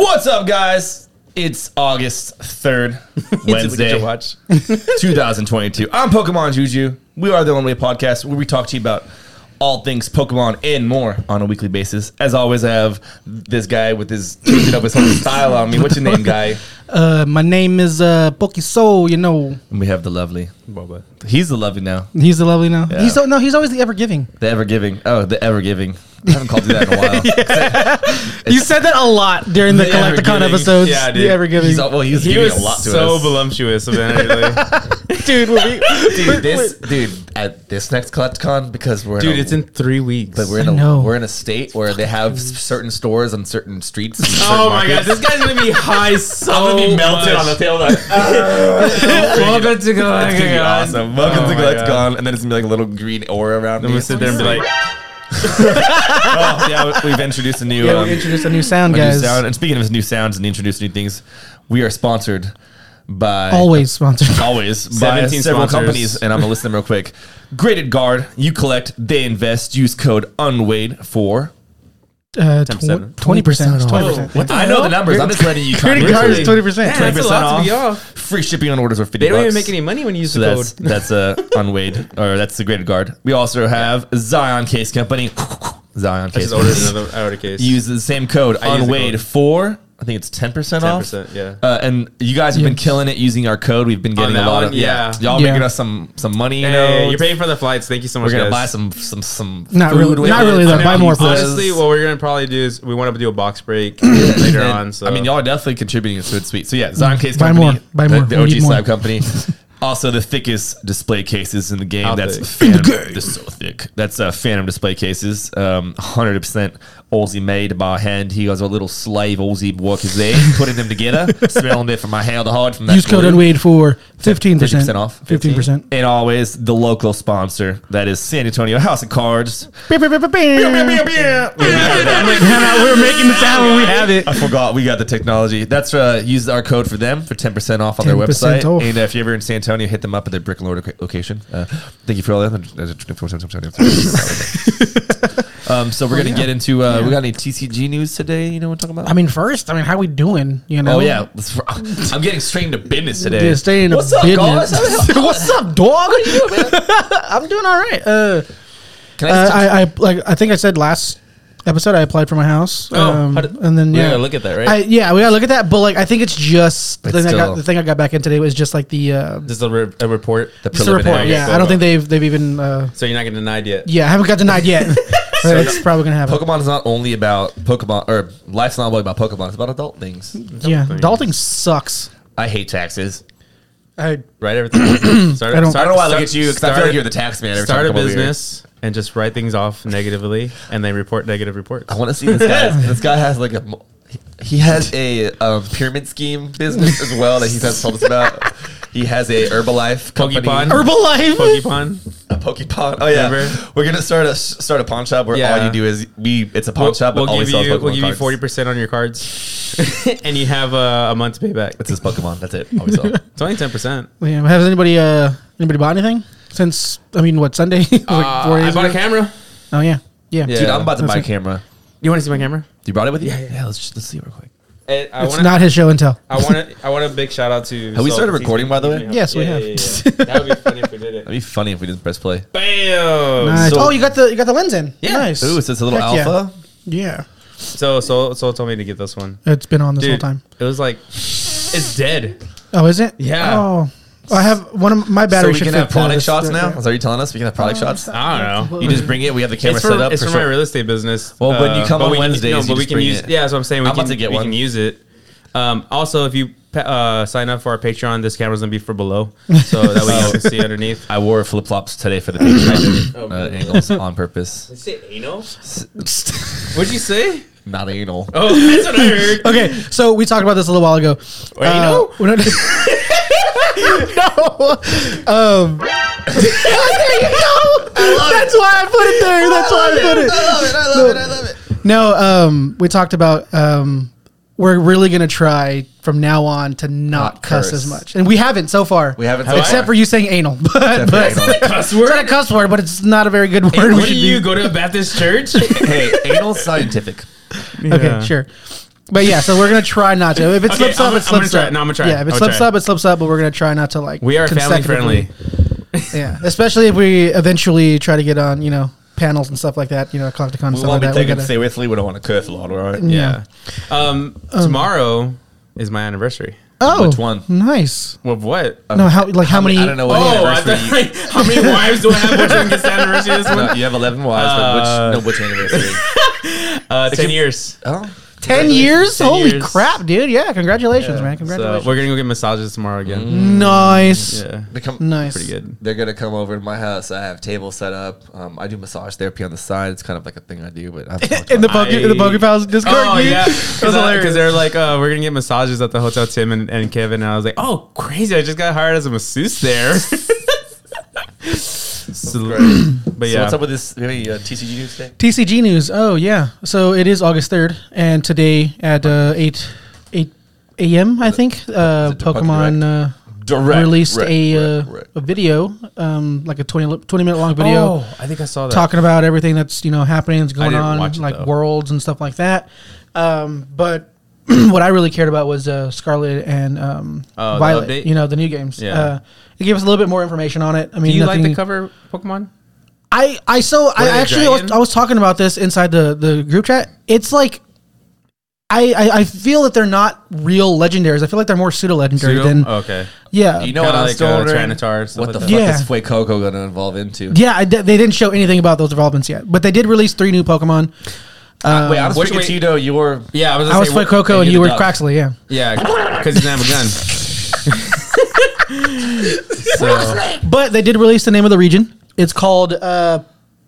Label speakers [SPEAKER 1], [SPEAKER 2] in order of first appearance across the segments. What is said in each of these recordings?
[SPEAKER 1] What's up, guys? It's August 3rd, Wednesday,
[SPEAKER 2] Did you watch?
[SPEAKER 1] 2022. I'm Pokemon Juju. We are the One Way Podcast where we talk to you about all things Pokemon and more on a weekly basis. As always, I have this guy with his twisted up his whole style on me. What's your name, guy?
[SPEAKER 3] Uh, my name is uh, Poki Soul. You know,
[SPEAKER 1] And we have the lovely.
[SPEAKER 2] Boba.
[SPEAKER 1] He's the lovely now.
[SPEAKER 3] he's the lovely now.
[SPEAKER 1] Yeah.
[SPEAKER 3] He's so, no, he's always the ever giving.
[SPEAKER 1] The ever giving. Oh, the ever giving. I haven't called you that in a while.
[SPEAKER 3] You said that a lot during the, Galacticon
[SPEAKER 1] ever-giving.
[SPEAKER 3] episodes.
[SPEAKER 1] Yeah, dude.
[SPEAKER 3] the ever giving,
[SPEAKER 1] He's, all- well, he's
[SPEAKER 2] He
[SPEAKER 1] giving
[SPEAKER 2] was
[SPEAKER 1] a lot to
[SPEAKER 2] so
[SPEAKER 1] us.
[SPEAKER 2] voluptuous of energy.
[SPEAKER 3] dude. When we,
[SPEAKER 1] dude, this dude at this next Collecticon because we're
[SPEAKER 2] Dude,
[SPEAKER 1] a-
[SPEAKER 2] it's in three weeks.
[SPEAKER 1] But we're
[SPEAKER 3] I
[SPEAKER 1] in a
[SPEAKER 3] know.
[SPEAKER 1] we're in a state where they have s- certain stores on certain streets. and certain
[SPEAKER 2] oh my
[SPEAKER 1] markets.
[SPEAKER 2] god, this guy's gonna be high so
[SPEAKER 1] I'm
[SPEAKER 3] Oh
[SPEAKER 1] gonna be melted on the tail. like,
[SPEAKER 2] Welcome to
[SPEAKER 1] It's gonna be awesome. Welcome
[SPEAKER 2] Oh
[SPEAKER 1] to
[SPEAKER 2] my
[SPEAKER 1] Glen's
[SPEAKER 2] God.
[SPEAKER 1] Gone, and then it's gonna be like a little green aura around.
[SPEAKER 2] I'm
[SPEAKER 1] me.
[SPEAKER 2] gonna sit there and be like,
[SPEAKER 1] oh, yeah, we've introduced a new,
[SPEAKER 3] yeah,
[SPEAKER 1] um,
[SPEAKER 3] we introduced a new sound,
[SPEAKER 1] a new
[SPEAKER 3] guys.
[SPEAKER 1] sound. And speaking of new sounds and introduced new things, we are sponsored by
[SPEAKER 3] Always sponsored.
[SPEAKER 1] always by
[SPEAKER 2] 17
[SPEAKER 1] several
[SPEAKER 2] sponsors.
[SPEAKER 1] companies, and I'm gonna list them real quick. Graded Guard, you collect, they invest. Use code Unwade for.
[SPEAKER 3] Uh,
[SPEAKER 2] percent.
[SPEAKER 3] Twenty percent. Twenty percent.
[SPEAKER 2] what oh, the
[SPEAKER 1] I know the numbers. I'm just letting you.
[SPEAKER 3] Credit card is
[SPEAKER 2] Really?
[SPEAKER 3] twenty percent.
[SPEAKER 2] Man, that's a
[SPEAKER 1] 20%
[SPEAKER 2] lot to be
[SPEAKER 1] off.
[SPEAKER 2] off.
[SPEAKER 1] Free shipping on orders are fifty.
[SPEAKER 2] They don't even
[SPEAKER 1] bucks.
[SPEAKER 2] make any money when you use
[SPEAKER 1] So
[SPEAKER 2] the code.
[SPEAKER 1] that's that's a unweighed or that's the graded guard. We also have Zion Case Company. Zion Case.
[SPEAKER 2] Just ordered
[SPEAKER 1] Company.
[SPEAKER 2] another out of case.
[SPEAKER 1] Use the same code
[SPEAKER 2] I use the
[SPEAKER 1] unweighed
[SPEAKER 2] code.
[SPEAKER 1] for I think it's ten percent off.
[SPEAKER 2] 10%, yeah.
[SPEAKER 1] Uh, and you guys have been
[SPEAKER 3] Yes.
[SPEAKER 1] killing it using our code. We've been getting
[SPEAKER 2] that
[SPEAKER 1] a lot of
[SPEAKER 2] one? Yeah.
[SPEAKER 1] Y'all
[SPEAKER 3] Yeah.
[SPEAKER 1] making us some some money. You
[SPEAKER 2] Hey,
[SPEAKER 1] know,
[SPEAKER 2] you're paying for the flights. Thank you so much.
[SPEAKER 1] We're gonna
[SPEAKER 2] guys.
[SPEAKER 1] buy some some some.
[SPEAKER 3] Not
[SPEAKER 1] food
[SPEAKER 3] really-
[SPEAKER 1] with
[SPEAKER 3] not
[SPEAKER 1] it.
[SPEAKER 3] really, though. Buy more, please.
[SPEAKER 2] Honestly, what we're gonna probably do is we want to do a box break later on. So
[SPEAKER 1] I mean, y'all are definitely contributing to it. Sweet. So yeah, Zion Case
[SPEAKER 3] Uh, Mm. Buy
[SPEAKER 1] Company,
[SPEAKER 3] more. Buy more.
[SPEAKER 1] the,
[SPEAKER 3] We
[SPEAKER 1] the
[SPEAKER 3] need
[SPEAKER 1] OG
[SPEAKER 3] more.
[SPEAKER 1] Slab Company. also, the thickest display cases in the game.
[SPEAKER 2] How
[SPEAKER 1] That's
[SPEAKER 2] thick?
[SPEAKER 1] Phantom, They're so thick. That's uh, Phantom display cases. Um, 100% Aussie made by hand. He was a little slave Aussie workers there, putting them together, smelling it from my hand to hide from that.
[SPEAKER 3] Use code
[SPEAKER 1] glue.
[SPEAKER 3] unweighed for fifteen percent
[SPEAKER 1] 50% off.
[SPEAKER 3] Fifteen percent.
[SPEAKER 1] And always the local sponsor. That is San Antonio House of Cards.
[SPEAKER 3] We're making the sound when we have it.
[SPEAKER 1] I forgot we got the technology. That's uh, use our code for them for ten percent off on their
[SPEAKER 3] 10%
[SPEAKER 1] website.
[SPEAKER 3] off.
[SPEAKER 1] And uh, if you're ever in San Antonio, hit them up at their brick and mortar loca- location. Uh, thank you for all that. um, so we're
[SPEAKER 3] Oh,
[SPEAKER 1] gonna get into. Uh, We got any TCG news today? You know what I'm talking
[SPEAKER 3] I
[SPEAKER 1] about?
[SPEAKER 3] mean, first, I mean, how we doing? You know?
[SPEAKER 1] Oh yeah, Let's- I'm getting straight into business today.
[SPEAKER 3] Yeah, stay in the
[SPEAKER 1] What's up,
[SPEAKER 3] business.
[SPEAKER 1] guys?
[SPEAKER 3] What's up, dog? What you doing, man? I'm doing all right. Uh,
[SPEAKER 1] Can I
[SPEAKER 3] Uh,
[SPEAKER 1] just-
[SPEAKER 3] I, I like I think I said last episode I applied for my house.
[SPEAKER 2] Oh,
[SPEAKER 3] um,
[SPEAKER 2] how did-
[SPEAKER 3] and then
[SPEAKER 1] we
[SPEAKER 3] yeah,
[SPEAKER 1] gotta look at that, right?
[SPEAKER 3] I, yeah, we gotta look at that. But like I think it's just the
[SPEAKER 1] But
[SPEAKER 3] thing I
[SPEAKER 1] still.
[SPEAKER 3] got. The thing I got back in today was just like the uh,
[SPEAKER 2] just a, re- a report.
[SPEAKER 1] The
[SPEAKER 3] just the report.
[SPEAKER 1] preliminary.
[SPEAKER 3] Yeah, I don't think they've they've even. Uh,
[SPEAKER 2] So you're not getting denied yet.
[SPEAKER 3] yeah, I haven't got denied yet. but it's probably gonna happen.
[SPEAKER 1] Pokemon is not only about Pokemon, or life's not only about Pokemon. It's about adult things.
[SPEAKER 3] yeah, Dalton sucks.
[SPEAKER 1] I hate taxes.
[SPEAKER 3] I
[SPEAKER 2] Write everything. start,
[SPEAKER 3] I don't-
[SPEAKER 1] I
[SPEAKER 2] start-
[SPEAKER 1] don't know why I look
[SPEAKER 2] start-
[SPEAKER 1] at you because I feel like you're the tax man. Every
[SPEAKER 2] start
[SPEAKER 1] time
[SPEAKER 2] a
[SPEAKER 1] I come over here.
[SPEAKER 2] business and just write things off negatively and they report negative reports.
[SPEAKER 1] I want to see this guy. this guy has like a. mo- He has a um, pyramid scheme business as well that he's has told us about. He has a Herbalife company.
[SPEAKER 2] Pokepond.
[SPEAKER 3] Herbalife.
[SPEAKER 2] Pokemon.
[SPEAKER 1] A Pokepond. Oh yeah,
[SPEAKER 2] Remember?
[SPEAKER 1] we're gonna start a start a pawn shop where all
[SPEAKER 2] Yeah.
[SPEAKER 1] you do is we. It's a pawn
[SPEAKER 2] We'll,
[SPEAKER 1] shop, but
[SPEAKER 2] we'll
[SPEAKER 1] all we
[SPEAKER 2] give
[SPEAKER 1] sell is
[SPEAKER 2] you
[SPEAKER 1] Pokemon
[SPEAKER 2] we'll give you
[SPEAKER 1] cards.
[SPEAKER 2] forty percent on your cards, and you have uh, a month to pay back.
[SPEAKER 1] It's his Pokemon. That's it. All we sell.
[SPEAKER 2] It's only ten percent.
[SPEAKER 3] Yeah, has anybody uh anybody bought anything since? I mean, what Sunday? like four
[SPEAKER 2] Uh, I
[SPEAKER 3] days
[SPEAKER 2] bought a
[SPEAKER 3] ago?
[SPEAKER 2] camera.
[SPEAKER 3] Oh yeah, yeah.
[SPEAKER 2] Yeah.
[SPEAKER 1] Dude, I'm about to
[SPEAKER 3] That's
[SPEAKER 1] buy a
[SPEAKER 3] it.
[SPEAKER 1] camera.
[SPEAKER 2] You want to see my camera?
[SPEAKER 1] You brought it with you? Yeah, yeah. let's just, let's see real quick.
[SPEAKER 2] It, I
[SPEAKER 3] It's
[SPEAKER 2] wanna,
[SPEAKER 3] not his show and tell.
[SPEAKER 2] I want to. I want a big shout out to.
[SPEAKER 1] Have we
[SPEAKER 2] Saul
[SPEAKER 1] started
[SPEAKER 2] for
[SPEAKER 1] recording,
[SPEAKER 2] teaching
[SPEAKER 1] by the
[SPEAKER 2] me
[SPEAKER 1] way?
[SPEAKER 2] how-
[SPEAKER 3] Yes, we have.
[SPEAKER 2] That would be funny if we did it.
[SPEAKER 1] That'd be funny if we didn't press play.
[SPEAKER 2] Bam!
[SPEAKER 3] Nice.
[SPEAKER 1] So-
[SPEAKER 3] oh, you got the you got the lens in.
[SPEAKER 2] Yeah.
[SPEAKER 3] Nice.
[SPEAKER 1] Ooh, so it's a little
[SPEAKER 3] Heck yeah.
[SPEAKER 1] alpha.
[SPEAKER 3] Yeah.
[SPEAKER 2] So, so, so told me to get this one.
[SPEAKER 3] It's been on this
[SPEAKER 2] Dude,
[SPEAKER 3] whole time.
[SPEAKER 2] it was like it's dead.
[SPEAKER 3] Oh, is it?
[SPEAKER 2] Yeah.
[SPEAKER 3] Oh, I have one of my
[SPEAKER 1] So
[SPEAKER 3] battery.
[SPEAKER 1] we
[SPEAKER 3] should
[SPEAKER 1] can
[SPEAKER 3] fit
[SPEAKER 1] have
[SPEAKER 3] to
[SPEAKER 1] product
[SPEAKER 3] this- Uh,
[SPEAKER 1] shots
[SPEAKER 3] this-
[SPEAKER 1] now. Is that what you're telling us? We can have product shots.
[SPEAKER 2] I don't know.
[SPEAKER 1] You just bring it. We have the camera
[SPEAKER 2] It's for,
[SPEAKER 1] set up.
[SPEAKER 2] it's for,
[SPEAKER 1] for sure.
[SPEAKER 2] my real estate business.
[SPEAKER 1] Well, when you
[SPEAKER 2] Uh,
[SPEAKER 1] come
[SPEAKER 2] but
[SPEAKER 1] on
[SPEAKER 2] we can-
[SPEAKER 1] Wednesdays, you
[SPEAKER 2] but we
[SPEAKER 1] just
[SPEAKER 2] can
[SPEAKER 1] bring
[SPEAKER 2] use.
[SPEAKER 1] it.
[SPEAKER 2] Yeah, that's what I'm saying. We
[SPEAKER 1] I'm
[SPEAKER 2] can,
[SPEAKER 1] about to get
[SPEAKER 2] we
[SPEAKER 1] one.
[SPEAKER 2] can use it. Um, also, if you pa- uh, sign up for our Patreon, this camera's gonna be for below, so that way
[SPEAKER 1] Oh.
[SPEAKER 2] you can see underneath.
[SPEAKER 1] I wore flip flops today for the Patreon uh, angles on purpose.
[SPEAKER 2] say anal? What'd you say?
[SPEAKER 1] Not anal.
[SPEAKER 2] Oh, that's what I heard.
[SPEAKER 3] Okay, so we talked about this a little while ago. Uh,
[SPEAKER 2] Wait, no.
[SPEAKER 3] we're not- no. Um, there you go. That's why I put it there. That's why I put it.
[SPEAKER 1] it. I love it. I love it.
[SPEAKER 3] No, um, we talked about um, we're really gonna try from now on to not,
[SPEAKER 1] Not
[SPEAKER 3] cuss
[SPEAKER 1] curse.
[SPEAKER 3] as much, and we haven't so far.
[SPEAKER 1] We haven't so
[SPEAKER 3] except
[SPEAKER 1] far.
[SPEAKER 3] for you saying anal. But,
[SPEAKER 1] Except for anal.
[SPEAKER 3] but it's
[SPEAKER 2] Cuss
[SPEAKER 3] not a
[SPEAKER 2] word.
[SPEAKER 3] cuss word, but it's not a very good word. We
[SPEAKER 2] What do
[SPEAKER 3] should
[SPEAKER 2] you
[SPEAKER 3] be-
[SPEAKER 2] go to a Baptist church?
[SPEAKER 1] Hey, anal scientific.
[SPEAKER 3] Okay, sure. But yeah, so we're gonna try not to. If it
[SPEAKER 2] Okay,
[SPEAKER 3] slips
[SPEAKER 2] I'm
[SPEAKER 3] up,
[SPEAKER 2] gonna-
[SPEAKER 3] it slips
[SPEAKER 2] I'm gonna try
[SPEAKER 3] up.
[SPEAKER 2] it. No, I'm gonna try it.
[SPEAKER 3] Yeah, if it
[SPEAKER 2] I'm gonna
[SPEAKER 3] slips
[SPEAKER 2] try it.
[SPEAKER 3] up, it slips up. But we're gonna try not to like.
[SPEAKER 2] We are family
[SPEAKER 3] consecutively-
[SPEAKER 2] friendly.
[SPEAKER 3] Yeah, especially if we eventually try to get on, you know, panels and stuff like that. You know, Collecticon and
[SPEAKER 1] We
[SPEAKER 3] stuff
[SPEAKER 1] want
[SPEAKER 3] like
[SPEAKER 1] to be
[SPEAKER 3] that. We
[SPEAKER 1] taken
[SPEAKER 3] gotta,
[SPEAKER 1] seriously. We don't want to curse a lot, all right?
[SPEAKER 2] Yeah. Um, tomorrow is my anniversary.
[SPEAKER 3] oh,
[SPEAKER 1] Which one? Um,
[SPEAKER 3] Nice.
[SPEAKER 2] Of what?
[SPEAKER 3] no, how like how many?
[SPEAKER 1] I don't know what
[SPEAKER 2] oh, I
[SPEAKER 1] anniversary
[SPEAKER 2] thought, like, how many wives do I have? Which one gets the anniversary this
[SPEAKER 1] you,
[SPEAKER 2] one?
[SPEAKER 1] no, you have 11 wives, but which, no, which anniversary?
[SPEAKER 2] Uh, Ten years.
[SPEAKER 1] oh.
[SPEAKER 3] Ten years?
[SPEAKER 2] Ten
[SPEAKER 3] Holy
[SPEAKER 2] years.
[SPEAKER 3] crap, dude! Yeah, congratulations, man!
[SPEAKER 2] So
[SPEAKER 3] Congratulations.
[SPEAKER 2] we're gonna go get massages tomorrow again.
[SPEAKER 3] nice.
[SPEAKER 2] Yeah.
[SPEAKER 1] They come,
[SPEAKER 3] Nice.
[SPEAKER 2] Pretty good.
[SPEAKER 1] They're gonna come over to my house. I have tables set up. Um, I do massage therapy on the side. It's kind of like a thing I do, but I haven't talked
[SPEAKER 3] In the
[SPEAKER 1] about
[SPEAKER 3] Poke, in the PokePals Discord,
[SPEAKER 2] Oh
[SPEAKER 3] dude.
[SPEAKER 2] yeah,
[SPEAKER 3] That was hilarious.
[SPEAKER 2] because they're like, uh, we're gonna get massages at the hotel. Tim and, and Kevin, and I was like, oh, crazy! I just got hired as a masseuse there. So- but
[SPEAKER 1] it. so
[SPEAKER 2] yeah,
[SPEAKER 1] what's up with this? Maybe uh, TCG news thing.
[SPEAKER 3] TCG news. Oh yeah, so it is August third, and today at uh, eight eight a.m. I think uh,
[SPEAKER 1] it Pokemon
[SPEAKER 3] Pokemon uh,
[SPEAKER 1] Direct,
[SPEAKER 3] released
[SPEAKER 1] right,
[SPEAKER 3] a
[SPEAKER 1] right,
[SPEAKER 3] uh,
[SPEAKER 1] right.
[SPEAKER 3] a video, um, like a 20, li- 20 minute long video.
[SPEAKER 2] Oh, I think I saw that.
[SPEAKER 3] talking about everything that's you know happening, that's going
[SPEAKER 2] didn't
[SPEAKER 3] on,
[SPEAKER 2] watch it,
[SPEAKER 3] like
[SPEAKER 2] though.
[SPEAKER 3] worlds and stuff like that. Um, but what I really cared about was uh, Scarlet and um,
[SPEAKER 2] Oh, the
[SPEAKER 3] Violet.
[SPEAKER 2] update?
[SPEAKER 3] You know the new games.
[SPEAKER 2] Yeah.
[SPEAKER 3] Uh, it gave us a little bit more information on it. I mean,
[SPEAKER 2] Do you
[SPEAKER 3] nothing,
[SPEAKER 2] like the cover Pokemon?
[SPEAKER 3] I I so I
[SPEAKER 2] they, a
[SPEAKER 3] actually was,
[SPEAKER 2] dragon?
[SPEAKER 3] I was talking about this inside the the group chat. It's like. I, I, I feel that they're not real legendaries. I feel like they're more pseudo legendary
[SPEAKER 2] Pseudo? Oh.
[SPEAKER 3] than
[SPEAKER 2] okay.
[SPEAKER 3] yeah.
[SPEAKER 1] You know what
[SPEAKER 2] Kinda
[SPEAKER 1] I was
[SPEAKER 2] like,
[SPEAKER 1] still
[SPEAKER 2] uh,
[SPEAKER 1] wondering?
[SPEAKER 2] Tyranitar, stuff
[SPEAKER 1] What the
[SPEAKER 2] like that.
[SPEAKER 1] fuck
[SPEAKER 3] Yeah.
[SPEAKER 1] is Fue Coco gonna evolve into?
[SPEAKER 3] yeah, I d- they didn't show anything about those developments yet, but they did release three new Pokemon.
[SPEAKER 1] Uh, Wait,
[SPEAKER 3] Uh,
[SPEAKER 1] I was
[SPEAKER 2] Which-
[SPEAKER 1] thinking
[SPEAKER 2] wait.
[SPEAKER 1] Tito. You were
[SPEAKER 2] Yeah, I was. Gonna
[SPEAKER 3] I was
[SPEAKER 2] say,
[SPEAKER 3] Foot
[SPEAKER 2] wh-
[SPEAKER 3] Coco
[SPEAKER 1] and
[SPEAKER 3] and
[SPEAKER 1] you
[SPEAKER 3] you
[SPEAKER 1] the
[SPEAKER 3] were
[SPEAKER 1] dog.
[SPEAKER 3] Craxley, yeah.
[SPEAKER 2] Yeah, because he didn't have a gun. so,
[SPEAKER 3] But they did release the name of the region. It's called uh,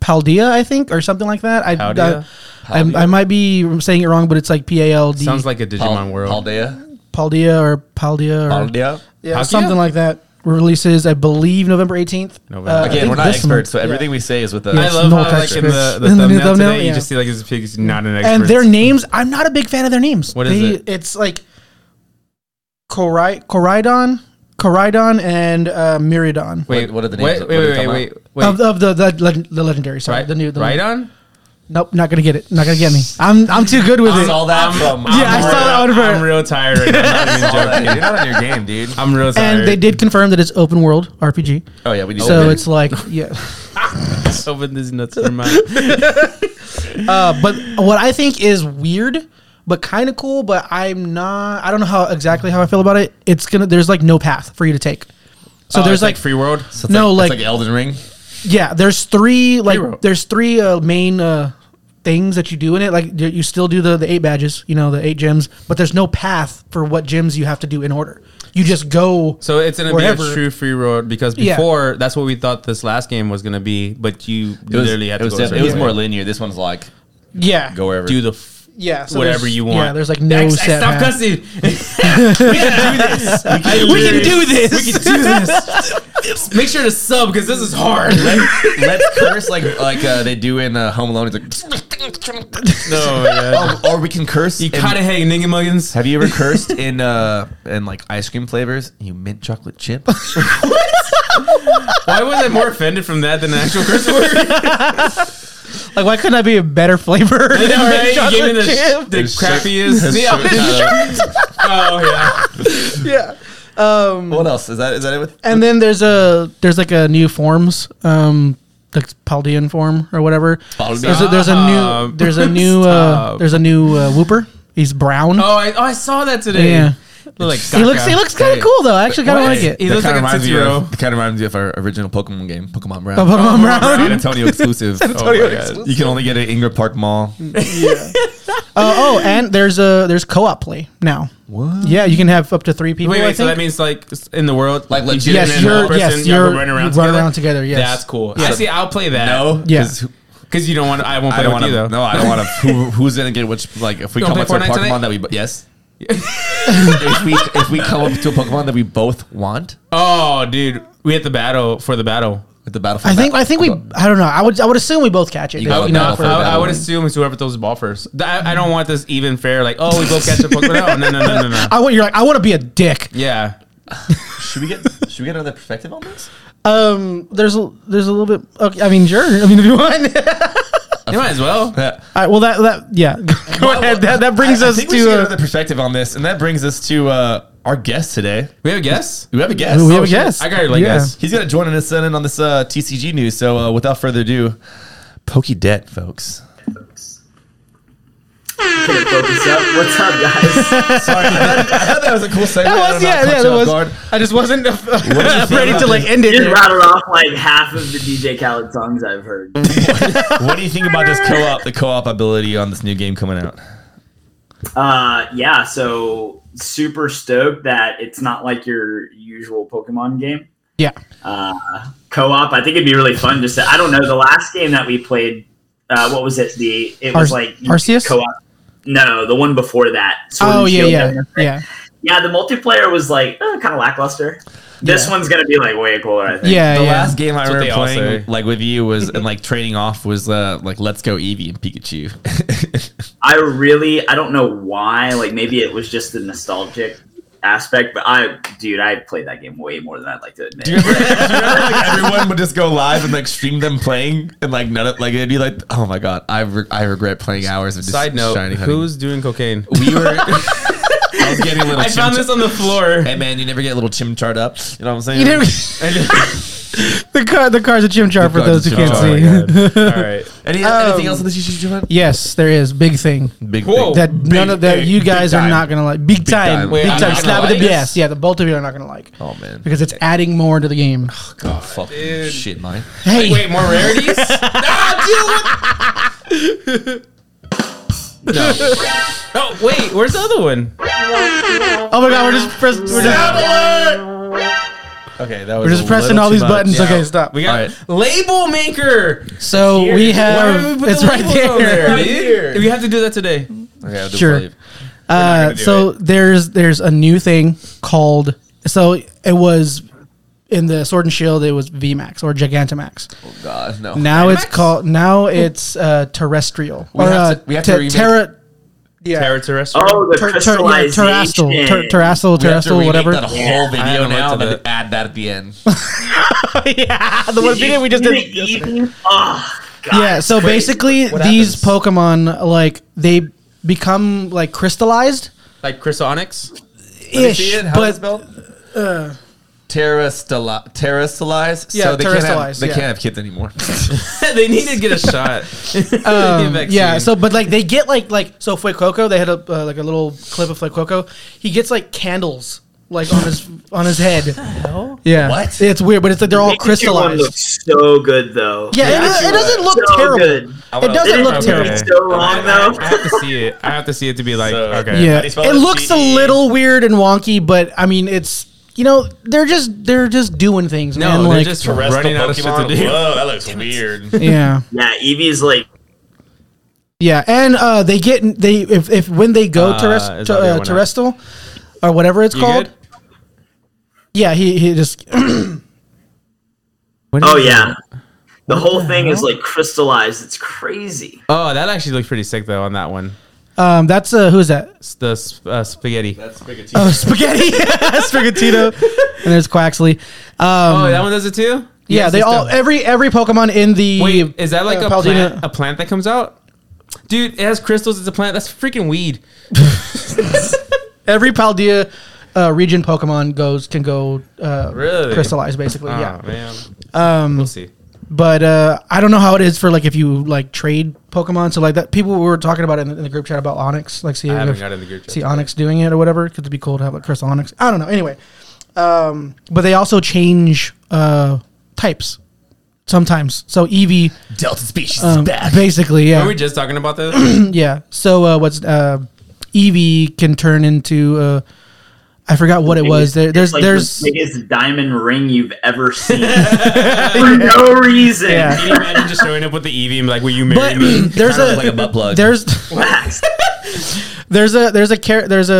[SPEAKER 3] Paldea, I think, or something like that. I,
[SPEAKER 2] Paldea?
[SPEAKER 3] I, I, I might be saying it wrong, but it's like P A L D
[SPEAKER 2] sounds like a Digimon
[SPEAKER 1] Pal-
[SPEAKER 2] world.
[SPEAKER 1] Paldea.
[SPEAKER 3] Paldea or Paldea or
[SPEAKER 1] Paldea.
[SPEAKER 3] Yeah,
[SPEAKER 2] Paldea?
[SPEAKER 3] something like that. Releases, I believe, November eighteenth.
[SPEAKER 2] November.
[SPEAKER 3] Uh, I
[SPEAKER 1] Again,
[SPEAKER 3] think
[SPEAKER 1] we're not
[SPEAKER 3] this
[SPEAKER 1] experts, so
[SPEAKER 3] month.
[SPEAKER 1] everything we say is with a.
[SPEAKER 2] I
[SPEAKER 3] Yes,
[SPEAKER 2] love
[SPEAKER 3] no
[SPEAKER 2] how like in the,
[SPEAKER 3] textures.
[SPEAKER 2] the
[SPEAKER 3] In the new
[SPEAKER 2] thumbnail,
[SPEAKER 3] thumbnail,
[SPEAKER 2] today,
[SPEAKER 3] yeah.
[SPEAKER 2] you just see like this pig's not an expert.
[SPEAKER 3] And their names, I'm not a big fan of their names.
[SPEAKER 2] What is
[SPEAKER 3] they,
[SPEAKER 2] it?
[SPEAKER 3] It's like Coridon, Coridon, Coridon, and uh, Myridon.
[SPEAKER 2] Wait,
[SPEAKER 1] What- what are the names? What
[SPEAKER 2] Wait,
[SPEAKER 1] are they
[SPEAKER 2] wait, wait,
[SPEAKER 1] talking
[SPEAKER 2] wait,
[SPEAKER 1] about?
[SPEAKER 2] wait.
[SPEAKER 3] Of, of the, the, leg- the legendary, sorry,
[SPEAKER 2] right,
[SPEAKER 3] the new, the
[SPEAKER 2] right on.
[SPEAKER 3] Nope, not gonna get it. Not gonna get me. I'm I'm too good with
[SPEAKER 1] I
[SPEAKER 3] it. Um,
[SPEAKER 1] saw that from.
[SPEAKER 3] Yeah, I
[SPEAKER 2] I'm
[SPEAKER 3] saw
[SPEAKER 2] real-
[SPEAKER 3] that one for-
[SPEAKER 2] I'm real tired right now. I'm not even joking.
[SPEAKER 1] You're not on your game, dude.
[SPEAKER 2] I'm real tired.
[SPEAKER 3] and they did confirm that it's open world RPG.
[SPEAKER 1] Oh yeah, we need.
[SPEAKER 3] So
[SPEAKER 1] to-
[SPEAKER 3] it's like yeah.
[SPEAKER 2] open these nuts for my. Oh,
[SPEAKER 3] Uh, but what I think is weird, but kind of cool. But I'm not. I don't know how exactly how I feel about it. It's gonna. There's like no path for you to take. So
[SPEAKER 2] Oh,
[SPEAKER 3] there's
[SPEAKER 2] it's
[SPEAKER 3] like,
[SPEAKER 2] free world.
[SPEAKER 1] So
[SPEAKER 3] no,
[SPEAKER 1] it's
[SPEAKER 3] like-
[SPEAKER 1] it's like Elden Ring.
[SPEAKER 3] yeah. There's three like
[SPEAKER 2] Hero.
[SPEAKER 3] there's three uh, main uh, things that you do in it. Like you you still do the the eight badges. You know the eight gems, but there's no path for what gems you have to do in order. You just go.
[SPEAKER 2] So it's gonna be
[SPEAKER 3] Wherever.
[SPEAKER 2] a true free road because
[SPEAKER 3] Yeah.
[SPEAKER 2] before that's what we thought this last game was gonna be, but you
[SPEAKER 1] It was,
[SPEAKER 2] literally had
[SPEAKER 1] it
[SPEAKER 2] to
[SPEAKER 1] was,
[SPEAKER 2] go. a
[SPEAKER 1] def- it
[SPEAKER 2] certain
[SPEAKER 1] was
[SPEAKER 2] way.
[SPEAKER 1] more linear. This one's like
[SPEAKER 3] yeah.
[SPEAKER 1] go wherever.
[SPEAKER 2] do the f-
[SPEAKER 3] Yeah, so
[SPEAKER 2] whatever
[SPEAKER 3] there's-
[SPEAKER 2] you want.
[SPEAKER 3] yeah, there's, like, no
[SPEAKER 2] Ex-
[SPEAKER 3] set
[SPEAKER 2] Stop
[SPEAKER 3] path.
[SPEAKER 2] cussing. we can do this. We can,
[SPEAKER 3] We can do this.
[SPEAKER 2] We can do this. Make sure to sub because this is hard.
[SPEAKER 1] Let, let's curse like like uh, they do in uh, Home Alone. It's like,
[SPEAKER 2] no, yeah.
[SPEAKER 1] oh, or we can curse.
[SPEAKER 2] you
[SPEAKER 1] in-
[SPEAKER 2] kind of hang nigga muggins.
[SPEAKER 1] have you ever cursed in uh in like ice cream flavors? You mint chocolate chip.
[SPEAKER 2] Why was I more offended from that than the actual curse word?
[SPEAKER 3] Like, why couldn't I be a better flavor?
[SPEAKER 2] I know, right? You
[SPEAKER 3] Chocolate
[SPEAKER 2] gave me the,
[SPEAKER 3] chip.
[SPEAKER 2] the
[SPEAKER 1] His shirt-
[SPEAKER 2] crappiest.
[SPEAKER 1] his
[SPEAKER 2] Yeah,
[SPEAKER 1] shirt,
[SPEAKER 2] his shirt. Oh yeah.
[SPEAKER 3] yeah.
[SPEAKER 1] what else is that? Is that it? With,
[SPEAKER 3] And then there's a there's like a new forms, um, like Paldean form or whatever.
[SPEAKER 1] Paldean.
[SPEAKER 3] There's a, there's a new
[SPEAKER 2] Stop.
[SPEAKER 3] there's a new uh,
[SPEAKER 2] Ah. Stop.
[SPEAKER 3] there's a new uh, Whooper. He's brown.
[SPEAKER 2] Oh, I, oh, I saw that today.
[SPEAKER 3] Yeah.
[SPEAKER 2] Look Like
[SPEAKER 3] he looks he
[SPEAKER 2] Gaga.
[SPEAKER 3] looks kind
[SPEAKER 1] Hey.
[SPEAKER 3] of cool though. I actually kind of
[SPEAKER 2] What?
[SPEAKER 3] like it.
[SPEAKER 2] He looks like a Titsuro.
[SPEAKER 1] kind of reminds me of our original Pokemon game, Pokemon Brown.
[SPEAKER 3] Oh, Pokemon
[SPEAKER 2] Oh,
[SPEAKER 3] brown.
[SPEAKER 2] brown.
[SPEAKER 1] San Antonio exclusive.
[SPEAKER 2] Antonio
[SPEAKER 1] oh my God.
[SPEAKER 2] exclusive.
[SPEAKER 1] You can only get it at Ingram Park Mall.
[SPEAKER 3] Uh, oh, and there's a there's co-op play now.
[SPEAKER 1] What?
[SPEAKER 3] Yeah, you can have up to three people.
[SPEAKER 2] Wait,
[SPEAKER 3] I think.
[SPEAKER 2] wait. So that means like s- in the world,
[SPEAKER 1] Like,
[SPEAKER 2] you
[SPEAKER 1] legit-
[SPEAKER 2] get
[SPEAKER 1] Yes,
[SPEAKER 2] an animal
[SPEAKER 1] you're-
[SPEAKER 2] person,
[SPEAKER 3] yes,
[SPEAKER 2] y'all
[SPEAKER 3] you're-
[SPEAKER 2] go run around
[SPEAKER 3] you
[SPEAKER 2] together.
[SPEAKER 3] run around together, yes.
[SPEAKER 2] that's cool. I
[SPEAKER 1] So-
[SPEAKER 2] see. I'll play that.
[SPEAKER 1] No.
[SPEAKER 3] Yeah.
[SPEAKER 1] 'Cause who-
[SPEAKER 2] because you don't want. I won't play
[SPEAKER 1] I don't
[SPEAKER 2] with
[SPEAKER 1] want
[SPEAKER 2] you
[SPEAKER 1] to.
[SPEAKER 2] though.
[SPEAKER 1] No, I don't want to. Who, who's gonna get which? Like, if we
[SPEAKER 2] You don't
[SPEAKER 1] come up to
[SPEAKER 2] play
[SPEAKER 1] a Pokemon
[SPEAKER 2] Fortnite tonight?
[SPEAKER 1] that we bo- yes, if we if we come up to a Pokemon that we both want
[SPEAKER 2] Oh, dude, we hit the battle for the battle.
[SPEAKER 1] with the battlefield,
[SPEAKER 3] I think I think we I don't know. I would I would assume we both catch it.
[SPEAKER 1] You
[SPEAKER 3] dude,
[SPEAKER 1] got
[SPEAKER 3] you
[SPEAKER 1] it.
[SPEAKER 3] know,
[SPEAKER 1] No,
[SPEAKER 2] I,
[SPEAKER 1] Battle for
[SPEAKER 3] for-
[SPEAKER 1] the
[SPEAKER 2] Oh, I
[SPEAKER 1] battle.
[SPEAKER 2] would assume it's whoever throws the ball first. Th- I, I don't want this even fair. Like, oh, we both catch the Pokemon. No, no, no, no, no.
[SPEAKER 3] I want you're like I want to be a dick.
[SPEAKER 2] Yeah,
[SPEAKER 1] should we get should we get another perspective on this?
[SPEAKER 3] Um, there's a there's a little bit. Okay, I mean, sure. I mean, if you want.
[SPEAKER 2] You might as well.
[SPEAKER 1] Yeah.
[SPEAKER 3] All right, well, that that yeah. Go ahead. That, that brings
[SPEAKER 1] I- I
[SPEAKER 3] us
[SPEAKER 1] think we should get
[SPEAKER 3] to uh,
[SPEAKER 1] another perspective on this, and that brings us to uh, our guest today.
[SPEAKER 2] We have a guess.
[SPEAKER 1] We have a guest.
[SPEAKER 3] uh, we have a
[SPEAKER 1] Oh, shit.
[SPEAKER 3] guest.
[SPEAKER 2] I got your leg guess.
[SPEAKER 1] He's gonna join us in on this uh, TCG news. So uh, without further ado, Pokey Debt, folks.
[SPEAKER 4] Focus up. What's up, guys?
[SPEAKER 1] Sorry, I thought, I thought that was a cool segment.
[SPEAKER 3] That
[SPEAKER 1] I don't
[SPEAKER 3] was
[SPEAKER 1] know,
[SPEAKER 3] yeah,
[SPEAKER 1] caught
[SPEAKER 3] yeah.
[SPEAKER 1] you
[SPEAKER 3] That
[SPEAKER 1] off
[SPEAKER 3] was.
[SPEAKER 1] guard.
[SPEAKER 3] I just wasn't
[SPEAKER 1] you say
[SPEAKER 3] ready
[SPEAKER 1] about
[SPEAKER 3] to like end it.
[SPEAKER 4] Just
[SPEAKER 3] there.
[SPEAKER 4] rattled off like half of the DJ Khaled songs I've heard.
[SPEAKER 1] What do you think about this co-op? The co-op ability on this new game coming out.
[SPEAKER 4] Uh, yeah, so super stoked that it's not like your usual Pokemon game.
[SPEAKER 3] Yeah.
[SPEAKER 4] Uh, co-op, I think it'd be really fun. Just to, I don't know the last game that we played. Uh, what was it? The it was
[SPEAKER 3] Ar-
[SPEAKER 4] like
[SPEAKER 3] Arceus?
[SPEAKER 4] co-op. No, the one before that. Sword
[SPEAKER 3] Oh
[SPEAKER 4] and
[SPEAKER 3] yeah,
[SPEAKER 4] Shield.
[SPEAKER 3] yeah, yeah,
[SPEAKER 4] Yeah, the multiplayer was like kind of lackluster. This one's gonna be like way cooler. I think.
[SPEAKER 3] yeah,
[SPEAKER 1] The
[SPEAKER 3] yeah.
[SPEAKER 1] last game I
[SPEAKER 2] That's what
[SPEAKER 1] remember
[SPEAKER 2] they all
[SPEAKER 1] playing,
[SPEAKER 2] say.
[SPEAKER 1] like with you, was and like trading off was uh, like Let's Go Eevee and Pikachu.
[SPEAKER 4] I really, I don't know why. Like maybe it was just the nostalgic aspect, but I, dude, I played that game way more than I'd like to admit.
[SPEAKER 1] Do you remember, do you remember like everyone would just go live and like stream them playing and like none of like it'd be like oh my god I re- I regret playing hours of just
[SPEAKER 2] Side note:
[SPEAKER 1] shiny hunting.
[SPEAKER 2] Who's doing cocaine?
[SPEAKER 1] we were I was getting a little
[SPEAKER 2] I found
[SPEAKER 1] chimchar-
[SPEAKER 2] this on the floor.
[SPEAKER 1] hey man you never get a little chimchard up you know what I'm saying
[SPEAKER 3] You never-
[SPEAKER 1] And-
[SPEAKER 3] The car, the car's a Chimchar
[SPEAKER 1] car's
[SPEAKER 3] for
[SPEAKER 1] a
[SPEAKER 3] those who can't
[SPEAKER 1] Chimchar.
[SPEAKER 3] see.
[SPEAKER 1] Oh
[SPEAKER 2] All right.
[SPEAKER 1] any,
[SPEAKER 3] Oh.
[SPEAKER 1] anything else on this you should do
[SPEAKER 3] Yes, there is big thing
[SPEAKER 1] big
[SPEAKER 2] Whoa.
[SPEAKER 1] thing.
[SPEAKER 3] that none of that
[SPEAKER 1] Oh, big-
[SPEAKER 3] you
[SPEAKER 1] big
[SPEAKER 3] guys are
[SPEAKER 1] time.
[SPEAKER 3] not gonna like. Big, time,
[SPEAKER 1] time.
[SPEAKER 3] big
[SPEAKER 1] Wait,
[SPEAKER 2] I'm
[SPEAKER 3] time.
[SPEAKER 2] not
[SPEAKER 3] Slap
[SPEAKER 2] gonna
[SPEAKER 3] it
[SPEAKER 2] like
[SPEAKER 3] the
[SPEAKER 2] this?
[SPEAKER 3] yes, yeah. The both of you are not gonna like
[SPEAKER 1] oh man
[SPEAKER 3] because it's adding more to the game.
[SPEAKER 1] god fucking
[SPEAKER 2] dude.
[SPEAKER 1] shit man
[SPEAKER 3] Hey,
[SPEAKER 2] Wait, more rarities?
[SPEAKER 1] no
[SPEAKER 2] oh, wait. Where's the other one?
[SPEAKER 3] oh my god, we're just press, we're just,
[SPEAKER 1] okay that was
[SPEAKER 3] we're just
[SPEAKER 1] a
[SPEAKER 3] pressing
[SPEAKER 1] little
[SPEAKER 3] all
[SPEAKER 1] too
[SPEAKER 3] these
[SPEAKER 1] much.
[SPEAKER 3] buttons.
[SPEAKER 1] Yeah.
[SPEAKER 3] Okay, stop.
[SPEAKER 2] We
[SPEAKER 1] All
[SPEAKER 2] got
[SPEAKER 1] right.
[SPEAKER 2] label maker.
[SPEAKER 3] So
[SPEAKER 2] Here.
[SPEAKER 3] we
[SPEAKER 2] Why would we
[SPEAKER 3] have
[SPEAKER 2] put the
[SPEAKER 3] it's right
[SPEAKER 2] labels on
[SPEAKER 3] there.
[SPEAKER 2] dude?
[SPEAKER 1] Right here.
[SPEAKER 2] We have to do that today.
[SPEAKER 1] Okay, I'll do
[SPEAKER 3] Sure.
[SPEAKER 1] five.
[SPEAKER 3] Uh,
[SPEAKER 2] do
[SPEAKER 3] so there's there's a new thing called so it was in the Sword and Shield it was VMAX or Gigantamax.
[SPEAKER 1] oh god no
[SPEAKER 3] Now it's
[SPEAKER 2] VMAX?
[SPEAKER 3] called now it's uh, terrestrial
[SPEAKER 1] We
[SPEAKER 3] or
[SPEAKER 1] have
[SPEAKER 3] uh,
[SPEAKER 1] to- we have
[SPEAKER 3] te-
[SPEAKER 1] to remake-
[SPEAKER 3] terra. Yeah.
[SPEAKER 2] Terra terrestrial.
[SPEAKER 4] Oh, the
[SPEAKER 3] Ter- ter- yeah,
[SPEAKER 4] crystallization.
[SPEAKER 1] We have
[SPEAKER 3] terrestrial, ter- terrestrial,
[SPEAKER 1] to
[SPEAKER 3] terrestrial,
[SPEAKER 1] remake
[SPEAKER 3] whatever.
[SPEAKER 1] that whole
[SPEAKER 2] I
[SPEAKER 1] video
[SPEAKER 2] haven't
[SPEAKER 1] now and
[SPEAKER 2] looked at
[SPEAKER 1] then
[SPEAKER 2] it.
[SPEAKER 1] add that at the end
[SPEAKER 3] yeah, the one
[SPEAKER 4] Did you
[SPEAKER 3] video we just
[SPEAKER 4] see
[SPEAKER 3] did.
[SPEAKER 4] the evening? Oh, God,
[SPEAKER 3] Yeah, so
[SPEAKER 4] it's crazy.
[SPEAKER 3] basically
[SPEAKER 1] What
[SPEAKER 3] these
[SPEAKER 1] happens?
[SPEAKER 3] Pokemon like they become like crystallized
[SPEAKER 2] Like Chrysonics.
[SPEAKER 3] ish, but
[SPEAKER 1] spelled? Uh, terrestrialize. Terrestrialize.
[SPEAKER 3] Yeah,
[SPEAKER 1] so they can't, have,
[SPEAKER 3] terrestrialize,
[SPEAKER 1] they
[SPEAKER 3] yeah.
[SPEAKER 1] can't have kids anymore.
[SPEAKER 2] they need to get a shot.
[SPEAKER 3] Um,
[SPEAKER 2] Vaccine.
[SPEAKER 3] yeah. So, but like they get like like so Fue Coco. They had a uh, like a little clip of Fue Coco. He gets like candles like on his on his head. Yeah.
[SPEAKER 1] What?
[SPEAKER 3] It's weird, but it's like they're all
[SPEAKER 4] Pikachu One
[SPEAKER 3] crystallized.
[SPEAKER 4] looks so good though.
[SPEAKER 3] Yeah, it-
[SPEAKER 4] Pikachu
[SPEAKER 3] it doesn't
[SPEAKER 4] one
[SPEAKER 3] look
[SPEAKER 4] so
[SPEAKER 3] terrible.
[SPEAKER 4] Good.
[SPEAKER 3] It doesn't
[SPEAKER 4] Didn't
[SPEAKER 3] look
[SPEAKER 4] it
[SPEAKER 3] terrible.
[SPEAKER 4] take so long though.
[SPEAKER 2] I have to see it. I have to see it to be like,
[SPEAKER 1] So-
[SPEAKER 2] okay.
[SPEAKER 3] Yeah.
[SPEAKER 1] How do you spell
[SPEAKER 3] It
[SPEAKER 1] it?
[SPEAKER 3] looks a
[SPEAKER 2] E?
[SPEAKER 1] G-E.
[SPEAKER 3] little weird and wonky, but I mean, it's you know they're just they're just doing things,
[SPEAKER 2] No,
[SPEAKER 3] man.
[SPEAKER 2] they're
[SPEAKER 3] Like
[SPEAKER 2] just running out of shit to do.
[SPEAKER 1] Whoa, that looks weird.
[SPEAKER 3] yeah.
[SPEAKER 4] yeah, Eevee's like
[SPEAKER 3] Yeah, and uh, they get they if, if when they go
[SPEAKER 2] Uh,
[SPEAKER 3] terrest
[SPEAKER 2] is
[SPEAKER 3] to,
[SPEAKER 2] audio
[SPEAKER 3] uh,
[SPEAKER 2] one out?
[SPEAKER 3] terrestrial or whatever it's
[SPEAKER 2] You
[SPEAKER 3] called.
[SPEAKER 2] good?
[SPEAKER 3] Yeah, he he just
[SPEAKER 4] Oh yeah. The whole thing is like crystallized. It's crazy.
[SPEAKER 2] Oh, that actually looks pretty sick though on that one.
[SPEAKER 3] um that's uh who's that?
[SPEAKER 2] It's the sp- uh, spaghetti.
[SPEAKER 1] That's big
[SPEAKER 3] Oh, spaghetti, Sprigatito, and there's Quaxley. Um,
[SPEAKER 2] Oh, that one does it too.
[SPEAKER 3] yeah,
[SPEAKER 2] Yes,
[SPEAKER 3] they
[SPEAKER 2] it's
[SPEAKER 3] all
[SPEAKER 2] the-
[SPEAKER 3] every every Pokemon in the
[SPEAKER 2] Wait, is that like
[SPEAKER 3] uh,
[SPEAKER 2] a
[SPEAKER 3] Palutena-
[SPEAKER 2] plant? A plant that comes out? Dude, it has crystals. It's a plant. That's freaking weed.
[SPEAKER 3] every Paldea uh, region Pokemon goes can go uh,
[SPEAKER 2] Really?
[SPEAKER 3] crystallize basically. yeah,
[SPEAKER 2] Oh, man. Um, we'll see.
[SPEAKER 3] but uh, I don't know how it is for like if you like trade Pokemon. So like that people were talking about it in, the- in the group chat about Onyx, like see
[SPEAKER 2] I haven't
[SPEAKER 3] if,
[SPEAKER 2] got in the group
[SPEAKER 3] see
[SPEAKER 2] chat.
[SPEAKER 3] Onyx doing it or whatever. Could it be cool to have like Crystal Onyx? I don't know. Anyway, um, but they also change uh, types sometimes. So Eevee,
[SPEAKER 1] Delta species
[SPEAKER 3] um,
[SPEAKER 1] is back.
[SPEAKER 3] basically,
[SPEAKER 2] Were we
[SPEAKER 3] yeah,
[SPEAKER 2] just talking about this?
[SPEAKER 3] yeah. So uh, what's uh, Eevee can turn into uh, I forgot what it was. There, there's
[SPEAKER 4] It's, like,
[SPEAKER 3] there's
[SPEAKER 4] the biggest diamond ring you've ever seen for no reason.
[SPEAKER 3] Yeah.
[SPEAKER 2] Can you imagine just showing up with the Eevee and be like, will you marry
[SPEAKER 3] but
[SPEAKER 2] me?
[SPEAKER 3] there's
[SPEAKER 1] Kinda
[SPEAKER 3] a
[SPEAKER 1] looks like a butt plug.
[SPEAKER 3] there's
[SPEAKER 4] Wax.
[SPEAKER 3] there's a there's a char- there's a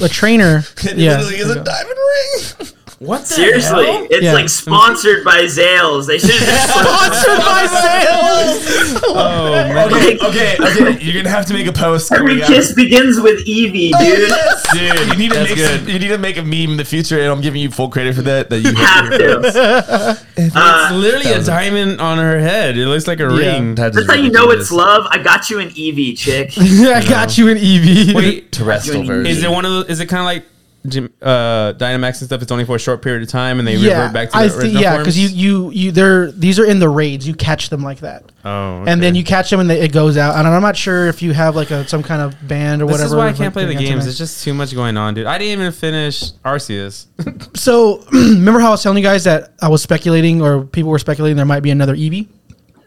[SPEAKER 3] uh, a trainer.
[SPEAKER 1] It
[SPEAKER 3] yeah.
[SPEAKER 1] literally is a diamond ring. What the
[SPEAKER 4] Seriously,
[SPEAKER 1] hell?
[SPEAKER 4] it's
[SPEAKER 3] Yeah.
[SPEAKER 4] like sponsored by Zales. They should have just
[SPEAKER 3] Sponsored by sales.
[SPEAKER 2] Oh man.
[SPEAKER 1] Okay, okay, okay. You're gonna have to make a post.
[SPEAKER 4] Every
[SPEAKER 1] coming up.
[SPEAKER 4] kiss begins with Evie, dude.
[SPEAKER 1] Dude, you need to
[SPEAKER 2] That's
[SPEAKER 1] make
[SPEAKER 2] good.
[SPEAKER 1] you need to make a meme in the future, and I'm giving you full credit for that. That you
[SPEAKER 4] Have to. Uh,
[SPEAKER 2] It's literally a diamond on her head. It looks like a
[SPEAKER 3] Uh, Yeah.
[SPEAKER 2] ring.
[SPEAKER 4] That's how you know it's love. I got you an Evie, chick.
[SPEAKER 3] I got you an EV.
[SPEAKER 2] Wait,
[SPEAKER 1] terrestrial
[SPEAKER 4] Doing
[SPEAKER 1] version.
[SPEAKER 2] is it one of those? Is it kind of like Jim- uh, Dynamax and stuff? It's only for a short period of time, and they revert back to the
[SPEAKER 3] I
[SPEAKER 2] original
[SPEAKER 3] thi- yeah,
[SPEAKER 2] forms?
[SPEAKER 3] because you you you they're these are in the raids. You catch them like that,
[SPEAKER 2] Oh,
[SPEAKER 3] and then
[SPEAKER 2] okay.
[SPEAKER 3] you catch them and they, it goes out. And I'm not sure if you have like a some kind of band or
[SPEAKER 2] This
[SPEAKER 3] whatever.
[SPEAKER 2] is why I
[SPEAKER 3] like,
[SPEAKER 2] can't play the
[SPEAKER 3] thing on
[SPEAKER 2] games.
[SPEAKER 3] tonight.
[SPEAKER 2] It's just too much going on, dude. I didn't even finish Arceus.
[SPEAKER 3] so remember how I was telling you guys that I was speculating or people were speculating there might be another EV,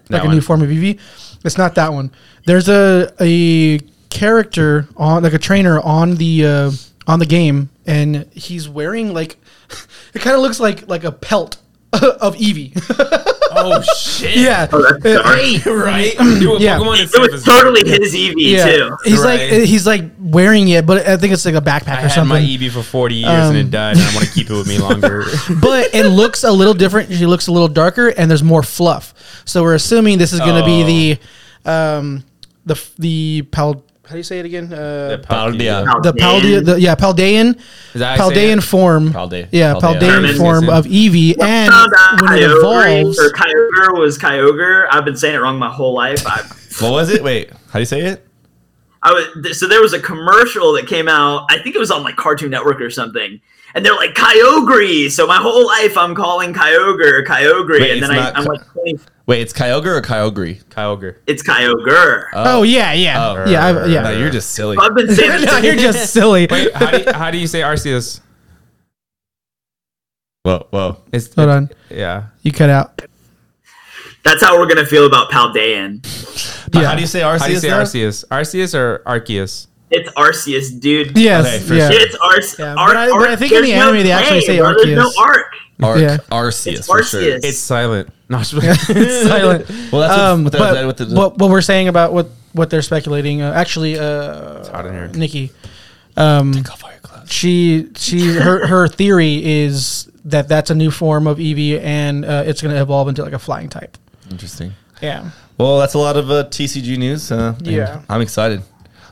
[SPEAKER 3] like a
[SPEAKER 2] one.
[SPEAKER 3] new form of EV. It's not that one. There's a a character on like a trainer on the uh, on the game, and he's wearing like it kind of looks like like a pelt of E Eevee.
[SPEAKER 1] oh shit!
[SPEAKER 3] yeah.
[SPEAKER 4] Oh, that's
[SPEAKER 3] Uh,
[SPEAKER 4] dark.
[SPEAKER 2] right? Do a
[SPEAKER 3] Yeah.
[SPEAKER 2] Pokemon
[SPEAKER 4] It was
[SPEAKER 2] is-
[SPEAKER 4] totally his Evie too.
[SPEAKER 3] He's
[SPEAKER 2] Right.
[SPEAKER 3] like he's like wearing it, but I think it's like a backpack
[SPEAKER 2] I
[SPEAKER 3] or
[SPEAKER 2] had
[SPEAKER 3] something. Um,
[SPEAKER 2] my EB for 40 years and it died, and I want to keep it with me longer.
[SPEAKER 3] but it looks a little different. She looks a little darker, and there's more fluff. So we're assuming this is going to be the, um, the f- the pal. How do you say it again? Uh,
[SPEAKER 1] Paldia.
[SPEAKER 4] Oh,
[SPEAKER 3] the Paldean, the, yeah, Paldean,
[SPEAKER 2] Is that how you say
[SPEAKER 3] Paldean
[SPEAKER 2] it?
[SPEAKER 3] form,
[SPEAKER 1] Palde-
[SPEAKER 3] yeah,
[SPEAKER 1] Paldean.
[SPEAKER 3] Paldean
[SPEAKER 4] German.
[SPEAKER 3] form of Eevee, and when it evolves,
[SPEAKER 4] or Kyogre was Kyogre. I've been saying it wrong my whole life. I,
[SPEAKER 1] What was it? Wait, how do you say it?
[SPEAKER 4] I was th- so there was a commercial that came out. I think it was on like Cartoon Network or something. And they're like Kyogre. So my whole life I'm calling Kyogre Kyogre,
[SPEAKER 1] Wait,
[SPEAKER 4] and then
[SPEAKER 1] it's
[SPEAKER 4] I,
[SPEAKER 1] not
[SPEAKER 4] I'm
[SPEAKER 1] Ky-
[SPEAKER 4] like, "Hey,
[SPEAKER 1] Wait, it's Kyogre or Kyogre?
[SPEAKER 2] Kyogre.
[SPEAKER 4] it's Kyogre.
[SPEAKER 3] oh yeah, yeah,
[SPEAKER 1] Oh.
[SPEAKER 3] yeah, I, yeah.
[SPEAKER 1] No, you're just silly.
[SPEAKER 4] I've been saying
[SPEAKER 3] No,
[SPEAKER 4] it
[SPEAKER 3] you're just silly.
[SPEAKER 2] Wait, how do, you, how do you say Arceus?
[SPEAKER 1] Whoa, whoa.
[SPEAKER 2] It's,
[SPEAKER 3] Hold on,
[SPEAKER 2] Yeah.
[SPEAKER 3] you cut out.
[SPEAKER 4] That's how we're gonna feel about Paldean.
[SPEAKER 3] Yeah,
[SPEAKER 1] How do you say Arceus?
[SPEAKER 2] How do you say
[SPEAKER 1] now?
[SPEAKER 2] Arceus? Arceus or Arceus?
[SPEAKER 4] It's Arceus, dude.
[SPEAKER 3] Yes,
[SPEAKER 1] Okay, for
[SPEAKER 3] yeah.
[SPEAKER 1] sure.
[SPEAKER 4] It's Arceus.
[SPEAKER 3] Yeah, but I- but I think in the anime they actually say
[SPEAKER 4] There's no
[SPEAKER 3] Arceus.
[SPEAKER 4] arc.
[SPEAKER 1] Arc,
[SPEAKER 3] Yeah.
[SPEAKER 1] Arceus,
[SPEAKER 4] It's
[SPEAKER 1] for sure.
[SPEAKER 4] Arceus.
[SPEAKER 2] It's silent. No, I'm just-
[SPEAKER 3] It's silent.
[SPEAKER 1] Well, that's what-
[SPEAKER 3] um,
[SPEAKER 1] what the-
[SPEAKER 3] but,
[SPEAKER 1] that- what the-
[SPEAKER 3] what, what we're saying about what what they're speculating. Uh, actually, uh,
[SPEAKER 2] It's hot in here.
[SPEAKER 3] Nikki, um, she she her her theory is that that's a new form of Eevee and uh, it's going to evolve into like a flying type.
[SPEAKER 1] Interesting.
[SPEAKER 3] Yeah,
[SPEAKER 1] Well, that's a lot of uh, TCG news. Uh, and
[SPEAKER 3] Yeah.
[SPEAKER 1] I'm excited.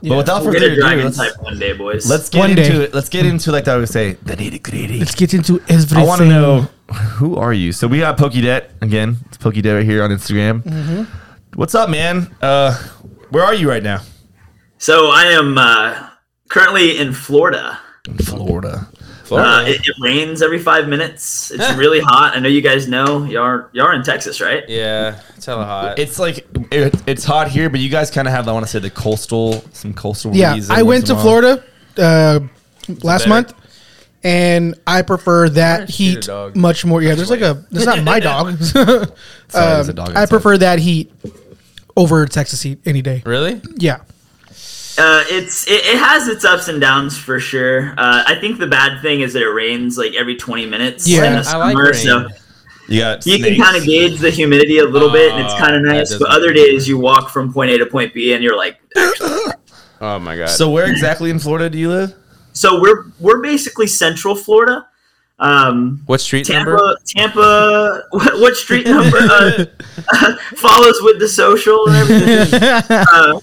[SPEAKER 3] Yeah.
[SPEAKER 1] But without
[SPEAKER 4] We'll get
[SPEAKER 1] further
[SPEAKER 4] a
[SPEAKER 1] ado,
[SPEAKER 4] dragon
[SPEAKER 1] let's,
[SPEAKER 4] type one day, boys.
[SPEAKER 1] let's get
[SPEAKER 3] One
[SPEAKER 1] into
[SPEAKER 3] day.
[SPEAKER 1] it. Let's get into like I would say the nitty gritty.
[SPEAKER 3] let's get into everything.
[SPEAKER 1] I want to know who are you? So we got Pokedet again. It's Pokedet right here on Instagram. Mm-hmm. What's up, man? Uh, where are you right now?
[SPEAKER 4] so I am uh, currently in Florida.
[SPEAKER 1] Florida.
[SPEAKER 4] Uh, it, it rains every five minutes. It's really hot. I know you guys know. Y'all, are- y'all are in Texas, right?
[SPEAKER 2] yeah, hella hot.
[SPEAKER 1] It's like it, it's hot here, but you guys kind of have I want to say the coastal, some coastal.
[SPEAKER 3] Yeah,
[SPEAKER 1] breeze
[SPEAKER 3] I
[SPEAKER 1] every once
[SPEAKER 3] went
[SPEAKER 1] in
[SPEAKER 3] to
[SPEAKER 1] a while.
[SPEAKER 3] Florida uh, last
[SPEAKER 2] better.
[SPEAKER 3] month. And I prefer that
[SPEAKER 2] gonna shoot a
[SPEAKER 3] heat
[SPEAKER 2] dog.
[SPEAKER 3] much more. Yeah, there's like a. It's not my dog.
[SPEAKER 1] Sorry, there's a
[SPEAKER 3] Um,
[SPEAKER 1] dog
[SPEAKER 3] I
[SPEAKER 1] outside.
[SPEAKER 3] prefer that heat over Texas heat any day.
[SPEAKER 2] really?
[SPEAKER 3] Yeah.
[SPEAKER 4] Uh, it's it, it has its ups and downs for sure. Uh, I think the bad thing is that it rains like every twenty minutes.
[SPEAKER 3] Yeah,
[SPEAKER 4] in the
[SPEAKER 2] I like
[SPEAKER 4] summer,
[SPEAKER 2] rain.
[SPEAKER 4] So
[SPEAKER 1] You got
[SPEAKER 4] you
[SPEAKER 1] snakes.
[SPEAKER 4] can kind of gauge the humidity a little bit, and it's kind of
[SPEAKER 2] Uh, that
[SPEAKER 4] nice. But
[SPEAKER 2] doesn't-
[SPEAKER 4] other days, you walk from point A to point B, and you're like,
[SPEAKER 2] Oh my god.
[SPEAKER 1] So where exactly in Florida do you live?
[SPEAKER 4] so we're we're basically Central Florida. Um,
[SPEAKER 2] what street number?
[SPEAKER 4] Tampa, Tampa. What, what street number uh, follows with the social and everything? Uh,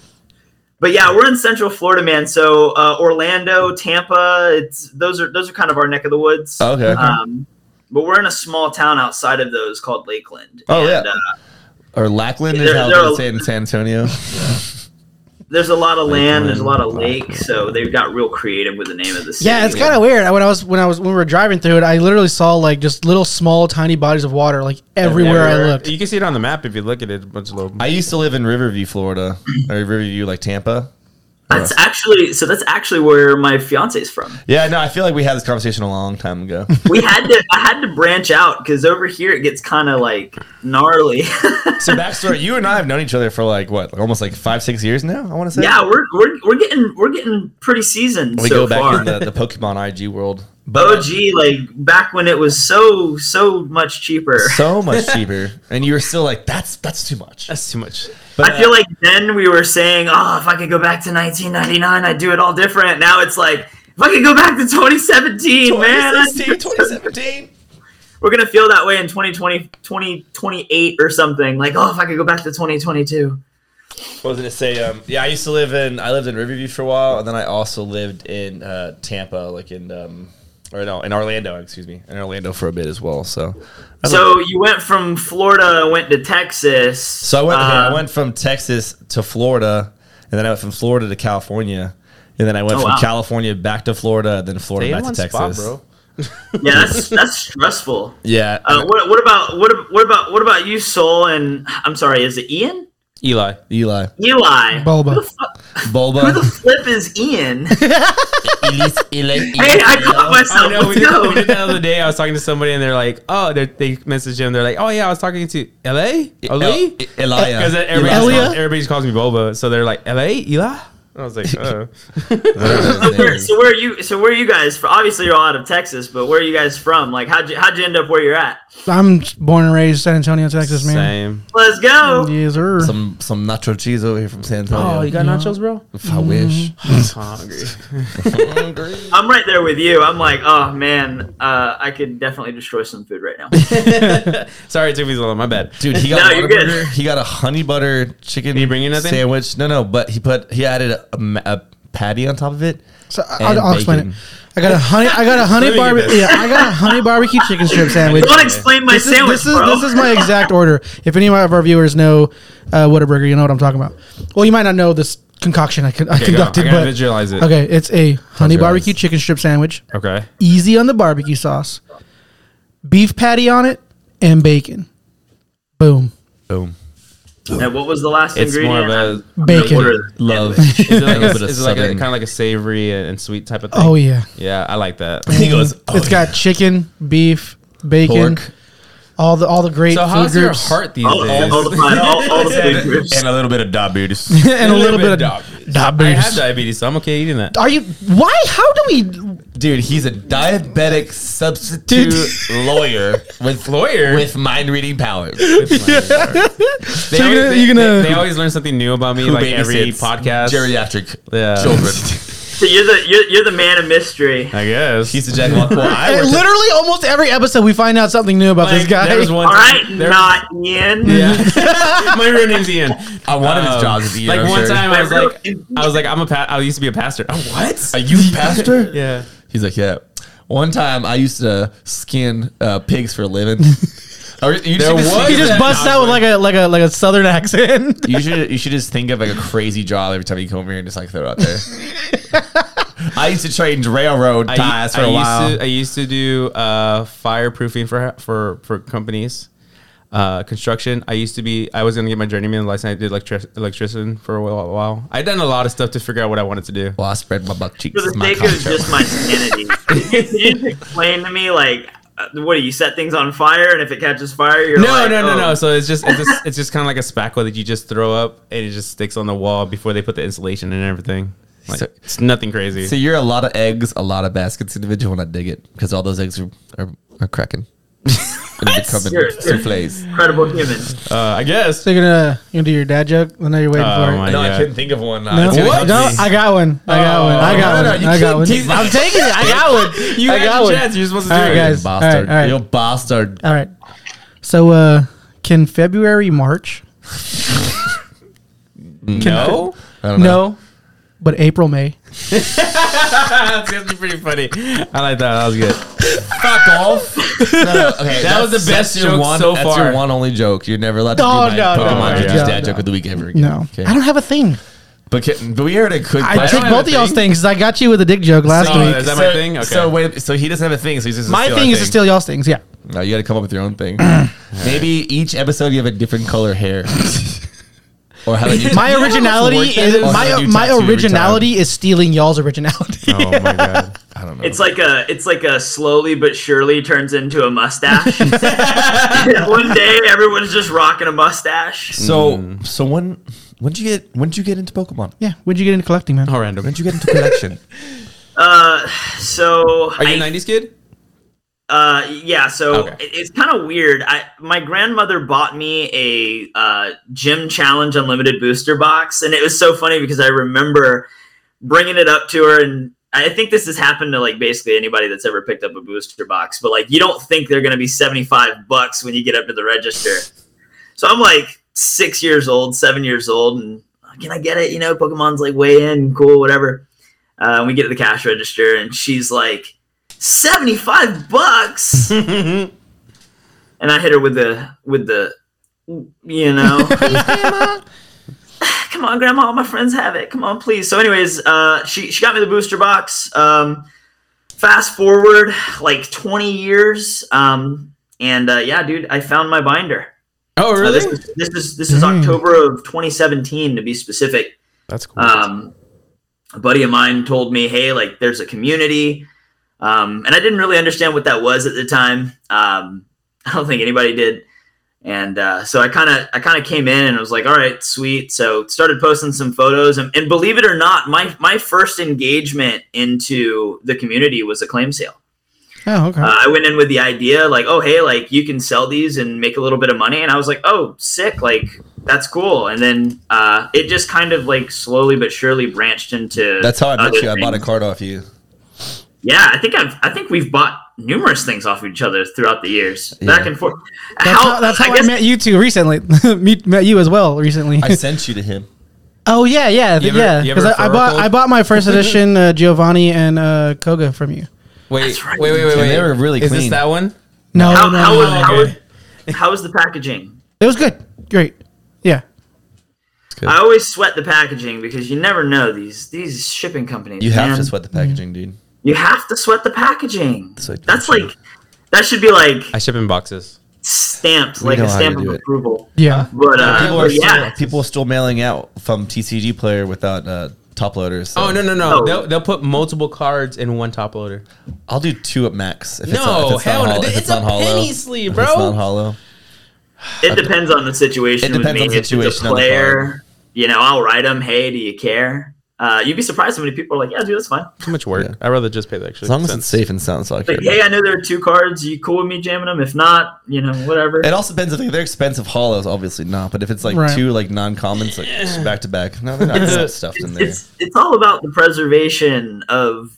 [SPEAKER 4] but yeah, we're in Central Florida, man. So uh, Orlando, Tampa. It's those are those are kind of our neck of the woods.
[SPEAKER 1] Oh, Okay.
[SPEAKER 4] Um, but we're in a small town outside of those called Lakeland.
[SPEAKER 1] Oh,
[SPEAKER 4] And,
[SPEAKER 1] yeah.
[SPEAKER 4] uh,
[SPEAKER 1] or Lackland is
[SPEAKER 4] There-
[SPEAKER 1] how
[SPEAKER 4] there
[SPEAKER 1] they
[SPEAKER 4] are-
[SPEAKER 1] say it in San Antonio.
[SPEAKER 4] there's a lot of land. There's a lot of lake. So they got real creative with the name of the city.
[SPEAKER 3] Yeah, it's kind of weird. I- When I was when I was when we were driving through it, I literally saw like just little small tiny bodies of water like everywhere, I
[SPEAKER 4] Everywhere.
[SPEAKER 3] looked.
[SPEAKER 2] You can see it on the map if you look at it. Bunch of little.
[SPEAKER 1] I used to live in Riverview, Florida, or Riverview, like Tampa.
[SPEAKER 4] That's actually so. That's actually where my fiance's from.
[SPEAKER 1] Yeah, no, I feel like we had this conversation a long time ago.
[SPEAKER 4] we had to I had to branch out because over here it gets kind of like gnarly.
[SPEAKER 1] so backstory: you and I have known each other for like what, like almost like five, six years now. I want to say.
[SPEAKER 4] yeah, we're, we're we're getting we're getting pretty seasoned
[SPEAKER 1] we
[SPEAKER 4] so
[SPEAKER 1] go back
[SPEAKER 4] far.
[SPEAKER 1] in the, the Pokemon IG world. But
[SPEAKER 4] OG like back when it was so so much cheaper.
[SPEAKER 1] so much cheaper, and you were still like, "That's that's too much."
[SPEAKER 2] That's too much.
[SPEAKER 1] But
[SPEAKER 4] I feel like then we were saying, "Oh, if I could go back to 1999, I'd do it all different." Now it's like If I could go back to 2017, man, I'd-
[SPEAKER 1] 2016, 2017.
[SPEAKER 4] we're gonna feel that way in 2020, 2028 or something. Like, oh, if I could go back to 2022.
[SPEAKER 1] What was I gonna say? Um, yeah, I used to live in I lived in Riverview for a while, and then I also lived in uh, Tampa, like in um, or no, in Orlando, excuse me, in Orlando for a bit as well. So, I lived-
[SPEAKER 4] So you went from Florida, went to Texas.
[SPEAKER 1] so I went
[SPEAKER 4] uh,
[SPEAKER 1] I went from Texas to Florida, and then I went from Florida to California, and then I went
[SPEAKER 4] Oh,
[SPEAKER 1] from
[SPEAKER 4] wow.
[SPEAKER 1] California back to Florida, then Florida
[SPEAKER 2] Stay in
[SPEAKER 1] back to
[SPEAKER 2] one
[SPEAKER 1] Texas.
[SPEAKER 2] spot, bro.
[SPEAKER 4] Yeah, that's that's stressful.
[SPEAKER 1] Yeah,
[SPEAKER 4] Uh, what, what about what, ab- what about what about you, Soul? And I'm sorry, is it Ian?
[SPEAKER 2] Eli.
[SPEAKER 1] Eli,
[SPEAKER 4] Eli.
[SPEAKER 3] Bulba.
[SPEAKER 4] Who the, fu- who the
[SPEAKER 1] Bulba,
[SPEAKER 4] flip is Ian? hey,
[SPEAKER 1] Elise, Eli,
[SPEAKER 4] I caught myself.
[SPEAKER 2] Oh no, we
[SPEAKER 4] Let's
[SPEAKER 2] did, that, we
[SPEAKER 4] go.
[SPEAKER 2] did that the other day. I was talking to somebody, and they're like, "Oh, they're, they messaged him. They're like, oh yeah, I was talking to L.A. Ali,
[SPEAKER 1] Elia, Eli.
[SPEAKER 2] because everybody, just
[SPEAKER 3] Elia?
[SPEAKER 2] calls- everybody just calls me Boba. So they're like, L.A. Eli. I was like, oh.
[SPEAKER 4] So where, so where are you? So where are you guys? From? Obviously, you're all out of Texas, but where are you guys from? Like, how'd you how'd you end up where you're at?
[SPEAKER 3] I'm born and raised San Antonio, Texas, man.
[SPEAKER 2] uh, same.
[SPEAKER 4] Let's go.
[SPEAKER 3] Yes, sir.
[SPEAKER 1] some some nacho cheese over here from San Antonio.
[SPEAKER 2] Oh, you got nachos, bro?
[SPEAKER 1] if I wish.
[SPEAKER 2] I'm hungry. Mm-hmm.
[SPEAKER 4] I'm right there with you. I'm like, oh man, uh, I could definitely destroy some food right now.
[SPEAKER 2] Sorry, it took me so long. My bad.
[SPEAKER 1] Dude, he
[SPEAKER 4] No,
[SPEAKER 1] got
[SPEAKER 4] you're
[SPEAKER 1] a
[SPEAKER 4] good.
[SPEAKER 1] burger. He got a honey butter chicken.
[SPEAKER 2] Did he bring you nothing?
[SPEAKER 1] Sandwich. No, no. But he put he added a, a ma- a patty on top of it.
[SPEAKER 3] So I- I'll,
[SPEAKER 1] And
[SPEAKER 3] I'll explain it.
[SPEAKER 1] bacon.
[SPEAKER 3] I got a honey. I got a honey
[SPEAKER 2] Let me get
[SPEAKER 3] barbecue.
[SPEAKER 2] this.
[SPEAKER 3] Yeah, I got a honey barbecue chicken strip sandwich.
[SPEAKER 4] Don't explain my
[SPEAKER 3] This is,
[SPEAKER 4] sandwich,
[SPEAKER 3] this is
[SPEAKER 4] bro.
[SPEAKER 3] this is my exact order. If any of our viewers know uh, Whataburger, you know what I'm talking about. Well, you might not know this concoction I, con- I
[SPEAKER 2] Okay, go.
[SPEAKER 3] conducted,
[SPEAKER 2] I gotta
[SPEAKER 3] but
[SPEAKER 2] visualize it.
[SPEAKER 3] okay, it's a honey
[SPEAKER 1] Visualize.
[SPEAKER 3] barbecue chicken strip sandwich,
[SPEAKER 2] Okay.
[SPEAKER 3] easy on the barbecue sauce, beef patty on it, and bacon. Boom,
[SPEAKER 1] Boom.
[SPEAKER 4] and what was the last
[SPEAKER 2] It's more
[SPEAKER 4] ingredient?
[SPEAKER 2] of a
[SPEAKER 3] bacon.
[SPEAKER 4] Order the
[SPEAKER 1] Love.
[SPEAKER 4] sandwich.
[SPEAKER 2] is it like
[SPEAKER 1] little
[SPEAKER 2] a,
[SPEAKER 1] bit of
[SPEAKER 2] is it like a
[SPEAKER 1] southern-
[SPEAKER 2] kind of like a savory and sweet type of thing?
[SPEAKER 3] Oh yeah,
[SPEAKER 2] Yeah, I like that.
[SPEAKER 1] he goes.
[SPEAKER 3] It's
[SPEAKER 1] Oh,
[SPEAKER 3] got chicken, beef, bacon,
[SPEAKER 1] Pork.
[SPEAKER 3] all the all the great
[SPEAKER 2] So
[SPEAKER 3] food
[SPEAKER 2] how's your
[SPEAKER 3] groups.
[SPEAKER 2] heart these
[SPEAKER 4] All, all,
[SPEAKER 2] days?
[SPEAKER 4] all the fine- all- all the food groups.
[SPEAKER 5] and a little bit of diabetes.
[SPEAKER 3] and a little, bit, of
[SPEAKER 2] diabetes. I
[SPEAKER 3] diabetes.
[SPEAKER 2] have diabetes, so I'm okay eating that.
[SPEAKER 3] Are you? Why? How do we?
[SPEAKER 1] dude, he's a diabetic substitute lawyer with
[SPEAKER 2] Lawyer.
[SPEAKER 1] with mind reading powers.
[SPEAKER 2] They
[SPEAKER 3] So you're
[SPEAKER 2] always-
[SPEAKER 3] gonna- you're
[SPEAKER 2] they-
[SPEAKER 3] gonna-
[SPEAKER 2] they- they always learn something new about me,
[SPEAKER 1] Who
[SPEAKER 2] like every
[SPEAKER 1] babysits
[SPEAKER 2] podcast. Uh,
[SPEAKER 1] Geriatric
[SPEAKER 2] Yeah.
[SPEAKER 1] children.
[SPEAKER 4] So you're the you're, you're the man of mystery.
[SPEAKER 2] I guess.
[SPEAKER 1] he's a jack of all. Well, I
[SPEAKER 3] Hey,
[SPEAKER 1] worked at-
[SPEAKER 3] literally, almost every episode we find out something new about
[SPEAKER 2] Like,
[SPEAKER 3] this guy.
[SPEAKER 2] There was one
[SPEAKER 4] All
[SPEAKER 2] time-
[SPEAKER 4] right,
[SPEAKER 2] there-
[SPEAKER 4] not Ian.
[SPEAKER 2] Yeah. My real name's Ian.
[SPEAKER 1] I wanted his
[SPEAKER 2] Um,
[SPEAKER 1] job as a
[SPEAKER 2] Like
[SPEAKER 1] I'm
[SPEAKER 2] one
[SPEAKER 1] sure.
[SPEAKER 2] time I was like,
[SPEAKER 4] Ian.
[SPEAKER 2] I was like, I'm a pa- I used to be a pastor. Oh, what?
[SPEAKER 1] a youth pastor.
[SPEAKER 2] Yeah.
[SPEAKER 1] He's like, yeah. One time I used to skin uh, pigs for a living. Or you should
[SPEAKER 2] There was-
[SPEAKER 3] he just
[SPEAKER 2] that
[SPEAKER 3] busts out with like a like a like a southern accent.
[SPEAKER 1] You should you should just think of like a crazy job every time you come over here and just like throw it out there. I used to trade railroad
[SPEAKER 2] I,
[SPEAKER 1] ties for
[SPEAKER 2] I
[SPEAKER 1] a
[SPEAKER 2] used
[SPEAKER 1] while.
[SPEAKER 2] to I used to do uh, fireproofing for for for companies, uh, construction. I used to be I was gonna get my journeyman license. I did electric electrician for a while. while. I done a lot of stuff to figure out what I wanted to do.
[SPEAKER 1] well, I spread my buck cheeks.
[SPEAKER 4] For the
[SPEAKER 1] is my
[SPEAKER 4] sake of
[SPEAKER 1] contract.
[SPEAKER 4] just my sanity, can you just explain to me like, uh, what do you set things on fire and if it catches fire, you're
[SPEAKER 2] No,
[SPEAKER 4] like,
[SPEAKER 2] no, no,
[SPEAKER 4] oh.
[SPEAKER 2] no. So it's just it's just, it's just kind of like a spackle that you just throw up and it just sticks on the wall before they put the insulation and everything. Like,
[SPEAKER 1] So-
[SPEAKER 2] it's nothing crazy.
[SPEAKER 1] so you're a lot of eggs, a lot of baskets individual, and I dig it because all those eggs are are, are cracking. and becoming
[SPEAKER 4] You're- you're-
[SPEAKER 1] souffles.
[SPEAKER 4] Incredible human.
[SPEAKER 2] uh, I guess.
[SPEAKER 3] So you're gonna you gonna do your dad joke? I know you're waiting
[SPEAKER 2] Oh,
[SPEAKER 3] for it.
[SPEAKER 2] my
[SPEAKER 1] No, I
[SPEAKER 2] God.
[SPEAKER 1] couldn't think of one.
[SPEAKER 3] No,
[SPEAKER 1] it's gonna help
[SPEAKER 2] What?
[SPEAKER 3] no,
[SPEAKER 1] me.
[SPEAKER 3] I got one.
[SPEAKER 2] Oh.
[SPEAKER 3] I got one. I got
[SPEAKER 1] no, no,
[SPEAKER 3] one.
[SPEAKER 1] you
[SPEAKER 3] I got
[SPEAKER 1] can't
[SPEAKER 3] one.
[SPEAKER 1] tease-
[SPEAKER 3] I'm taking it. I got one.
[SPEAKER 2] You
[SPEAKER 3] I
[SPEAKER 2] had
[SPEAKER 3] got
[SPEAKER 2] your
[SPEAKER 3] one.
[SPEAKER 2] chance. You're supposed to
[SPEAKER 3] All
[SPEAKER 2] do
[SPEAKER 3] right,
[SPEAKER 2] it.
[SPEAKER 1] You
[SPEAKER 3] guys.
[SPEAKER 1] bastard.
[SPEAKER 3] All right, Uh, all right.
[SPEAKER 1] You bastard.
[SPEAKER 3] All right. So, uh, can February March?
[SPEAKER 2] No,
[SPEAKER 1] I don't know.
[SPEAKER 3] No, but April May.
[SPEAKER 2] that's gonna be pretty funny. I like that. That was good.
[SPEAKER 1] Fuck off. No, no, okay,
[SPEAKER 2] That was
[SPEAKER 1] that's-
[SPEAKER 2] the best
[SPEAKER 1] that's your
[SPEAKER 2] joke
[SPEAKER 1] one,
[SPEAKER 2] so
[SPEAKER 1] That's your
[SPEAKER 2] far.
[SPEAKER 1] one only joke. You're never allowed to
[SPEAKER 3] No,
[SPEAKER 1] do my
[SPEAKER 3] no, no,
[SPEAKER 1] Pokemon
[SPEAKER 2] no,
[SPEAKER 1] Juju's
[SPEAKER 2] no,
[SPEAKER 1] dad
[SPEAKER 3] no.
[SPEAKER 1] joke of the week ever again.
[SPEAKER 3] No,
[SPEAKER 1] Okay.
[SPEAKER 3] I don't have a thing.
[SPEAKER 1] But, can, but we heard a good
[SPEAKER 3] I
[SPEAKER 1] question.
[SPEAKER 3] took
[SPEAKER 2] have
[SPEAKER 3] both
[SPEAKER 2] a
[SPEAKER 3] of y'all's
[SPEAKER 2] thing.
[SPEAKER 3] things. 'cause I got you with a dick joke last
[SPEAKER 2] Oh,
[SPEAKER 3] week.
[SPEAKER 2] is that my thing? Okay.
[SPEAKER 1] So wait, so he doesn't have a thing. So he's just
[SPEAKER 3] My
[SPEAKER 1] steal
[SPEAKER 3] thing
[SPEAKER 1] our
[SPEAKER 3] is to steal y'all's things. Yeah.
[SPEAKER 1] No, you got to come up with your own thing. Maybe each episode you have a different color hair, or how you?
[SPEAKER 3] My
[SPEAKER 2] know how much
[SPEAKER 3] originality
[SPEAKER 2] work that
[SPEAKER 3] is
[SPEAKER 2] is? Or
[SPEAKER 1] how
[SPEAKER 3] my
[SPEAKER 1] you tattoo
[SPEAKER 3] my
[SPEAKER 1] every
[SPEAKER 3] originality is stealing y'all's originality.
[SPEAKER 2] Oh my god.
[SPEAKER 1] I don't know.
[SPEAKER 4] It's like a it's like a slowly but surely turns into a mustache. One day everyone's just rocking a mustache.
[SPEAKER 1] so. So when when did you get when did you get into Pokemon?
[SPEAKER 3] Yeah, when'd you get into collecting, man?
[SPEAKER 2] All random.
[SPEAKER 1] When did you get into collection?
[SPEAKER 4] Uh so
[SPEAKER 2] Are you
[SPEAKER 4] I,
[SPEAKER 2] '90s kid?
[SPEAKER 4] Uh, yeah. So
[SPEAKER 2] Okay.
[SPEAKER 4] it- it's kind of weird. I my grandmother bought me a uh, gym challenge unlimited booster box, and it was so funny because I remember bringing it up to her, and I think this has happened to like basically anybody that's ever picked up a booster box, but like you don't think they're going to be 75 bucks when you get up to the register. So I'm like six years old, seven years old, and "Oh, can I get it? You know, Pokemon's like way in, cool, whatever. Uh, we get to the cash register, and she's like, 75 bucks. and I hit her with the, with the, you know, come on, grandma, all my friends have it. Come on, please. So, anyways, uh, she she got me the booster box. Um, fast forward like 20 years, um, and uh, yeah, dude, I found my binder.
[SPEAKER 2] Oh,
[SPEAKER 4] Uh,
[SPEAKER 2] really? Hmm.
[SPEAKER 4] this, is, this is this is October of 2017 to be specific.
[SPEAKER 2] That's cool.
[SPEAKER 4] Um, a buddy of mine told me, "Hey, like, there's a community," um, and I didn't really understand what that was at the time. Um, I don't think anybody did, and uh, so I kind of, I kind of came in and was like, "All right, sweet." So started posting some photos, and, and believe it or not, my my first engagement into the community was a claim sale.
[SPEAKER 3] Oh, okay.
[SPEAKER 4] Uh, I went in with the idea like, oh hey, like you can sell these and make a little bit of money, and I was like, oh sick, like that's cool. And then uh, it just kind of like slowly but surely branched into.
[SPEAKER 1] That's how I met
[SPEAKER 4] other
[SPEAKER 1] you. I bought a
[SPEAKER 4] things.
[SPEAKER 1] card off you.
[SPEAKER 4] Yeah, I think I've I think we've bought numerous things off of each other throughout the years, back and forth.
[SPEAKER 3] that's how, that's how I,
[SPEAKER 4] guess-
[SPEAKER 3] met you two recently. Meet- met you as well recently.
[SPEAKER 1] I sent you to him.
[SPEAKER 3] oh yeah, yeah,
[SPEAKER 2] You ever-
[SPEAKER 3] yeah.
[SPEAKER 2] you
[SPEAKER 3] 'Cause
[SPEAKER 2] ever
[SPEAKER 3] I, I bought
[SPEAKER 2] referral
[SPEAKER 3] I bought my first edition uh, Giovanni and uh, Koga from you.
[SPEAKER 2] wait,
[SPEAKER 4] That's right.
[SPEAKER 2] wait, wait, wait,
[SPEAKER 1] And
[SPEAKER 2] wait.
[SPEAKER 1] they were really
[SPEAKER 2] Is this
[SPEAKER 1] clean.
[SPEAKER 2] that one?
[SPEAKER 3] No,
[SPEAKER 4] How,
[SPEAKER 3] no,
[SPEAKER 4] how
[SPEAKER 3] no,
[SPEAKER 1] Oh,
[SPEAKER 4] was,
[SPEAKER 3] no.
[SPEAKER 4] how, was,
[SPEAKER 2] okay.
[SPEAKER 4] how was the packaging?
[SPEAKER 3] it was good. Great. Yeah.
[SPEAKER 4] I always sweat the packaging because you never know these these shipping companies.
[SPEAKER 1] You have
[SPEAKER 4] man.
[SPEAKER 1] to sweat the packaging, dude.
[SPEAKER 4] You have to sweat the packaging.
[SPEAKER 1] like-
[SPEAKER 4] That's like that should be like
[SPEAKER 2] I ship in boxes.
[SPEAKER 4] stamped,
[SPEAKER 1] We
[SPEAKER 4] like
[SPEAKER 1] know
[SPEAKER 4] a
[SPEAKER 1] how
[SPEAKER 4] stamp
[SPEAKER 1] to
[SPEAKER 4] of
[SPEAKER 1] do it.
[SPEAKER 4] approval.
[SPEAKER 3] Yeah.
[SPEAKER 4] But uh,
[SPEAKER 1] people
[SPEAKER 4] but
[SPEAKER 1] are
[SPEAKER 4] yeah,
[SPEAKER 1] still, people are still mailing out from TCG player without uh, top loaders. so
[SPEAKER 2] Oh no no no!
[SPEAKER 4] Oh.
[SPEAKER 2] They'll, they'll put multiple cards in one top loader.
[SPEAKER 1] I'll do two at max. If
[SPEAKER 2] No, hell no.
[SPEAKER 1] hol-
[SPEAKER 2] It's a penny sleeve,
[SPEAKER 1] If
[SPEAKER 2] bro.
[SPEAKER 1] It's not hollow.
[SPEAKER 4] it depends on the situation.
[SPEAKER 1] It depends on
[SPEAKER 4] with me.
[SPEAKER 1] the
[SPEAKER 4] if it's
[SPEAKER 1] situation
[SPEAKER 4] a
[SPEAKER 1] on the
[SPEAKER 4] player, you know, I'll write them. Hey, do you care? Uh, you'd be surprised how many people are like, yeah, dude, that's fine.
[SPEAKER 2] Too much work.
[SPEAKER 1] Yeah.
[SPEAKER 2] I'd rather just pay the extra.
[SPEAKER 1] As long as
[SPEAKER 2] cents.
[SPEAKER 1] it's safe and sound, so I care.
[SPEAKER 4] Like, hey, I know there are two cards. You cool with me jamming them? If not, you know, whatever.
[SPEAKER 1] It also depends if they're expensive hollows, obviously not. But if it's like
[SPEAKER 3] Right.
[SPEAKER 1] two like non-commons, like just back to back, no, they're not
[SPEAKER 2] It's-
[SPEAKER 1] that stuffed in
[SPEAKER 4] It's,
[SPEAKER 1] there.
[SPEAKER 4] it's it's all about the preservation of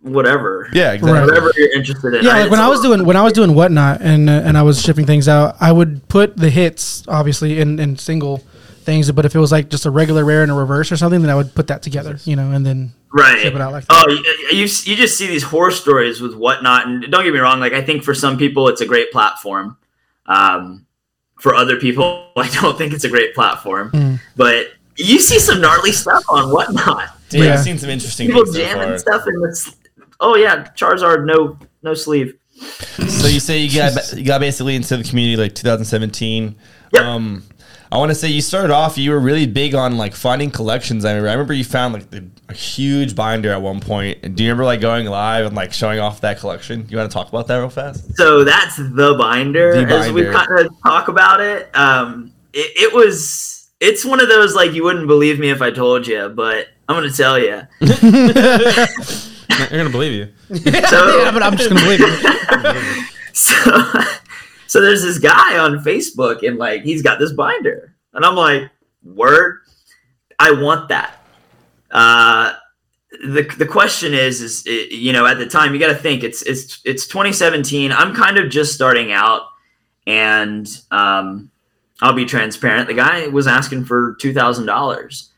[SPEAKER 4] whatever,
[SPEAKER 1] Yeah, exactly.
[SPEAKER 4] whatever you're interested in.
[SPEAKER 3] Yeah,
[SPEAKER 4] right?
[SPEAKER 3] like when
[SPEAKER 4] It's
[SPEAKER 3] I
[SPEAKER 4] all-
[SPEAKER 3] was doing when I was doing whatnot and uh, and I was shipping things out, I would put the hits obviously in in single things. But if it was like just a regular rare and a reverse or something, then I would put that together, you know, and then
[SPEAKER 4] right
[SPEAKER 3] ship it out like
[SPEAKER 4] oh you, you you just see these horror stories with whatnot and don't get me wrong like i think for some people it's a great platform um for other people i don't think it's a great platform
[SPEAKER 3] Hmm.
[SPEAKER 4] but you see some gnarly stuff on whatnot
[SPEAKER 1] Dude,
[SPEAKER 3] Yeah.
[SPEAKER 1] I've seen some interesting
[SPEAKER 4] people
[SPEAKER 1] things so
[SPEAKER 4] jamming
[SPEAKER 1] far.
[SPEAKER 4] stuff and it's oh yeah charizard no no sleeve
[SPEAKER 1] So you say you got you got basically into the community like 2017.
[SPEAKER 4] Yep.
[SPEAKER 1] Um, I want to say you started off. You were really big on like finding collections. I remember. I remember you found like the, a huge binder at one point. And do you remember like going live and like showing off that collection? You want to talk about that real fast?
[SPEAKER 4] so that's the binder
[SPEAKER 1] The
[SPEAKER 4] as we
[SPEAKER 1] binder.
[SPEAKER 4] kind of talk about it um it, it was it's one of those like you wouldn't believe me if i told you but i'm gonna tell you
[SPEAKER 2] You're gonna believe you.
[SPEAKER 4] so
[SPEAKER 3] yeah, but I'm just gonna believe it.
[SPEAKER 4] so so there's this guy on Facebook and like he's got this binder and I'm like word I want that uh the, the question is is eh, you know at the time you got to think it's it's it's 2017 I'm kind of just starting out and um I'll be transparent the guy was asking for $2000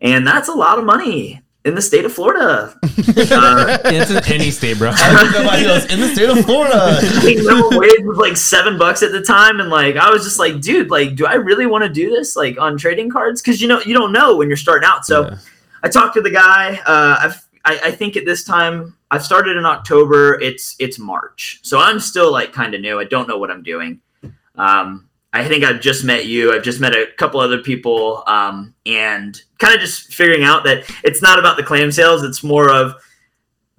[SPEAKER 4] and that's a lot of money in the state of Florida Uh,
[SPEAKER 2] It's in any state, bro.
[SPEAKER 1] I think nobody knows. in the state of Florida.
[SPEAKER 4] think minimum wage was like seven bucks at the time, and like I was just like, dude, like, do I really want to do this like on trading cards? Because you know you don't know when you're starting out. So
[SPEAKER 2] Yeah.
[SPEAKER 4] I talked to the guy. Uh, I've, I I think at this time I started in October. It's it's March, so I'm still like kind of new. I don't know what I'm doing. Um, I think I've just met you. I've just met a couple other people, um, and kind of just figuring out that it's not about the clam sales. It's more of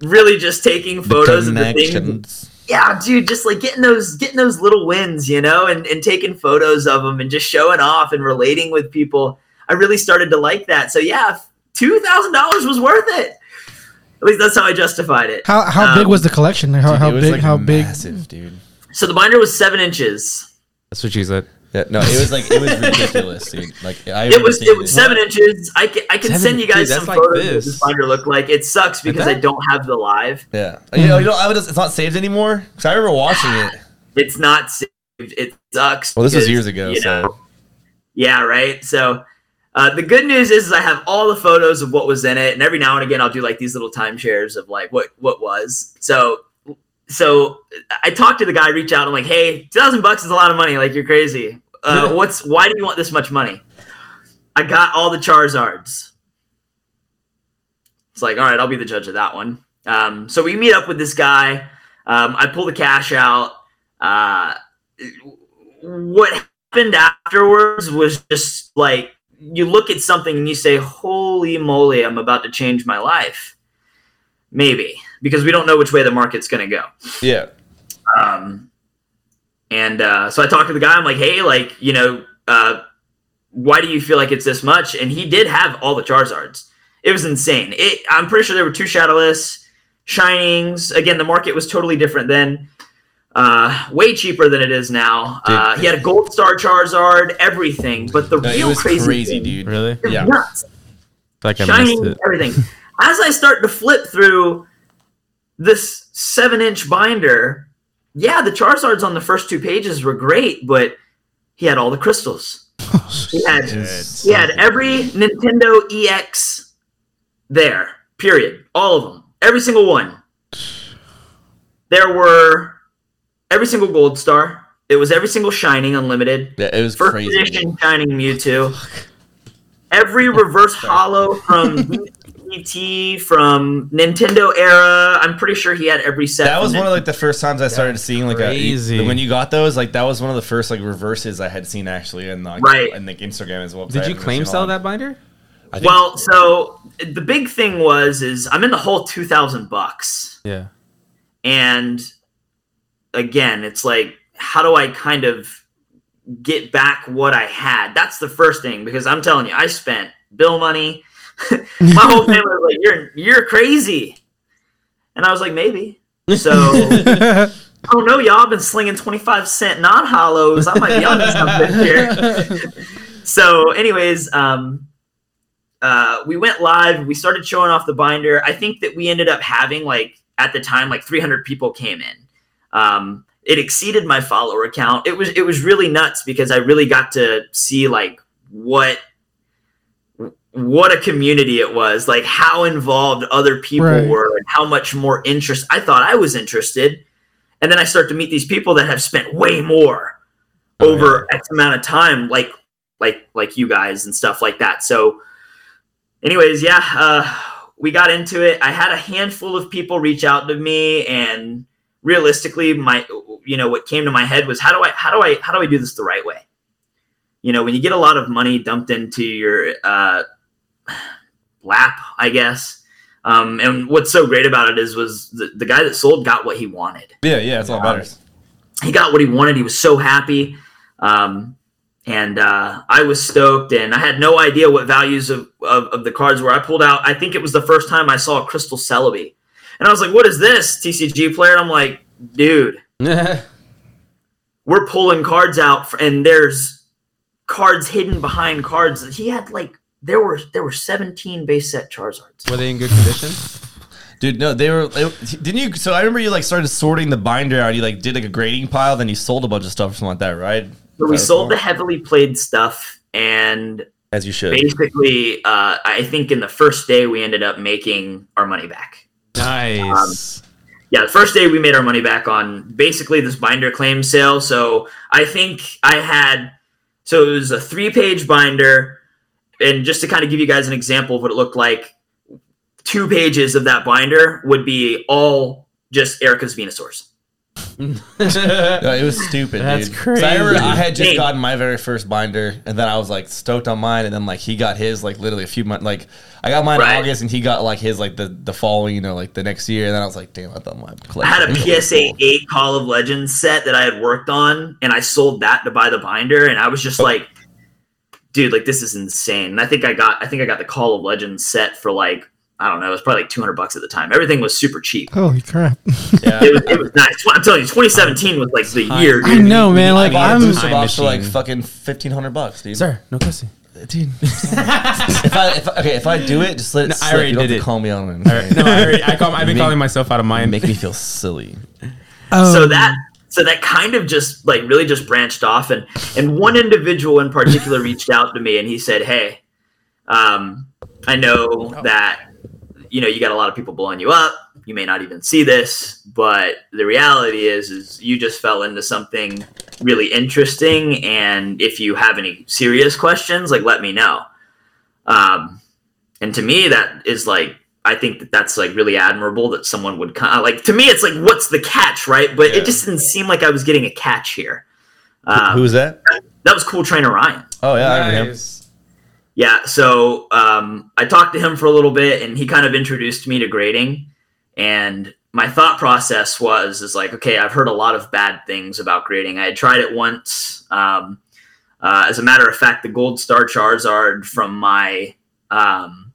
[SPEAKER 4] really just taking photos of the things
[SPEAKER 1] connections.
[SPEAKER 4] yeah dude just like getting those getting those little wins you know and, and taking photos of them and just showing off and relating with people i really started to like that so yeah $2000 was worth it at least that's how i justified it
[SPEAKER 3] How how big
[SPEAKER 4] Um,
[SPEAKER 3] was the collection? How,
[SPEAKER 1] Dude,
[SPEAKER 3] how
[SPEAKER 1] it was,
[SPEAKER 3] big?
[SPEAKER 1] like,
[SPEAKER 3] how big?
[SPEAKER 1] Massive, dude.
[SPEAKER 4] so the binder was seven inches
[SPEAKER 2] That's what she said.
[SPEAKER 1] Yeah, no, it was like it was ridiculous, dude. Like I
[SPEAKER 4] It was
[SPEAKER 1] remember
[SPEAKER 4] it was
[SPEAKER 1] seeing
[SPEAKER 4] seven inches. I can, I can
[SPEAKER 2] Seven-
[SPEAKER 4] send you
[SPEAKER 2] dude,
[SPEAKER 4] guys
[SPEAKER 2] that's
[SPEAKER 4] some
[SPEAKER 2] like
[SPEAKER 4] photos of what
[SPEAKER 2] this.
[SPEAKER 4] this binder look like. It sucks because I
[SPEAKER 2] that-
[SPEAKER 4] don't have the live.
[SPEAKER 1] Yeah, you know, you know, I would, it's not saved anymore because I remember watching it.
[SPEAKER 4] It's not saved. It sucks.
[SPEAKER 1] Well, this was
[SPEAKER 4] because,
[SPEAKER 1] years ago,
[SPEAKER 4] you know,
[SPEAKER 1] so
[SPEAKER 4] Yeah, right. So uh, the good news is, is I have all the photos of what was in it, and every now and again I'll do like these little timeshares of like what what was. So so I talked to the guy, reach out, I'm like, hey, two thousand bucks is a lot of money. Like you're crazy. Uh, what's why do you want this much money? I got all the Charizards. It's like, all right, I'll be the judge of that one. Um, so we meet up with this guy. Um, I pull the cash out. Uh, what happened afterwards was just like you look at something and you say, "Holy moly, I'm about to change my life." Maybe because we don't know which way the market's going to go.
[SPEAKER 1] yeah,
[SPEAKER 4] Um, and uh, so I talked to the guy. I'm like, "Hey, like, you know, uh, why do you feel like it's this much?" And he did have all the Charizards. It was insane. It, I'm pretty sure there were two Shadowless, Shinings. Again, the market was totally different then. Uh, way cheaper than it is now.
[SPEAKER 1] Dude.
[SPEAKER 4] Uh, he had a Gold Star Charizard, everything. But the
[SPEAKER 1] No, it
[SPEAKER 4] real
[SPEAKER 1] was
[SPEAKER 4] crazy,
[SPEAKER 1] crazy,
[SPEAKER 4] thing-
[SPEAKER 1] dude.
[SPEAKER 2] Really?
[SPEAKER 4] it was
[SPEAKER 1] Yeah.
[SPEAKER 4] nuts
[SPEAKER 2] Like I missed
[SPEAKER 4] shining
[SPEAKER 2] it.
[SPEAKER 4] everything. As I start to flip through this seven inch binder, yeah, the Charizards on the first two pages were great, but he had all the crystals. he had he had every Nintendo EX there. Period. All of them. Every single one. There were every single gold star. It was every single shining unlimited.
[SPEAKER 1] Yeah, it was
[SPEAKER 4] First
[SPEAKER 1] crazy.
[SPEAKER 4] edition Shining Mewtwo. Every reverse hollow from DT from Nintendo era. I'm pretty sure he had every set.
[SPEAKER 1] That
[SPEAKER 4] from
[SPEAKER 1] was one
[SPEAKER 4] Nin-
[SPEAKER 1] of like the first times I started seeing like
[SPEAKER 2] crazy.
[SPEAKER 1] a when you got those like that was one of the first like reverses I had seen actually in like
[SPEAKER 4] Right.
[SPEAKER 1] in like Instagram as well. 'cause I
[SPEAKER 2] Did you
[SPEAKER 1] haven't
[SPEAKER 2] claim
[SPEAKER 1] seen
[SPEAKER 2] sell
[SPEAKER 1] all
[SPEAKER 2] that binder?
[SPEAKER 1] I think-
[SPEAKER 4] Well, so the big thing was is I'm in the whole two thousand bucks,
[SPEAKER 2] Yeah.
[SPEAKER 4] and again, it's like how do I kind of get back what I had? That's the first thing because I'm telling you, I spent bill money. My whole family was like, "You're you're crazy," and I was like, "Maybe." So. I don't know, y'all been slinging 25 cent non hollows. I might be on to something here. so, anyways, um, uh, we went live. We started showing off the binder. I think that we ended up having, like, at the time, like 300 people came in. Um, it exceeded my follower count. It was it was really nuts because I really got to see like what what a community it was, like how involved other people
[SPEAKER 3] Right.
[SPEAKER 4] were, and how much more interest. I thought I was interested, and then I start to meet these people that have spent way more
[SPEAKER 1] Oh,
[SPEAKER 4] over X amount of time, like like like you guys and stuff like that. So, anyways, yeah, uh, we got into it. I had a handful of people reach out to me, and realistically, my you know what came to my head was how do I how do I how do I do this the right way? You know, when you get a lot of money dumped into your uh, lap, I guess. Um, and what's so great about it is was the, the guy that sold got what he wanted
[SPEAKER 1] yeah, yeah, it's all
[SPEAKER 4] Yeah.
[SPEAKER 1] matters.
[SPEAKER 4] he got what he wanted. He was so happy, um, and uh, I was stoked. And I had no idea what values of, of, of the cards were. I pulled out. I think it was the first time I saw a Crystal Celebi, and I was like, "What is this TCG player?" And I'm like, "Dude, we're pulling cards out, for, and there's cards hidden behind cards." He had like there were there were 17 base set Charizards.
[SPEAKER 2] Were they in good condition?
[SPEAKER 1] Dude, no, they were. They, didn't you? So I remember you like started sorting the binder out. You like did like a grading pile, then you sold a bunch of stuff or something like that, right?
[SPEAKER 4] So we
[SPEAKER 1] That was
[SPEAKER 4] sold the
[SPEAKER 1] cool.
[SPEAKER 4] heavily played stuff, and
[SPEAKER 1] as you should.
[SPEAKER 4] basically, uh, I think in the first day we ended up making our money back.
[SPEAKER 2] Nice.
[SPEAKER 4] yeah, the first day we made our money back on basically this binder claim sale. So I think I had, so it was a three page binder. And just to kind of give you guys an example of what it looked like, two pages of that binder would be all just Erica's Venusaurs.
[SPEAKER 1] No, it was stupid.
[SPEAKER 2] That's
[SPEAKER 1] dude. 'Cause I, remember
[SPEAKER 2] crazy.
[SPEAKER 1] I had just
[SPEAKER 4] Hey.
[SPEAKER 1] gotten my very first binder, and then I was like stoked on mine, and then like he got his like literally a few months. Like I got mine
[SPEAKER 4] Right.
[SPEAKER 1] in August, and he got like his like the the following, you know, like the next year. And then I was like, damn, I thought my
[SPEAKER 4] I
[SPEAKER 1] collection.
[SPEAKER 4] had a
[SPEAKER 1] was
[SPEAKER 4] PSA
[SPEAKER 1] cool.
[SPEAKER 4] 8 Call of Legends set that I had worked on, and I sold that to buy the binder. And I was just like, dude, like this is insane. And I think I got, I think I got the Call of Legends set for like, I don't know. It was probably like 200 bucks at the time. Everything was super cheap.
[SPEAKER 3] Holy crap!
[SPEAKER 4] It was, it was nice. I'm telling you, 2017 was like the year.
[SPEAKER 3] I
[SPEAKER 4] dude.
[SPEAKER 3] know, man. Like
[SPEAKER 1] I
[SPEAKER 3] I'm.
[SPEAKER 1] mean,
[SPEAKER 2] Time
[SPEAKER 1] I'm for like
[SPEAKER 2] machine.
[SPEAKER 1] fucking fifteen hundred bucks, dude.
[SPEAKER 2] Sir, no cussing.
[SPEAKER 1] dude. if I if, I- okay, if I do it, just let it.
[SPEAKER 2] No, I
[SPEAKER 1] slip.
[SPEAKER 2] already
[SPEAKER 1] you don't
[SPEAKER 2] did
[SPEAKER 1] have to
[SPEAKER 2] it.
[SPEAKER 1] call me on it.
[SPEAKER 2] No, I already, I call, I've been
[SPEAKER 1] Make-
[SPEAKER 2] calling myself out of mine.
[SPEAKER 1] Make me feel silly.
[SPEAKER 3] um,
[SPEAKER 4] so that so that kind of just like really just branched off and and one individual in particular reached out to me and he said hey um, i know that you know you got a lot of people blowing you up you may not even see this but the reality is is you just fell into something really interesting and if you have any serious questions like let me know um, and to me that is like i think that that's like really admirable that someone would kind like to me it's like what's the catch right but
[SPEAKER 1] Yeah.
[SPEAKER 4] it just didn't seem like i was getting a catch here um,
[SPEAKER 1] Who was that?
[SPEAKER 4] that was cool trainer ryan
[SPEAKER 1] Oh yeah, I remember him.
[SPEAKER 2] Nice.
[SPEAKER 4] yeah, so um, I talked to him for a little bit, and he kind of introduced me to grading. And my thought process was is like, okay, I've heard a lot of bad things about grading. I had tried it once. Um, uh, as a matter of fact, the Gold Star Charizard from my um,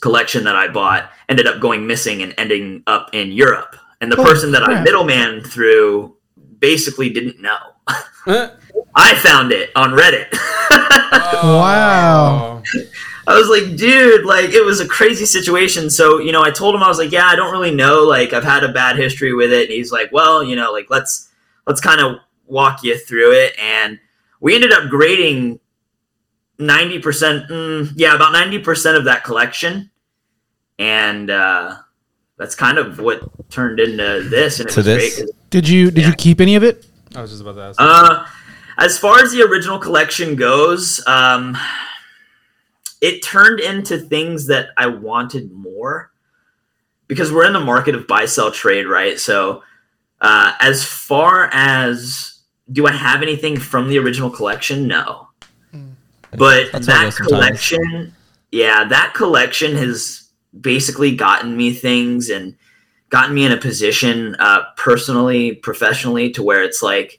[SPEAKER 4] collection that I bought ended up going missing and ending up in Europe. And the
[SPEAKER 3] Oh,
[SPEAKER 4] person that I
[SPEAKER 3] crap.
[SPEAKER 4] middleman through basically didn't know.
[SPEAKER 2] Oh.
[SPEAKER 4] I found it on Reddit.
[SPEAKER 3] Wow.
[SPEAKER 4] I was like, dude, like it was a crazy situation. So, you know, I told him I was like, yeah, I don't really know. Like I've had a bad history with it. And he's like, well, you know, like let's let's kind of walk you through it. And we ended up grading 90%, mm, yeah, about 90% of that collection. And uh that's kind of what turned into this and it
[SPEAKER 1] To
[SPEAKER 4] was
[SPEAKER 1] this?
[SPEAKER 4] great 'cause
[SPEAKER 3] Did you did you keep any of it?
[SPEAKER 2] I was just about to ask.
[SPEAKER 4] uh, as far as the original collection goes, um, it turned into things that I wanted more because we're in the market of buy sell trade, right? So, uh, as far as do I have anything from the original collection? No. But
[SPEAKER 1] That's how it
[SPEAKER 4] that
[SPEAKER 1] goes sometimes.
[SPEAKER 4] collection, yeah, that collection has basically gotten me things and gotten me in a position uh, personally, professionally, to where it's like,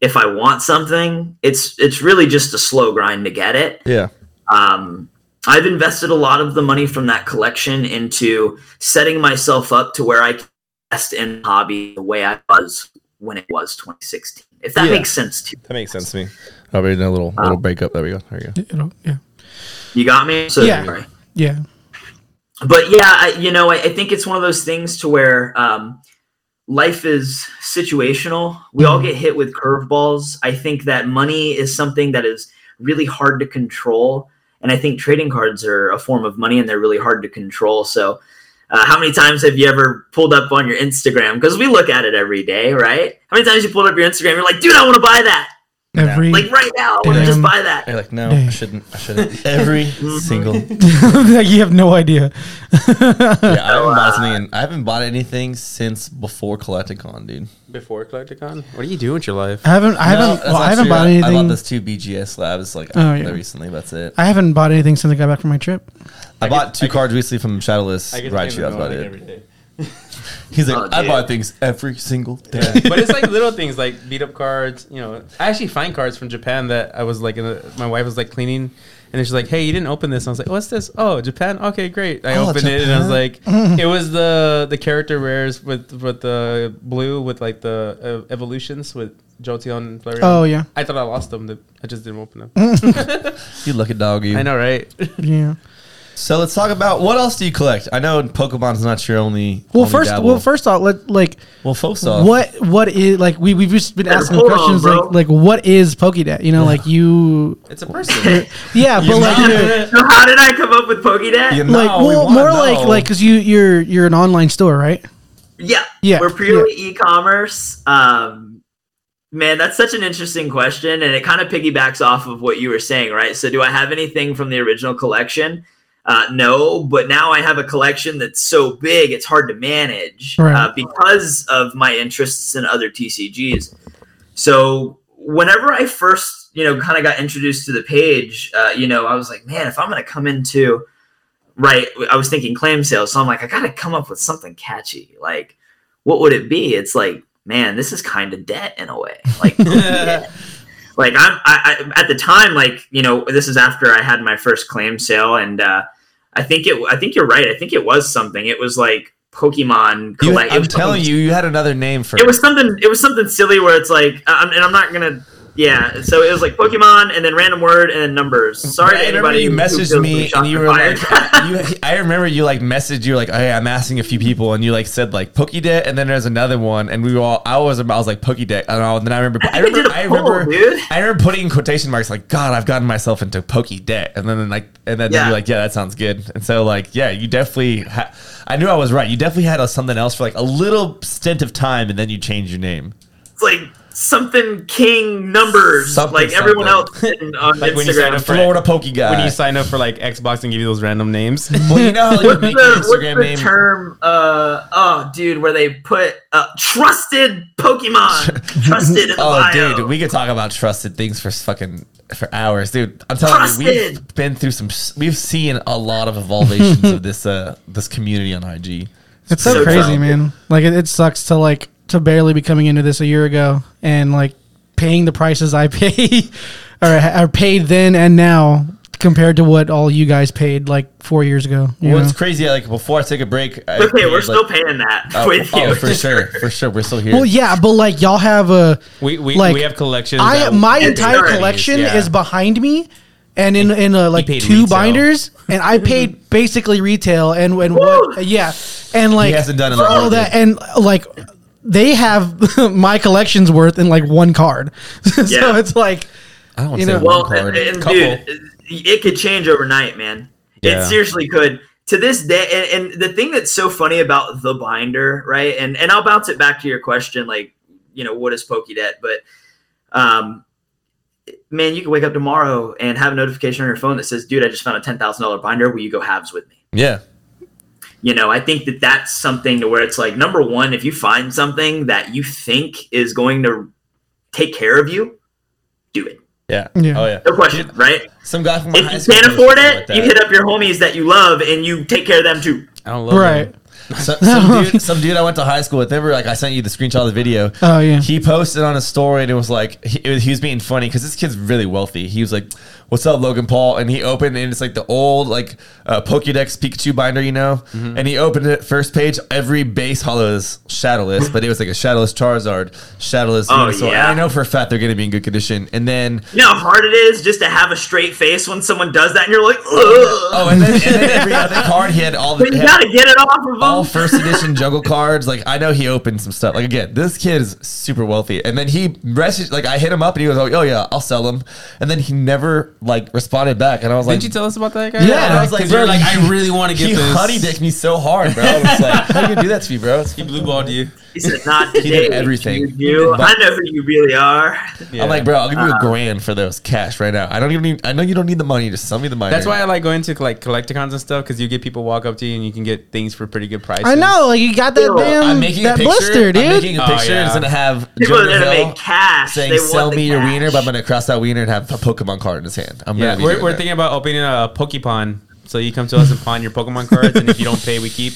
[SPEAKER 4] if I want something, it's it's really just a slow grind to get it.
[SPEAKER 1] Yeah.
[SPEAKER 4] Um, I've invested a lot of the money from that collection into setting myself up to where I can invest in the hobby the way I was when it was 2016. If that
[SPEAKER 1] Yeah.
[SPEAKER 4] makes sense to
[SPEAKER 1] That makes sense to me. Oh, we did a little little breakup. There we go. There we go.
[SPEAKER 3] You know, yeah,
[SPEAKER 4] you, you got me. So
[SPEAKER 3] Yeah.
[SPEAKER 4] sorry.
[SPEAKER 3] yeah.
[SPEAKER 4] but yeah, I, you know, I, I think it's one of those things to where um, life is situational. We all get hit with curveballs. I think that money is something that is really hard to control, and I think trading cards are a form of money, and they're really hard to control. So, uh, how many times have you ever pulled up on your Instagram? Because we look at it every day, right? How many times you pulled up your Instagram? You're like, dude, I want to buy that,
[SPEAKER 3] Every
[SPEAKER 4] like right now. I want to
[SPEAKER 3] Damn.
[SPEAKER 4] just buy that.
[SPEAKER 1] You're like, no, I
[SPEAKER 3] Dang.
[SPEAKER 1] shouldn't. I shouldn't. Every single. Yeah,
[SPEAKER 3] like you have no idea.
[SPEAKER 1] I haven't bought something. In, I haven't bought anything since before Collecticon, dude.
[SPEAKER 2] Before Collecticon? What do you do with your life?
[SPEAKER 3] I haven't. I
[SPEAKER 1] No,
[SPEAKER 3] haven't.
[SPEAKER 1] that's
[SPEAKER 3] well,
[SPEAKER 1] not
[SPEAKER 3] I haven't
[SPEAKER 1] true.
[SPEAKER 3] bought anything.
[SPEAKER 1] I
[SPEAKER 3] I,
[SPEAKER 1] bought this two BGS labs like
[SPEAKER 3] Oh, yeah.
[SPEAKER 1] recently. That's it.
[SPEAKER 3] haven't bought anything since I got back from my trip.
[SPEAKER 1] I, bought two cards recently from Shadowless Raichu. That's about it. He's like,
[SPEAKER 4] Oh,
[SPEAKER 1] I
[SPEAKER 4] dude.
[SPEAKER 1] buy things every single day.
[SPEAKER 2] but it's like little things like beat up cards. You know, I actually find cards from Japan that I was like, in a, my wife was like cleaning, and then she's like, "Hey, you didn't open this." And I was like, "What's this? Oh, Japan. Okay, great." I
[SPEAKER 1] Oh,
[SPEAKER 2] opened it, and I was
[SPEAKER 1] Japan.
[SPEAKER 2] like, "It was the the character rares with with the blue with like the uh, evolutions with Jolteon and Flareon."
[SPEAKER 3] Oh yeah, Mm.
[SPEAKER 2] I thought I lost them. but I just didn't open them.
[SPEAKER 1] you lucky dog, you.
[SPEAKER 2] I know, right?
[SPEAKER 3] yeah.
[SPEAKER 1] So let's talk about what else do you collect? I know Pokemon's not your only.
[SPEAKER 3] Well,
[SPEAKER 1] only
[SPEAKER 3] first,
[SPEAKER 1] dabble.
[SPEAKER 3] well, first off, let like
[SPEAKER 1] well, first off,
[SPEAKER 3] what what is like we we've just been asking
[SPEAKER 4] hold on,
[SPEAKER 3] questions
[SPEAKER 4] bro.
[SPEAKER 3] like like what is Pokédex? You know, like you.
[SPEAKER 2] It's a person.
[SPEAKER 3] Yeah, but like.
[SPEAKER 4] So how did I come up with Pokédex?
[SPEAKER 1] You know,
[SPEAKER 3] Like
[SPEAKER 1] we
[SPEAKER 3] well,
[SPEAKER 1] wanna
[SPEAKER 3] more like
[SPEAKER 1] know.
[SPEAKER 3] like because you you're you're an online store, right?
[SPEAKER 4] Yeah.
[SPEAKER 3] Yeah,
[SPEAKER 4] We're purely e-commerce. Um man, that's such an interesting question and it kind of piggybacks off of what you were saying, right? So do I have anything from the original collection? Uh, no, but now I have a collection that's so big it's hard to manage
[SPEAKER 3] Right.
[SPEAKER 4] uh, because of my interests in other TCGs. So whenever I first, you know, kind of got introduced to the page, uh, you know, I was like, man, if I'm going to come into right, I was thinking clam sales, so I'm like, I got to come up with something catchy. Like, what would it be? It's like, man, this is kind of debt in a way. Like, like I'm I, I, at the time, like you know, this is after I had my first claim sale, and uh, I think it. I think you're right. I think it was something. It was like Pokemon.
[SPEAKER 1] You-
[SPEAKER 4] Collect. it
[SPEAKER 1] I'm
[SPEAKER 4] was
[SPEAKER 1] telling
[SPEAKER 4] something-
[SPEAKER 1] you, you had another name for
[SPEAKER 4] It was something. It was something silly where it's like, um, and I'm not gonna. Yeah. So it was like Pokemon, and then random word, and then numbers. Sorry, to
[SPEAKER 1] I remember
[SPEAKER 4] anybody
[SPEAKER 1] you
[SPEAKER 4] who
[SPEAKER 1] messaged
[SPEAKER 4] feels
[SPEAKER 1] me
[SPEAKER 4] shocked
[SPEAKER 1] and you were
[SPEAKER 4] fired.
[SPEAKER 1] like, you, I remember you like messaged you were like, hey, I'm asking a few people, and you like said like Pokedet, and then there's another one, and we were all I was I was like Pokedet, and all, and then I remember I
[SPEAKER 4] think
[SPEAKER 1] remember
[SPEAKER 4] they did
[SPEAKER 1] I
[SPEAKER 4] a poll,
[SPEAKER 1] remember
[SPEAKER 4] dude.
[SPEAKER 1] I remember putting in quotation marks like God, I've gotten myself into Pokedet, and then like and then
[SPEAKER 4] Yeah.
[SPEAKER 1] you're like, yeah, that sounds good, and so like yeah, you definitely ha- I knew I was right. You definitely had a, something else for like a little stint of time, and then you changed your name.
[SPEAKER 4] it's like something king numbers,
[SPEAKER 1] Something,
[SPEAKER 4] like everyone
[SPEAKER 1] something.
[SPEAKER 4] else in, on
[SPEAKER 2] Like when you
[SPEAKER 4] Instagram.
[SPEAKER 2] sign up for-
[SPEAKER 1] Florida Poke guy.
[SPEAKER 2] when you sign up for like Xbox and give you those random names.
[SPEAKER 1] well, you know how you
[SPEAKER 4] what's the,
[SPEAKER 1] make your
[SPEAKER 4] what's
[SPEAKER 1] Instagram
[SPEAKER 4] the
[SPEAKER 1] name.
[SPEAKER 4] term? Uh, oh, dude, where they put uh, trusted Pokemon, trusted in the
[SPEAKER 1] Oh,
[SPEAKER 4] bio.
[SPEAKER 1] dude, we could talk about trusted things for fucking for hours, dude. I'm telling you, we've
[SPEAKER 4] Trusted!
[SPEAKER 1] been through some. s- We've seen a lot of evolutions of this uh this community on IG.
[SPEAKER 3] It's so,
[SPEAKER 4] So
[SPEAKER 3] crazy,
[SPEAKER 4] dumb.
[SPEAKER 3] man. Like it, it sucks to like to barely be coming into this a year ago and like paying the prices I pay or are paid then and now compared to what all you guys paid like four years ago. you
[SPEAKER 1] What's
[SPEAKER 3] know?
[SPEAKER 1] crazy? Like before I take a break. I
[SPEAKER 4] okay,
[SPEAKER 1] paid,
[SPEAKER 4] we're
[SPEAKER 1] like-
[SPEAKER 4] still paying that
[SPEAKER 1] Oh,
[SPEAKER 4] with you.
[SPEAKER 1] oh, for sure, for sure, we're still here.
[SPEAKER 3] well, yeah, but like y'all have a
[SPEAKER 2] We we,
[SPEAKER 3] Like,
[SPEAKER 2] we have collections.
[SPEAKER 3] I
[SPEAKER 2] that-
[SPEAKER 3] my
[SPEAKER 4] And
[SPEAKER 3] entire
[SPEAKER 4] thirties,
[SPEAKER 3] collection
[SPEAKER 1] yeah.
[SPEAKER 3] is behind me, and in in uh, like two
[SPEAKER 2] paid retail.
[SPEAKER 3] binders, and I paid basically retail and and
[SPEAKER 4] Woo!
[SPEAKER 3] what yeah, and like
[SPEAKER 1] hasn't done it
[SPEAKER 3] for
[SPEAKER 1] in a
[SPEAKER 3] all
[SPEAKER 1] while,
[SPEAKER 3] that
[SPEAKER 1] dude.
[SPEAKER 3] and uh, like they have my collection's worth in like one card, so
[SPEAKER 4] Yeah.
[SPEAKER 3] it's like
[SPEAKER 1] I don't
[SPEAKER 3] you
[SPEAKER 1] say
[SPEAKER 3] know-
[SPEAKER 1] one
[SPEAKER 4] well,
[SPEAKER 1] card.
[SPEAKER 4] and, and
[SPEAKER 1] Couple.
[SPEAKER 4] dude, it could change overnight, man.
[SPEAKER 2] Yeah.
[SPEAKER 4] It seriously could. To this day, and, and the thing that's so funny about the binder, right? And and I'll bounce it back to your question, like you know, what is Pokedet? But um, man, you can wake up tomorrow and have a notification on your phone that says, "Dude, I just found a ten thousand dollar binder. Will you go halves with me?"
[SPEAKER 1] yeah,
[SPEAKER 4] you know, I think that that's something to where it's like number one, if you find something that you think is going to take care of you, do it.
[SPEAKER 1] yeah,
[SPEAKER 3] Yeah.
[SPEAKER 1] Oh yeah.
[SPEAKER 4] No question, right?
[SPEAKER 1] Some guy from my high
[SPEAKER 4] If you
[SPEAKER 1] school
[SPEAKER 4] can't
[SPEAKER 1] knows
[SPEAKER 4] afford
[SPEAKER 1] something
[SPEAKER 4] it,
[SPEAKER 1] like
[SPEAKER 4] you
[SPEAKER 1] that.
[SPEAKER 4] hit up your homies that you love and you take care of them too.
[SPEAKER 2] I don't love
[SPEAKER 3] right.
[SPEAKER 2] them.
[SPEAKER 1] So, some dude, some dude I went to high school with. Remember, like I sent you the screenshot of the video.
[SPEAKER 3] Oh, yeah.
[SPEAKER 1] He posted on his story and it was like he, it was, he was being funny because this kid's really wealthy. He was like, "What's up, Logan Paul?" And he opened and it's like the old like uh, Pokédex Pikachu binder, you know. And he opened it first page. Every base hollow is shadowless, but it was like a shadowless Charizard, shadowless.
[SPEAKER 4] Oh,
[SPEAKER 1] Venusaur. And
[SPEAKER 4] yeah.
[SPEAKER 1] I know for a fact they're going to be in good condition. And then
[SPEAKER 4] You know how hard it is just to have a straight face when someone does that and you're like,
[SPEAKER 1] oh,
[SPEAKER 4] oh,
[SPEAKER 1] and then, and then every other card he had all the.
[SPEAKER 4] but you gotta get it off of them.
[SPEAKER 1] all first edition juggle cards. Like I know he opened some stuff. Like again, this kid is super wealthy. And then he messaged like I hit him up and he was like, "Oh yeah, I'll sell him." And then he never like responded back. And I was like,
[SPEAKER 2] Didn't you tell us about that guy?
[SPEAKER 1] Yeah, and I was like,
[SPEAKER 2] 'Cause you were
[SPEAKER 1] bro,
[SPEAKER 2] like,
[SPEAKER 1] you-
[SPEAKER 2] I really want to get
[SPEAKER 1] He
[SPEAKER 2] this.
[SPEAKER 1] honey dicked me so hard, bro. I was like, "How you gonna do that to me, bro?" It's-
[SPEAKER 2] He blue balled you.
[SPEAKER 4] he said, not today.
[SPEAKER 1] did everything.
[SPEAKER 4] You, you. I know who you really are.
[SPEAKER 2] Yeah.
[SPEAKER 1] I'm like, bro, I'll give you a grand for those cash right now. I don't even need. I know you don't need the money. Just sell me the money.
[SPEAKER 2] That's why I like going to like collecticons and stuff because you get people walk up to you and you can get things for pretty good prices.
[SPEAKER 3] I know, like you got that
[SPEAKER 4] Ew.
[SPEAKER 3] damn
[SPEAKER 2] Mm,
[SPEAKER 1] I'm making
[SPEAKER 3] that
[SPEAKER 1] a picture.
[SPEAKER 3] blister, dude.
[SPEAKER 1] I'm making a
[SPEAKER 2] Oh,
[SPEAKER 1] picture.
[SPEAKER 2] yeah.
[SPEAKER 1] It's gonna have
[SPEAKER 4] People
[SPEAKER 1] Joe
[SPEAKER 4] are gonna
[SPEAKER 1] Neville
[SPEAKER 4] make cash.
[SPEAKER 1] saying,
[SPEAKER 4] they
[SPEAKER 1] "Sell
[SPEAKER 4] want the
[SPEAKER 1] me your
[SPEAKER 4] cash.
[SPEAKER 1] wiener," but I'm gonna cross out wiener and have a Pokemon card in his hand. I'm
[SPEAKER 2] Yeah,
[SPEAKER 1] gonna be
[SPEAKER 2] we're,
[SPEAKER 1] doing
[SPEAKER 2] we're
[SPEAKER 1] that.
[SPEAKER 2] thinking about opening a Pokepon. So you come to us and pawn your Pokemon cards, and if you don't pay, we keep.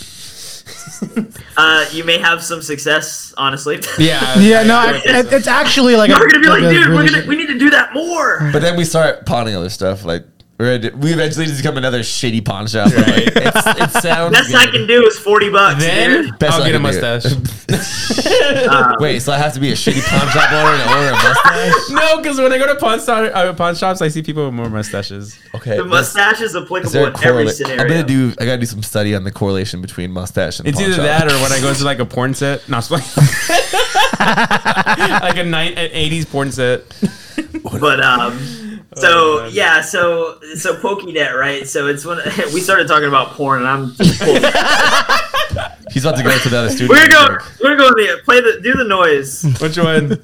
[SPEAKER 4] Uh, you may have some success, honestly.
[SPEAKER 2] Yeah,
[SPEAKER 3] yeah, no, I, it- it's actually like
[SPEAKER 4] We're gonna be like,
[SPEAKER 3] a
[SPEAKER 4] dude, we're
[SPEAKER 3] really
[SPEAKER 4] gonna,
[SPEAKER 3] good-
[SPEAKER 4] we need to do that more.
[SPEAKER 1] But then we start pawning other stuff. Like we're, we eventually just become another shitty pawn shop. Like,
[SPEAKER 2] Right.
[SPEAKER 1] it's, it sounds
[SPEAKER 4] Best I
[SPEAKER 1] good.
[SPEAKER 4] can do is forty bucks.
[SPEAKER 2] then
[SPEAKER 4] dude.
[SPEAKER 1] Best
[SPEAKER 2] I'll
[SPEAKER 1] I
[SPEAKER 2] get a
[SPEAKER 1] can do.
[SPEAKER 2] mustache.
[SPEAKER 4] Um,
[SPEAKER 1] Wait, so I have to be a shitty pawn shop owner to order a mustache?
[SPEAKER 2] no, because when I go to pawn, star, uh, pawn shops, I see people with more mustaches.
[SPEAKER 1] Okay.
[SPEAKER 4] the
[SPEAKER 1] this-
[SPEAKER 4] mustache is
[SPEAKER 1] Is there
[SPEAKER 4] applicable
[SPEAKER 1] a
[SPEAKER 4] in every
[SPEAKER 1] correlation?
[SPEAKER 4] scenario.
[SPEAKER 1] I'm gonna do. I gotta do some study on the correlation between mustache and.
[SPEAKER 2] It's
[SPEAKER 1] pawn
[SPEAKER 2] either
[SPEAKER 1] shop.
[SPEAKER 2] that or when I go to like a porn set. No, I'm just playing. like a nine, an 80s porn set.
[SPEAKER 4] but um, so
[SPEAKER 2] man.
[SPEAKER 4] yeah, so so Pokenet, right? So it's when we started talking about porn, and I'm
[SPEAKER 1] He's about to go to the other studio.
[SPEAKER 4] we're going we're going to play the do the noise.
[SPEAKER 2] Which one?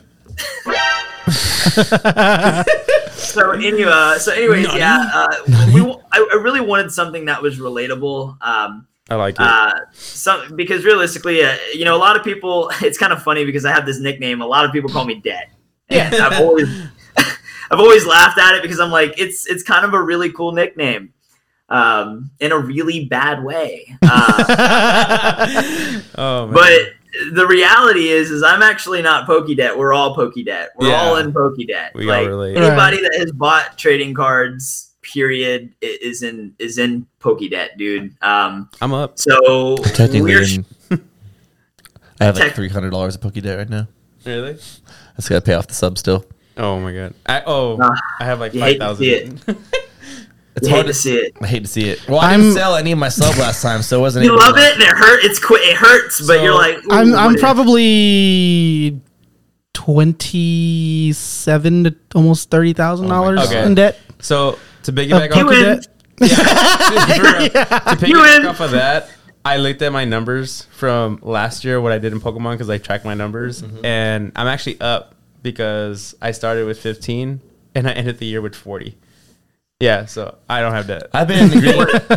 [SPEAKER 4] So anyway, uh, so anyways, yeah, uh, we I, I really wanted something that was relatable. Um,
[SPEAKER 2] I like it.
[SPEAKER 4] uh, some because realistically, uh, you know, a lot of people. It's kind of funny because I have this nickname. A lot of people call me Dead. And I've always, I've always laughed at it because I'm like, it's it's kind of a really cool nickname, um, in a really bad way. Uh,
[SPEAKER 2] oh, man.
[SPEAKER 4] but the reality is, is I'm actually not Pokedet. We're all Pokedet. We're
[SPEAKER 2] Yeah.
[SPEAKER 4] all in Pokedet.
[SPEAKER 2] We all
[SPEAKER 4] like
[SPEAKER 2] relate.
[SPEAKER 4] anybody that has bought trading cards period i- is in is in Pokedet, dude. Um,
[SPEAKER 2] I'm up.
[SPEAKER 4] so
[SPEAKER 1] Technically,
[SPEAKER 4] we're-
[SPEAKER 1] in, I have like
[SPEAKER 4] Tech-
[SPEAKER 1] three hundred dollars of Pokédex right now.
[SPEAKER 2] Really?
[SPEAKER 1] I just gotta pay off the sub still.
[SPEAKER 2] Oh my god. I, oh,
[SPEAKER 4] Nah.
[SPEAKER 2] I have like
[SPEAKER 4] You
[SPEAKER 2] five
[SPEAKER 4] hate to see
[SPEAKER 2] thousand.
[SPEAKER 1] It's
[SPEAKER 4] you
[SPEAKER 1] hard
[SPEAKER 4] hate to see it.
[SPEAKER 1] I hate to see it. Well, I
[SPEAKER 3] I'm-
[SPEAKER 1] didn't sell any of my sub last time, so it wasn't.
[SPEAKER 4] You
[SPEAKER 1] able to-
[SPEAKER 4] love it and it hurt. It's qu- it hurts, but
[SPEAKER 2] So,
[SPEAKER 4] you're like ooh,
[SPEAKER 3] I'm I'm
[SPEAKER 4] what if-
[SPEAKER 3] probably twenty seven to almost thirty
[SPEAKER 1] Oh
[SPEAKER 3] thousand dollars
[SPEAKER 2] God. Okay.
[SPEAKER 3] in debt.
[SPEAKER 2] So to piggyback
[SPEAKER 3] Okay.
[SPEAKER 2] off
[SPEAKER 4] You
[SPEAKER 2] of
[SPEAKER 4] win.
[SPEAKER 2] that, yeah, for real. to piggyback
[SPEAKER 4] win.
[SPEAKER 2] off of that, I looked at my numbers from last year, what I did in Pokemon, because I tracked my numbers, and I'm actually up because I started with 15 and I ended the year with 40. Yeah, so I don't have debt.
[SPEAKER 1] I've been in the green.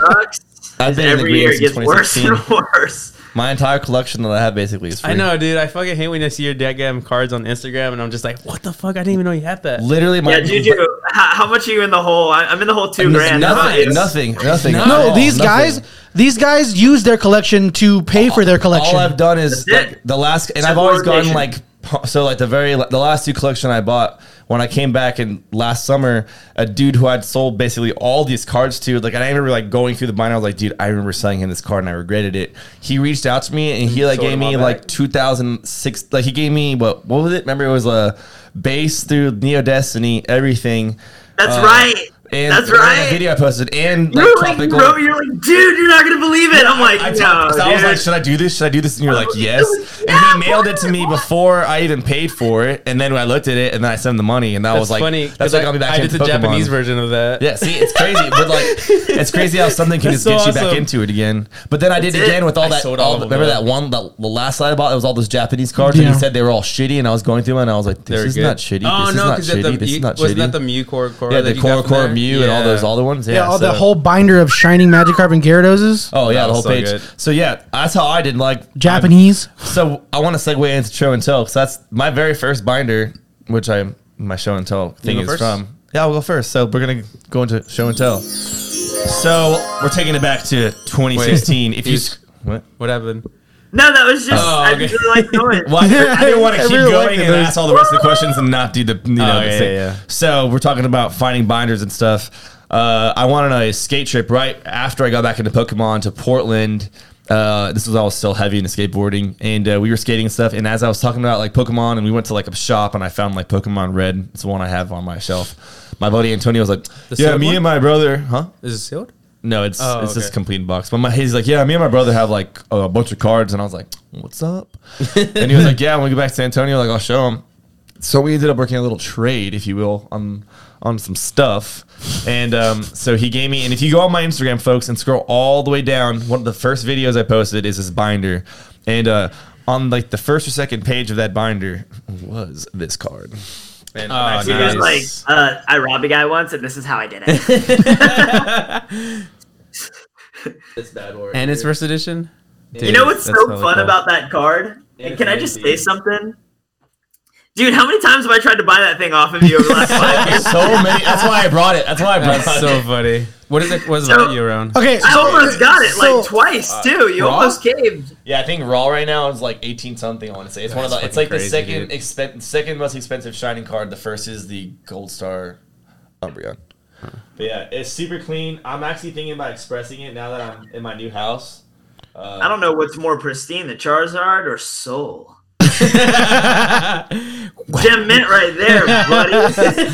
[SPEAKER 4] sucks.
[SPEAKER 1] I've been in the
[SPEAKER 4] Every
[SPEAKER 1] green
[SPEAKER 4] year it
[SPEAKER 1] since
[SPEAKER 4] gets worse
[SPEAKER 1] 2016.
[SPEAKER 4] and worse.
[SPEAKER 1] My entire collection that I have basically is free.
[SPEAKER 2] I know, dude. I fucking hate when I see your deckgam cards on Instagram, and I'm just like, what the fuck? I didn't even know you had that.
[SPEAKER 1] Literally, my
[SPEAKER 4] Yeah, Juju, how, how much are you in the hole? I, I'm in the hole two
[SPEAKER 1] Nothing,
[SPEAKER 4] grand.
[SPEAKER 1] nothing,
[SPEAKER 4] Nice.
[SPEAKER 1] nothing, nothing. at
[SPEAKER 3] No,
[SPEAKER 1] all,
[SPEAKER 3] these
[SPEAKER 1] Oh, nothing.
[SPEAKER 3] guys these guys use their collection to pay for their collection.
[SPEAKER 1] All I've done is
[SPEAKER 4] That's it.
[SPEAKER 1] like, the last, and
[SPEAKER 4] It's
[SPEAKER 1] I've
[SPEAKER 4] a
[SPEAKER 1] always gotten
[SPEAKER 4] coordination.
[SPEAKER 1] like pu- so like the very the last two collection I bought when I came back in last summer, a dude who I'd sold basically all these cards to, like and I remember like going through the binder, I was like, dude, I remember selling him this card and I regretted it. He reached out to me and he like
[SPEAKER 2] Sold
[SPEAKER 1] gave
[SPEAKER 2] him all
[SPEAKER 1] me
[SPEAKER 2] back.
[SPEAKER 1] like two thousand six, like he gave me what what was it? Remember it was a base through Neo Destiny, everything.
[SPEAKER 4] That's
[SPEAKER 1] Uh,
[SPEAKER 4] right.
[SPEAKER 1] And
[SPEAKER 4] That's
[SPEAKER 1] and then
[SPEAKER 4] right.
[SPEAKER 1] A video I posted and like
[SPEAKER 4] You're like,
[SPEAKER 1] tropical.
[SPEAKER 4] bro, you're like, dude, you're not gonna believe it. I'm like,
[SPEAKER 1] I,
[SPEAKER 4] no,
[SPEAKER 1] talked- 'cause I was
[SPEAKER 4] dude.
[SPEAKER 1] like, should I do this? Should I do this? And you were like, yes. And
[SPEAKER 4] Yeah,
[SPEAKER 1] he mailed it to me before I even paid for it. And then I looked at it, and then I sent him the money, and that
[SPEAKER 2] That's
[SPEAKER 1] was like,
[SPEAKER 2] funny.
[SPEAKER 1] that's
[SPEAKER 2] 'cause
[SPEAKER 1] like
[SPEAKER 2] I-
[SPEAKER 1] I'll be back
[SPEAKER 2] I did
[SPEAKER 1] into
[SPEAKER 2] the
[SPEAKER 1] Pokemon.
[SPEAKER 2] Japanese version of that.
[SPEAKER 1] Yeah, see, it's crazy, but like, it's crazy how something can
[SPEAKER 2] That's
[SPEAKER 1] just get
[SPEAKER 2] so
[SPEAKER 1] you back
[SPEAKER 2] awesome.
[SPEAKER 1] into it again. But then I did
[SPEAKER 4] That's it.
[SPEAKER 1] again with
[SPEAKER 2] I
[SPEAKER 1] all that.
[SPEAKER 2] sold
[SPEAKER 1] all
[SPEAKER 2] all
[SPEAKER 1] the-
[SPEAKER 2] of them,
[SPEAKER 1] remember
[SPEAKER 2] yeah.
[SPEAKER 1] that one, the, the last I bought, it was all those Japanese cards, and
[SPEAKER 3] Yeah.
[SPEAKER 1] he said they were all shitty, and I was going through, 'em, and I was like, this
[SPEAKER 2] They're
[SPEAKER 1] is
[SPEAKER 2] good.
[SPEAKER 1] not shitty.
[SPEAKER 2] Oh
[SPEAKER 1] this
[SPEAKER 2] no,
[SPEAKER 1] is
[SPEAKER 2] because
[SPEAKER 1] not shitty. This is not
[SPEAKER 2] wasn't that the
[SPEAKER 1] shitty.
[SPEAKER 2] Mew core core?
[SPEAKER 1] Yeah,
[SPEAKER 2] that
[SPEAKER 1] the
[SPEAKER 2] you got
[SPEAKER 1] core
[SPEAKER 2] from
[SPEAKER 1] core
[SPEAKER 2] there?
[SPEAKER 1] Mew and all those
[SPEAKER 2] Yeah.
[SPEAKER 1] other ones. Yeah,
[SPEAKER 3] yeah, all the
[SPEAKER 1] so-
[SPEAKER 3] whole binder of shining Magikarp and Gyarados.
[SPEAKER 1] Oh yeah,
[SPEAKER 2] That
[SPEAKER 1] the whole
[SPEAKER 2] was so
[SPEAKER 1] page.
[SPEAKER 2] good.
[SPEAKER 1] So yeah, that's how I did. Like I-
[SPEAKER 3] Japanese.
[SPEAKER 1] So I want to segue into show and tell because that's my very first binder, which I my show and tell thing
[SPEAKER 2] go
[SPEAKER 1] is
[SPEAKER 2] first?
[SPEAKER 1] from. Yeah, I'll go first. So we're gonna go into show and tell. So we're taking it back to 2016. if you,
[SPEAKER 2] you-
[SPEAKER 1] sc- what?
[SPEAKER 2] What happened?
[SPEAKER 4] no, that was just,
[SPEAKER 2] Oh,
[SPEAKER 4] I
[SPEAKER 2] okay.
[SPEAKER 4] really like doing
[SPEAKER 1] Well, I, didn't- I didn't want to
[SPEAKER 3] I
[SPEAKER 1] keep
[SPEAKER 3] really like
[SPEAKER 1] going
[SPEAKER 3] that
[SPEAKER 1] and then
[SPEAKER 3] there's-
[SPEAKER 1] ask all the rest of the questions and not do the you know.
[SPEAKER 2] Oh,
[SPEAKER 1] the
[SPEAKER 2] yeah,
[SPEAKER 1] thing.
[SPEAKER 2] yeah.
[SPEAKER 1] So we're talking about finding binders and stuff. Uh, I went on a skate trip right after I got back into Pokemon to Portland. Uh, this was all still heavy into skateboarding, and uh, we were skating and stuff. And as I was talking about like Pokemon, and we went to like a shop, and I found like Pokemon Red. It's the one I have on my shelf. My buddy Antonio was like, "Yeah,
[SPEAKER 2] sealed
[SPEAKER 1] me
[SPEAKER 2] one?
[SPEAKER 1] and my brother, huh?
[SPEAKER 2] Is it sealed?
[SPEAKER 1] No, it's
[SPEAKER 2] Oh,
[SPEAKER 1] it's just a
[SPEAKER 2] okay.
[SPEAKER 1] complete box. But my he's like, yeah, me and my brother have like a bunch of cards, and I was like, what's up? and he was like, yeah, when we get back to San Antonio, like I'll show him. So we ended up working a little trade, if you will, on on some stuff. And um, so he gave me, and if you go on my Instagram, folks, and scroll all the way down, one of the first videos I posted is this binder, and uh, on like the first or second page of that binder was this card. And
[SPEAKER 2] Oh,
[SPEAKER 1] I'm actually
[SPEAKER 4] He
[SPEAKER 1] gonna
[SPEAKER 4] was
[SPEAKER 2] Nice.
[SPEAKER 4] like, uh, I robbed a guy once, and this is how I did it.
[SPEAKER 2] And it's first edition.
[SPEAKER 4] you know what's so fun about that card? And can I just say something? Dude, how many times have I tried to buy that thing off of you over the last five years?
[SPEAKER 1] so many. That's why I brought it. That's why I brought
[SPEAKER 2] That's
[SPEAKER 1] it.
[SPEAKER 2] so funny. What is it? What's
[SPEAKER 4] So-
[SPEAKER 2] about you around?
[SPEAKER 3] Okay,
[SPEAKER 4] I almost got it
[SPEAKER 3] So- uh,
[SPEAKER 4] like twice too. You
[SPEAKER 2] Raw?
[SPEAKER 4] almost caved.
[SPEAKER 1] Yeah, I think Raw right now is like eighteen something. I want to say it's one of the.
[SPEAKER 2] That's
[SPEAKER 1] It's like
[SPEAKER 2] fucking
[SPEAKER 1] the
[SPEAKER 2] crazy,
[SPEAKER 1] second
[SPEAKER 2] dude.
[SPEAKER 1] expen- second most expensive shining card. The first is the Gold Star Umbreon. But yeah, it's super clean. I'm actually thinking about expressing it now that I'm in my new house. Uh,
[SPEAKER 4] I don't know what's more pristine, the Charizard or Soul. Gem mint right there, buddy.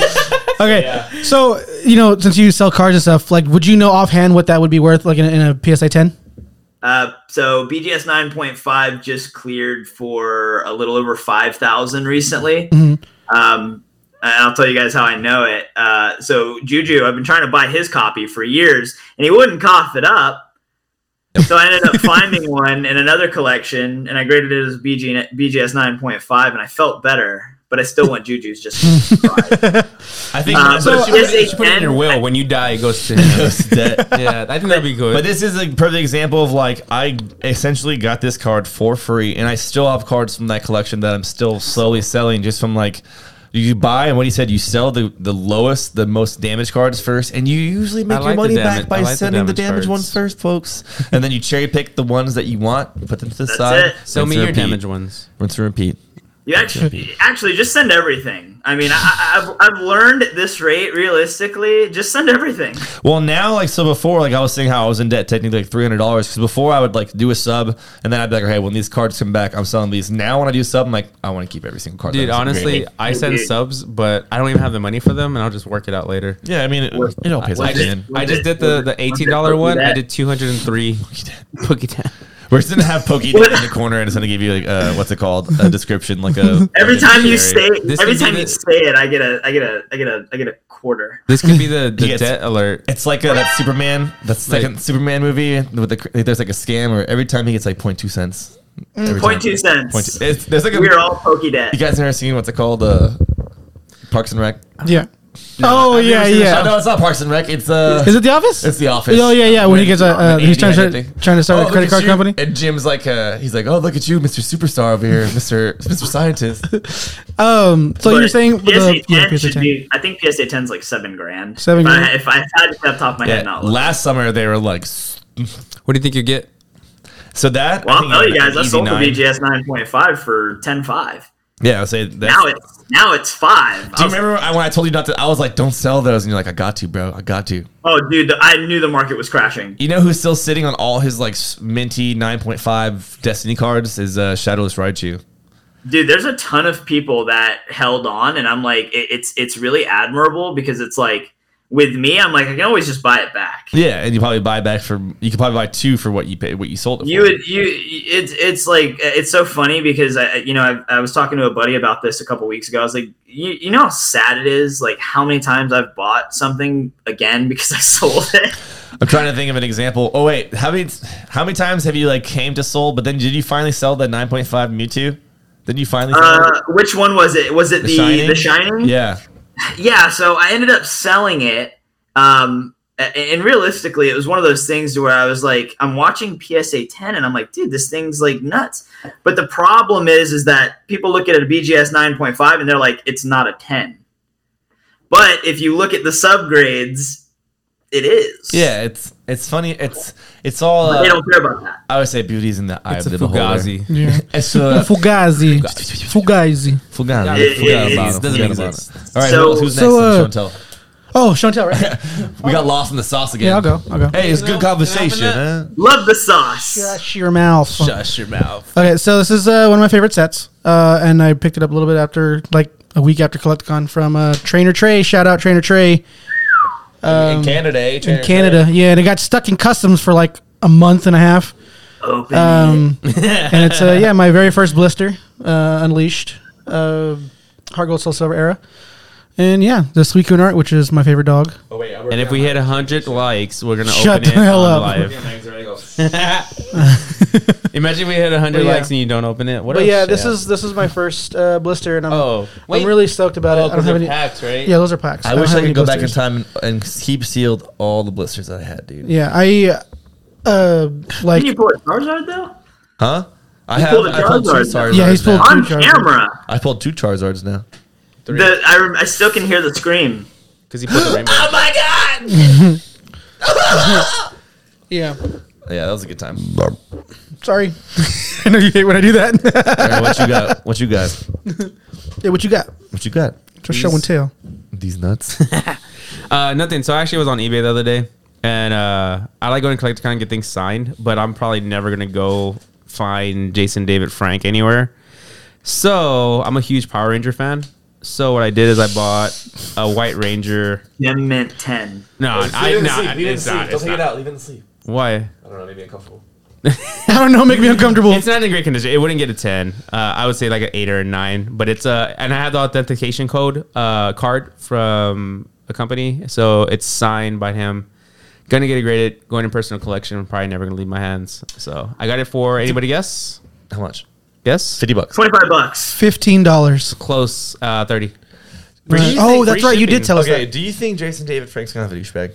[SPEAKER 3] okay.
[SPEAKER 1] Yeah.
[SPEAKER 3] So you know, since you sell cards and stuff, like, would you know offhand what that would be worth, like in a, in a PSI ten?
[SPEAKER 4] uh, so BGS 9.5 just cleared for a little over 5,000 recently. Um, and I'll tell you guys how I know it. Uh, so Juju, I've been trying to buy his copy for years, and he wouldn't cough it up. So I ended up finding one in another collection, and I graded it as BG, BGS 9.5, and I felt better. But I still want Juju's just. to try it.
[SPEAKER 1] I think
[SPEAKER 4] Um,
[SPEAKER 1] so.
[SPEAKER 4] so-
[SPEAKER 2] you put, it,
[SPEAKER 4] is
[SPEAKER 2] you put it in your
[SPEAKER 4] it-
[SPEAKER 2] will. When you die, it goes to him. yeah, I think that'd be good.
[SPEAKER 1] But this is a perfect example of like I essentially got this card for free, and I still have cards from that collection that I'm still slowly selling, just from like you buy and what he said, you sell the the lowest, the most damaged cards first, and you usually make
[SPEAKER 2] I
[SPEAKER 1] your
[SPEAKER 2] like the
[SPEAKER 1] money
[SPEAKER 2] damage-
[SPEAKER 1] back by
[SPEAKER 2] I like the
[SPEAKER 1] sending the damaged
[SPEAKER 2] damaged cards.
[SPEAKER 1] ones first, folks, and then you cherry pick the ones that you want, put them to the
[SPEAKER 4] That's
[SPEAKER 1] side.
[SPEAKER 4] it.
[SPEAKER 2] Sell
[SPEAKER 1] rinse
[SPEAKER 2] me
[SPEAKER 1] and
[SPEAKER 2] your
[SPEAKER 1] repeat,
[SPEAKER 2] damaged ones.
[SPEAKER 1] Rinse and repeat.
[SPEAKER 4] You actually, actually just send everything. I mean, I- I, I've, I've learned at this rate, realistically, just send everything.
[SPEAKER 1] Well, now, like, so before, like, I was saying how I was in debt technically like $300 because before I would, like, do a sub and then I'd be like, hey, when these cards come back, I'm selling these. Now, when I do a sub, I'm like, I want to keep every single card.
[SPEAKER 2] Dude,
[SPEAKER 1] that I'm selling.
[SPEAKER 2] honestly, I send
[SPEAKER 4] Indeed.
[SPEAKER 2] subs, but I don't even have the money for them, and I'll just work it out later.
[SPEAKER 1] yeah, I mean, it, it all pays off
[SPEAKER 2] I
[SPEAKER 1] in the end.
[SPEAKER 2] just, I just did the, the eighteen dollar one. I did two hundred and three. Pookie down.
[SPEAKER 1] We're just gonna have Pokey in the corner and it's gonna give you like uh, what's it called a description like a
[SPEAKER 4] Every
[SPEAKER 1] like a
[SPEAKER 4] time you say,
[SPEAKER 1] dictionary.
[SPEAKER 2] This
[SPEAKER 4] every
[SPEAKER 2] would be
[SPEAKER 4] time you
[SPEAKER 2] the-
[SPEAKER 4] say it, I get a, I get a, I get a, I get a quarter.
[SPEAKER 2] This could be the, the
[SPEAKER 1] Yes.
[SPEAKER 2] debt alert.
[SPEAKER 1] it's like a, that Superman that second Superman movie with the cr- there's like a scam where every time he gets like 0.2 cents. Every
[SPEAKER 4] Mm, Point
[SPEAKER 1] time.
[SPEAKER 4] two cents.
[SPEAKER 1] Point two- It's, there's like a,
[SPEAKER 4] We're
[SPEAKER 1] you
[SPEAKER 4] all pokey debt.
[SPEAKER 1] guys never seen what's it called uh, Parks and Rec?
[SPEAKER 3] Yeah. oh
[SPEAKER 2] I've never
[SPEAKER 3] yeah,
[SPEAKER 2] seen the
[SPEAKER 1] Oh,
[SPEAKER 3] yeah.
[SPEAKER 1] no, it's not Parks and Rec. It's uh,
[SPEAKER 3] Is it The Office?
[SPEAKER 1] It's The Office.
[SPEAKER 3] Oh yeah, yeah. When he gets a, uh,
[SPEAKER 1] Andy,
[SPEAKER 3] he's trying
[SPEAKER 1] I
[SPEAKER 3] to
[SPEAKER 1] think.
[SPEAKER 3] trying to
[SPEAKER 1] Oh,
[SPEAKER 3] start a
[SPEAKER 1] look
[SPEAKER 3] credit
[SPEAKER 1] at
[SPEAKER 3] card
[SPEAKER 1] you.
[SPEAKER 3] company.
[SPEAKER 1] And Jim's like uh, he's like oh look at you, Mr. Superstar over here, Mr. Mr. Scientist.
[SPEAKER 3] Um. So
[SPEAKER 4] But
[SPEAKER 3] you're saying with
[SPEAKER 4] PSA
[SPEAKER 3] the
[SPEAKER 4] 10
[SPEAKER 3] yeah, PSA
[SPEAKER 4] should
[SPEAKER 3] 10.
[SPEAKER 4] be- I think PSA 10's like seven grand.
[SPEAKER 3] Seven
[SPEAKER 4] if I-
[SPEAKER 3] grand?
[SPEAKER 4] if I had to off the top of my head,
[SPEAKER 1] yeah,
[SPEAKER 4] not look.
[SPEAKER 1] last summer they were like s-
[SPEAKER 2] What do you think you get?
[SPEAKER 1] so that.
[SPEAKER 4] Well, oh,
[SPEAKER 1] I think
[SPEAKER 4] I'll tell you
[SPEAKER 1] it was
[SPEAKER 4] guys, I
[SPEAKER 1] easy
[SPEAKER 4] sold the
[SPEAKER 1] nine.
[SPEAKER 4] VGS 9.5 for 10.5.
[SPEAKER 1] Yeah, I would say that's,
[SPEAKER 4] Now it's now it's five.
[SPEAKER 1] Do you remember I- when I told you not to? I was like, "Don't sell those," and you're like, "I got to, bro. I got to."
[SPEAKER 4] Oh, dude, the- I knew the market was crashing.
[SPEAKER 1] You know who's still sitting on all his like s- minty 9.5 Destiny cards is uh, Shadowless Raichu.
[SPEAKER 4] Dude, there's a ton of people that held on, and I'm like, it, it's it's really admirable because it's like with me, I'm like, I can always just buy it back.
[SPEAKER 1] Yeah, and you probably buy back for you could probably buy two for what you pay what you sold it
[SPEAKER 4] You
[SPEAKER 1] for.
[SPEAKER 4] would you it's it's like it's so funny because I you know I, I was talking to a buddy about this a couple weeks ago. I was like, you, you know how sad it is, like how many times I've bought something again because I sold it.
[SPEAKER 1] I'm trying to think of an example. Oh wait, how many how many times have you like came to sold, but then did you finally sell that 9.5 Mewtwo? Did you finally sell it?
[SPEAKER 4] Uh, which one was it? Was it the the Shining?
[SPEAKER 1] Yeah,
[SPEAKER 4] yeah so i ended up selling it um a- and realistically it was one of those things where i was like i'm watching psa 10 and i'm like dude this thing's like nuts but the problem is is that people look at a bgs 9.5 and they're like it's not a 10 but if you look at the subgrades it is
[SPEAKER 1] yeah. It's it's funny. It's it's all.
[SPEAKER 4] But they
[SPEAKER 1] Uh,
[SPEAKER 4] don't care about that
[SPEAKER 1] I would say beauty's in the eye
[SPEAKER 2] It's a
[SPEAKER 1] of the beholder.
[SPEAKER 2] fugazi.
[SPEAKER 3] Yeah.
[SPEAKER 1] It's uh,
[SPEAKER 3] Fugazi. Fugazi.
[SPEAKER 1] Forgot about
[SPEAKER 4] Yeah,
[SPEAKER 1] it. Forgot
[SPEAKER 4] yeah, yeah.
[SPEAKER 1] about it.
[SPEAKER 2] Doesn't
[SPEAKER 1] Forgot about
[SPEAKER 2] exist.
[SPEAKER 1] it. All right,
[SPEAKER 4] So-
[SPEAKER 1] who else? who's
[SPEAKER 3] So, uh,
[SPEAKER 1] next? on Chantel?
[SPEAKER 3] Oh, Chantel, right?
[SPEAKER 1] We got lost in the sauce again.
[SPEAKER 3] Yeah, I'll go. I'll go.
[SPEAKER 1] Hey, it's
[SPEAKER 2] Can I
[SPEAKER 1] good
[SPEAKER 2] open
[SPEAKER 1] conversation.
[SPEAKER 2] that?
[SPEAKER 1] Huh?
[SPEAKER 4] love the sauce
[SPEAKER 3] Shut your mouth.
[SPEAKER 1] Shush your mouth.
[SPEAKER 3] Okay, so this is uh, one of my favorite sets, uh, and I picked it up a little bit after, like a week after Collecticon from uh, Trainer Trey. Shout out Trainer Trey
[SPEAKER 1] in Canada, eh?
[SPEAKER 3] in Canada. Yeah, and it got stuck in customs for like a month and a half.
[SPEAKER 4] open
[SPEAKER 3] Um, and it's uh, yeah, my very first blister uh, unleashed, uh, Hard Gold Soul Silver era, and yeah, the Suicune art, which is my favorite dog.
[SPEAKER 1] Oh, wait, I
[SPEAKER 2] And if we hit hundred likes, we're gonna
[SPEAKER 3] Shut
[SPEAKER 2] open
[SPEAKER 3] the
[SPEAKER 2] it
[SPEAKER 3] hell
[SPEAKER 2] on
[SPEAKER 3] up.
[SPEAKER 2] live. Imagine we hit hundred
[SPEAKER 3] But yeah.
[SPEAKER 2] likes and you don't open it. What?
[SPEAKER 3] But
[SPEAKER 2] else?
[SPEAKER 3] yeah, this
[SPEAKER 2] Yeah.
[SPEAKER 3] is this is my first uh, blister, and I'm,
[SPEAKER 2] Oh, wait.
[SPEAKER 3] I'm really stoked about
[SPEAKER 2] Oh,
[SPEAKER 3] it. I don't have
[SPEAKER 2] 'cause they're
[SPEAKER 3] any.
[SPEAKER 2] packs, right?
[SPEAKER 3] Yeah, those are packs.
[SPEAKER 1] I
[SPEAKER 3] don't
[SPEAKER 1] wish
[SPEAKER 3] have
[SPEAKER 1] I
[SPEAKER 3] any
[SPEAKER 1] could go back in
[SPEAKER 3] blisters.
[SPEAKER 1] time and keep sealed all the blisters that I had, dude.
[SPEAKER 3] Yeah, I uh like
[SPEAKER 4] can you pull a charizard though
[SPEAKER 1] Huh? I have.
[SPEAKER 4] pulled a
[SPEAKER 1] I pulled two
[SPEAKER 4] Charizard.
[SPEAKER 1] Charizards.
[SPEAKER 3] Yeah, he's
[SPEAKER 1] now.
[SPEAKER 3] pulled-
[SPEAKER 4] on
[SPEAKER 3] Charizard.
[SPEAKER 4] camera
[SPEAKER 1] I pulled two Charizards now.
[SPEAKER 4] the, I, rem- I still can hear the scream
[SPEAKER 2] because he put the rainbow.
[SPEAKER 1] Oh my god!
[SPEAKER 3] yeah.
[SPEAKER 1] Yeah, that was a good time. All
[SPEAKER 3] Sorry, I know you hate when I do that.
[SPEAKER 1] right, what you got? What you got?
[SPEAKER 3] yeah, what you got?
[SPEAKER 1] What you got?
[SPEAKER 3] It's a show and tell.
[SPEAKER 1] These nuts.
[SPEAKER 2] Uh, nothing. So I actually was on eBay the other day, and uh, I like going to Collecticon and get things signed, but I'm probably never gonna go find Jason David Frank anywhere. So I'm a huge Power Ranger fan. So what I did is I bought a White Ranger.
[SPEAKER 4] Jim meant 10
[SPEAKER 2] No, I not. It's not. It's not.
[SPEAKER 1] Leave it in sleep.
[SPEAKER 2] Why?
[SPEAKER 1] I don't know. Maybe uncomfortable.
[SPEAKER 3] I don't know. Make me uncomfortable.
[SPEAKER 2] It's not in great condition. It wouldn't get a ten. Uh, I would say like an eight or a nine. But it's uh, and I have the authentication code uh, card from a company, so it's signed by him. Gonna get it graded. Going in personal collection. Probably never gonna leave my hands. So I got it for anybody guess?
[SPEAKER 1] How much?
[SPEAKER 2] Guess
[SPEAKER 1] Fifty bucks.
[SPEAKER 4] 25 bucks
[SPEAKER 3] Fifteen dollars.
[SPEAKER 2] close uh, thirty.
[SPEAKER 1] Free-
[SPEAKER 3] Oh, that's
[SPEAKER 2] free
[SPEAKER 3] right. You
[SPEAKER 2] shipping.
[SPEAKER 3] did tell us
[SPEAKER 1] Okay,
[SPEAKER 3] that.
[SPEAKER 1] do you think Jason David Frank's gonna have a douchebag?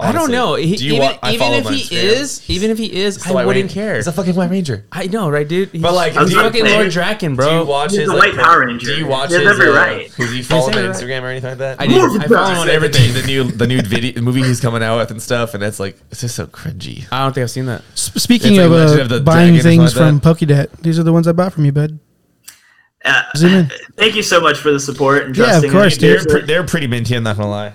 [SPEAKER 2] I don't know. He,
[SPEAKER 1] Do you
[SPEAKER 2] even
[SPEAKER 1] want- I
[SPEAKER 2] even
[SPEAKER 1] follow
[SPEAKER 2] if
[SPEAKER 1] him on
[SPEAKER 2] he
[SPEAKER 1] Instagram.
[SPEAKER 2] is, even if he is, I
[SPEAKER 1] White
[SPEAKER 2] wouldn't
[SPEAKER 1] Ranger.
[SPEAKER 2] care.
[SPEAKER 1] He's a fucking White Ranger.
[SPEAKER 2] I know, right, dude? He's,
[SPEAKER 1] But like,
[SPEAKER 2] he's
[SPEAKER 1] do you-
[SPEAKER 2] fucking Lord Draken, bro.
[SPEAKER 1] Do you watch
[SPEAKER 4] He's
[SPEAKER 1] his
[SPEAKER 4] the
[SPEAKER 1] like,
[SPEAKER 4] White Power Ranger.
[SPEAKER 1] Do you watch
[SPEAKER 4] You're
[SPEAKER 1] his?
[SPEAKER 4] never
[SPEAKER 1] uh,
[SPEAKER 4] right.
[SPEAKER 1] who- Do you follow him
[SPEAKER 2] You're
[SPEAKER 1] on
[SPEAKER 2] never right.
[SPEAKER 1] Instagram or anything like that?
[SPEAKER 2] I did.
[SPEAKER 4] Morph
[SPEAKER 2] I follow him
[SPEAKER 4] Brothers.
[SPEAKER 2] on
[SPEAKER 1] Everything,
[SPEAKER 2] everything.
[SPEAKER 1] the new the new video movie he's coming out with and stuff, and it's like it's just so cringy.
[SPEAKER 2] I don't think I've seen that.
[SPEAKER 3] S- Speaking
[SPEAKER 1] It's like
[SPEAKER 3] of,
[SPEAKER 1] Legend
[SPEAKER 3] uh,
[SPEAKER 1] of the Dragon
[SPEAKER 3] buying
[SPEAKER 1] or
[SPEAKER 3] things
[SPEAKER 1] something
[SPEAKER 3] from
[SPEAKER 1] like
[SPEAKER 3] Pokedet, these are the ones I bought from you, bud.
[SPEAKER 4] Uh,
[SPEAKER 3] Zoom in.
[SPEAKER 1] Ah.
[SPEAKER 4] thank you so much for the support and
[SPEAKER 3] Yeah, of
[SPEAKER 4] trusting
[SPEAKER 3] course,
[SPEAKER 4] me.
[SPEAKER 3] dude.
[SPEAKER 1] They're, pre- they're pretty minty. I'm not gonna lie.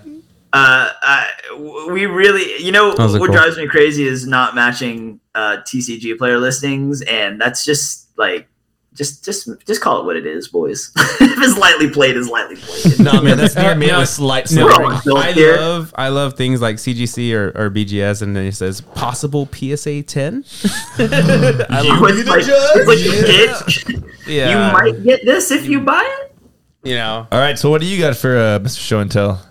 [SPEAKER 4] Uh, I- w- we really, you know,
[SPEAKER 2] Those
[SPEAKER 4] what
[SPEAKER 2] are cool.
[SPEAKER 4] drives me crazy is not matching uh, TCG player listings, and that's just like, just, just, just call it what it is, boys. if it's lightly played, it's lightly played.
[SPEAKER 1] No, Oh, man, that's near me
[SPEAKER 2] No,
[SPEAKER 1] with slight
[SPEAKER 2] No,
[SPEAKER 4] We're
[SPEAKER 1] silver.
[SPEAKER 4] all adults
[SPEAKER 2] I
[SPEAKER 4] here.
[SPEAKER 2] love I love things like CGC or, or BGS, and then it says possible PSA ten.
[SPEAKER 1] You
[SPEAKER 4] It's
[SPEAKER 1] be the judge?
[SPEAKER 4] like, it's like you, get,
[SPEAKER 2] Yeah,
[SPEAKER 4] you might get this if you buy it.
[SPEAKER 2] you know.
[SPEAKER 1] All right, so what do you got for uh, Mr. Show and Tell?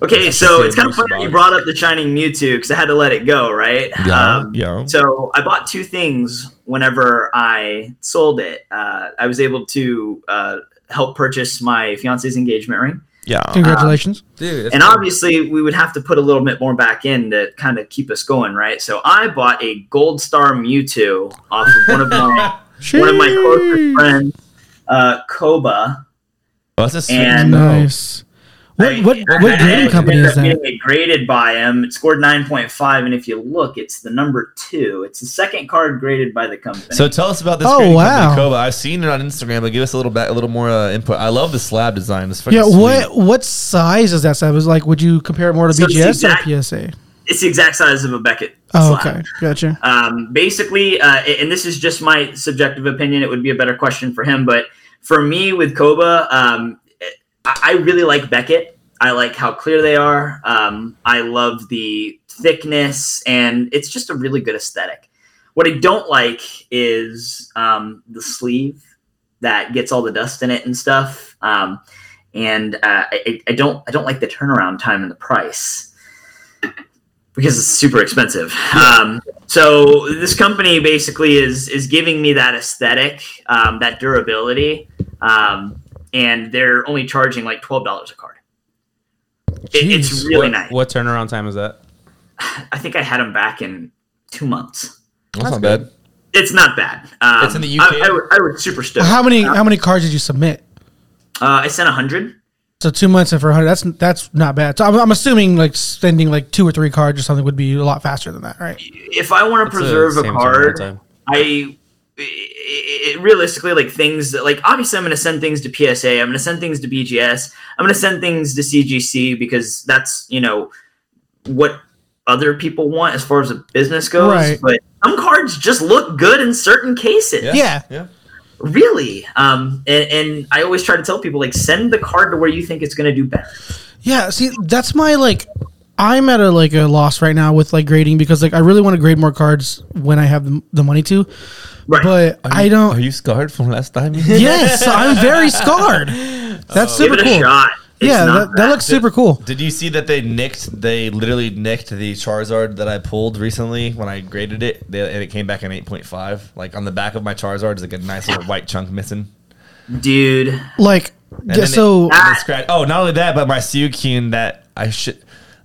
[SPEAKER 4] Okay, so
[SPEAKER 2] Same
[SPEAKER 4] it's kind of
[SPEAKER 2] use
[SPEAKER 4] funny that you
[SPEAKER 2] box.
[SPEAKER 4] brought up the Shining Mewtwo because I had to let it go, right? Um,
[SPEAKER 1] yeah.
[SPEAKER 4] So I bought two things whenever I sold it. Uh, I was able to uh, help purchase my fiance's engagement ring.
[SPEAKER 1] Yeah.
[SPEAKER 3] Congratulations.
[SPEAKER 2] Dude, that's
[SPEAKER 4] and
[SPEAKER 2] cool.
[SPEAKER 4] obviously, we would have to put a little bit more back in to kind of keep us going, right? So I bought a Gold Star Mewtwo off of one of my one of my closest friends, uh, Koba.
[SPEAKER 1] Well, that's a sweet
[SPEAKER 4] And-
[SPEAKER 3] Nice. What
[SPEAKER 4] I-
[SPEAKER 3] what
[SPEAKER 4] I- I-
[SPEAKER 3] what grading
[SPEAKER 4] I
[SPEAKER 3] company
[SPEAKER 4] ended
[SPEAKER 3] is
[SPEAKER 4] up
[SPEAKER 3] that?
[SPEAKER 4] getting It graded by him. It scored 9.5, and if you look, it's the number two. It's the second card graded by the company.
[SPEAKER 1] So tell us about this.
[SPEAKER 3] Oh,
[SPEAKER 1] creating
[SPEAKER 3] wow.
[SPEAKER 1] company, Koba. I've seen it on Instagram, but give us a little back, a little more uh, input. I love the slab design. It's fucking
[SPEAKER 3] Yeah,
[SPEAKER 1] sweet.
[SPEAKER 3] what what size is that? Slab? Was like, would you compare it more to
[SPEAKER 4] So it's
[SPEAKER 3] BGS
[SPEAKER 4] exact-
[SPEAKER 3] or PSA?
[SPEAKER 4] it's the exact size of a Beckett.
[SPEAKER 3] Oh,
[SPEAKER 4] slab.
[SPEAKER 3] okay, gotcha.
[SPEAKER 4] Um, basically, uh, and this is just my subjective opinion. It would be a better question for him, but for me with Koba, um, I, I really like Beckett. I like how clear they are. Um, I love the thickness, and it's just a really good aesthetic. What I don't like is um, the sleeve that gets all the dust in it and stuff. Um, and uh, I, I don't, I don't like the turnaround time and the price because it's super expensive. Um, so this company basically is is giving me that aesthetic, um, that durability, um, and they're only charging like twelve dollars a card. It, it's
[SPEAKER 3] Jeez.
[SPEAKER 4] really
[SPEAKER 2] what,
[SPEAKER 4] nice.
[SPEAKER 2] What turnaround time is that?
[SPEAKER 4] I think I had them back in two months.
[SPEAKER 1] That's, not
[SPEAKER 2] good.
[SPEAKER 1] bad.
[SPEAKER 4] It's not bad. Um,
[SPEAKER 1] It's in the UK?
[SPEAKER 4] I, I, was- I was super stoked.
[SPEAKER 3] How many how many cards did you submit?
[SPEAKER 4] Uh, I sent hundred.
[SPEAKER 3] So two months and for hundred, that's that's not bad. So I'm, I'm assuming like sending like two or three cards or something would be a lot faster than that, right?
[SPEAKER 4] If I want to
[SPEAKER 2] It's the
[SPEAKER 4] preserve a
[SPEAKER 2] same
[SPEAKER 4] card,
[SPEAKER 2] turnaround time.
[SPEAKER 4] I it, it- realistically like things that like obviously I'm going to send things to PSA, I'm going to send things to BGS, I'm going to send things to CGC because that's you know what other people want as far as a business goes.
[SPEAKER 3] Right.
[SPEAKER 4] But some cards just look good in certain cases.
[SPEAKER 3] Yeah.
[SPEAKER 1] Yeah.
[SPEAKER 4] Really. Um, and, and I always try to tell people like send the card to where you think it's going to do better.
[SPEAKER 3] Yeah, see, that's my like. I'm at a like a loss right now with like grading because like I really want to grade more cards when I have the, the money to,
[SPEAKER 4] Right.
[SPEAKER 3] but I don't.
[SPEAKER 1] Are you scarred from last time?
[SPEAKER 3] yes, I'm very scarred. That's
[SPEAKER 4] Uh, Give
[SPEAKER 3] super
[SPEAKER 4] it a
[SPEAKER 3] cool.
[SPEAKER 4] shot. It's
[SPEAKER 3] Yeah,
[SPEAKER 4] not
[SPEAKER 3] that, that
[SPEAKER 4] bad.
[SPEAKER 3] looks super cool.
[SPEAKER 1] Did you see that they nicked? They literally nicked the Charizard that I pulled recently when I graded it, they, and it came back an eight point five. Like on the back of my Charizard is like a nice little white chunk missing.
[SPEAKER 4] dude.
[SPEAKER 3] Like, yeah,
[SPEAKER 1] then
[SPEAKER 3] so
[SPEAKER 4] Ah,
[SPEAKER 1] it- and they scratch- oh, not only that, but my Suicune that I should.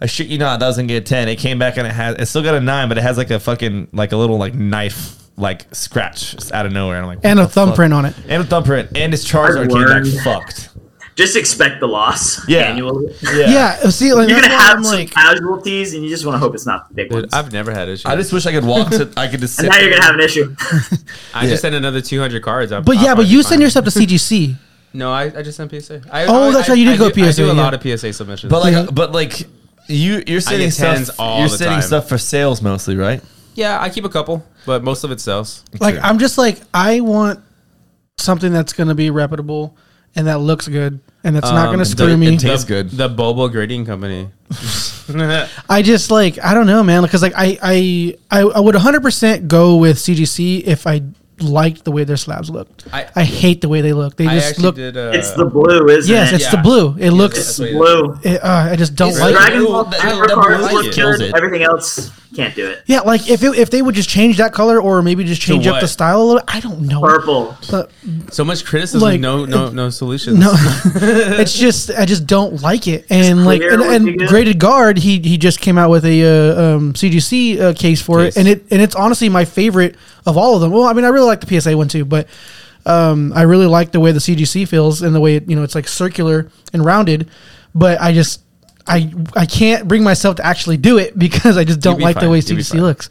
[SPEAKER 1] I shit you not, that doesn't get a ten. It came back and it has, it still got a nine, but it has like a fucking like a little like knife like scratch just out of nowhere. And I'm like,
[SPEAKER 3] and a
[SPEAKER 1] what the fuck?
[SPEAKER 3] thumbprint on it.
[SPEAKER 1] and a thumbprint, and his Charizard came back
[SPEAKER 4] learned.
[SPEAKER 1] fucked.
[SPEAKER 4] Just expect the loss
[SPEAKER 1] Yeah.
[SPEAKER 4] annually.
[SPEAKER 3] Yeah, uh, see, like
[SPEAKER 4] You're
[SPEAKER 3] that's
[SPEAKER 4] gonna
[SPEAKER 3] why
[SPEAKER 4] have
[SPEAKER 3] I'm
[SPEAKER 4] some
[SPEAKER 3] like,
[SPEAKER 4] casualties, and you just want to hope it's not the big
[SPEAKER 2] Dude,
[SPEAKER 4] ones.
[SPEAKER 2] I've never had issues.
[SPEAKER 1] I just wish I could walk to. I could just. Sit
[SPEAKER 4] and now you're
[SPEAKER 1] there.
[SPEAKER 4] gonna have an issue.
[SPEAKER 2] Uh, I just sent another 200 cards. I'm-
[SPEAKER 3] but
[SPEAKER 2] I'll
[SPEAKER 3] yeah, but
[SPEAKER 2] probably
[SPEAKER 3] you
[SPEAKER 2] be
[SPEAKER 3] send
[SPEAKER 2] fine.
[SPEAKER 3] yourself to CGC.
[SPEAKER 2] No, I, I just sent PSA. I,
[SPEAKER 3] Oh,
[SPEAKER 2] I-
[SPEAKER 3] that's
[SPEAKER 2] I-
[SPEAKER 3] right, you did
[SPEAKER 2] I
[SPEAKER 3] go
[SPEAKER 2] do- I
[SPEAKER 3] PSA,
[SPEAKER 2] do a
[SPEAKER 3] yeah.
[SPEAKER 2] lot of PSA submissions.
[SPEAKER 1] But like,
[SPEAKER 3] Yeah.
[SPEAKER 1] but like, you you're sending
[SPEAKER 2] get
[SPEAKER 1] stuff.
[SPEAKER 2] tens all
[SPEAKER 1] you're
[SPEAKER 2] the
[SPEAKER 1] sending
[SPEAKER 2] time.
[SPEAKER 1] stuff for sales mostly, right?
[SPEAKER 2] yeah, I keep a couple, but most of it sells.
[SPEAKER 3] Like,
[SPEAKER 1] Sure.
[SPEAKER 3] I'm just like, I want something that's gonna be reputable and that looks good and that's not
[SPEAKER 2] Um,
[SPEAKER 3] gonna
[SPEAKER 2] it
[SPEAKER 3] screw
[SPEAKER 1] does-
[SPEAKER 3] me.
[SPEAKER 1] it ta- Tastes
[SPEAKER 2] the,
[SPEAKER 1] good.
[SPEAKER 2] The Bobo Grading Company.
[SPEAKER 3] I just like I don't know, man. Because like I I I, I would 100 percent go with CGC if I liked the way their slabs looked. I,
[SPEAKER 2] I-
[SPEAKER 3] hate the way they look. They
[SPEAKER 2] I
[SPEAKER 3] just
[SPEAKER 2] actually
[SPEAKER 3] look.
[SPEAKER 2] did. Uh,
[SPEAKER 4] it's the blue, isn't
[SPEAKER 3] Yes,
[SPEAKER 4] it?
[SPEAKER 3] it's the
[SPEAKER 2] Yeah.
[SPEAKER 3] blue. It
[SPEAKER 2] that's
[SPEAKER 3] looks.
[SPEAKER 2] what it is.
[SPEAKER 4] blue.
[SPEAKER 3] It, uh, I just don't
[SPEAKER 2] It's
[SPEAKER 3] like.
[SPEAKER 2] right.
[SPEAKER 3] it.
[SPEAKER 4] Dragon Ball
[SPEAKER 2] Ooh, that-
[SPEAKER 4] Super
[SPEAKER 2] that
[SPEAKER 4] cards
[SPEAKER 2] blue
[SPEAKER 4] look
[SPEAKER 2] light
[SPEAKER 1] kills
[SPEAKER 4] good.
[SPEAKER 1] it.
[SPEAKER 4] Everything else can't do it.
[SPEAKER 3] Yeah, like if it, if they would just change that color or maybe just change up
[SPEAKER 2] what?
[SPEAKER 3] the style a little. I don't know.
[SPEAKER 4] Purple.
[SPEAKER 3] But
[SPEAKER 2] so much criticism,
[SPEAKER 3] Like,
[SPEAKER 2] no, no, no solutions.
[SPEAKER 3] no, it's just I just don't like it. And like
[SPEAKER 4] clear
[SPEAKER 3] and,
[SPEAKER 4] what you
[SPEAKER 3] and
[SPEAKER 4] get.
[SPEAKER 3] graded guard, he he just came out with a uh, um, CGC uh, case for
[SPEAKER 2] Case.
[SPEAKER 3] it, and it and it's honestly my favorite of all of them. Well, I mean, I really like the PSA one too, but um, I really like the way the CGC feels and the way it, you know it's like circular and rounded. But I just I I can't bring myself to actually do it because I just don't
[SPEAKER 2] be
[SPEAKER 3] like the
[SPEAKER 2] fine.
[SPEAKER 3] way
[SPEAKER 2] You'll be
[SPEAKER 3] CGC
[SPEAKER 2] fine.
[SPEAKER 3] looks.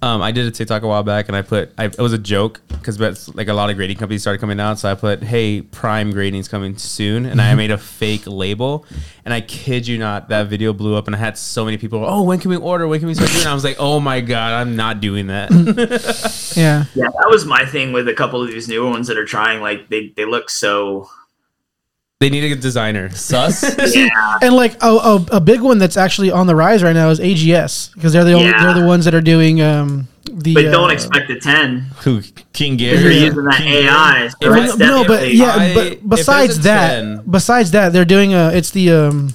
[SPEAKER 2] Um, I did a TikTok a while back, and I put I, it was a joke because that's like a lot of grading companies started coming out. So I put, "Hey, Prime grading's coming soon," and I made a fake label. And I kid you not, that video blew up, and I had so many people. Oh, when can we order? When can we start doing? it?" I was like, "Oh my god, I'm not doing that."
[SPEAKER 3] Yeah.
[SPEAKER 4] Yeah, that was my thing with a couple of these newer ones that are trying. Like they they look so
[SPEAKER 2] they need a good designer.
[SPEAKER 1] Sus.
[SPEAKER 4] yeah.
[SPEAKER 3] And like a, a, a big one that's actually on the rise right now is AGS because they're the only,
[SPEAKER 4] Yeah.
[SPEAKER 3] they're the ones that are doing um the
[SPEAKER 4] But don't
[SPEAKER 3] uh,
[SPEAKER 4] expect a ten.
[SPEAKER 1] Who? King
[SPEAKER 4] You're
[SPEAKER 1] Gary.
[SPEAKER 4] using that AI. So
[SPEAKER 2] Well,
[SPEAKER 4] that's
[SPEAKER 3] no, but
[SPEAKER 4] definitely-
[SPEAKER 3] yeah,
[SPEAKER 2] I- if
[SPEAKER 3] but
[SPEAKER 2] there's
[SPEAKER 3] besides
[SPEAKER 2] a
[SPEAKER 3] that,
[SPEAKER 2] 10
[SPEAKER 3] besides that, they're doing a. It's the um,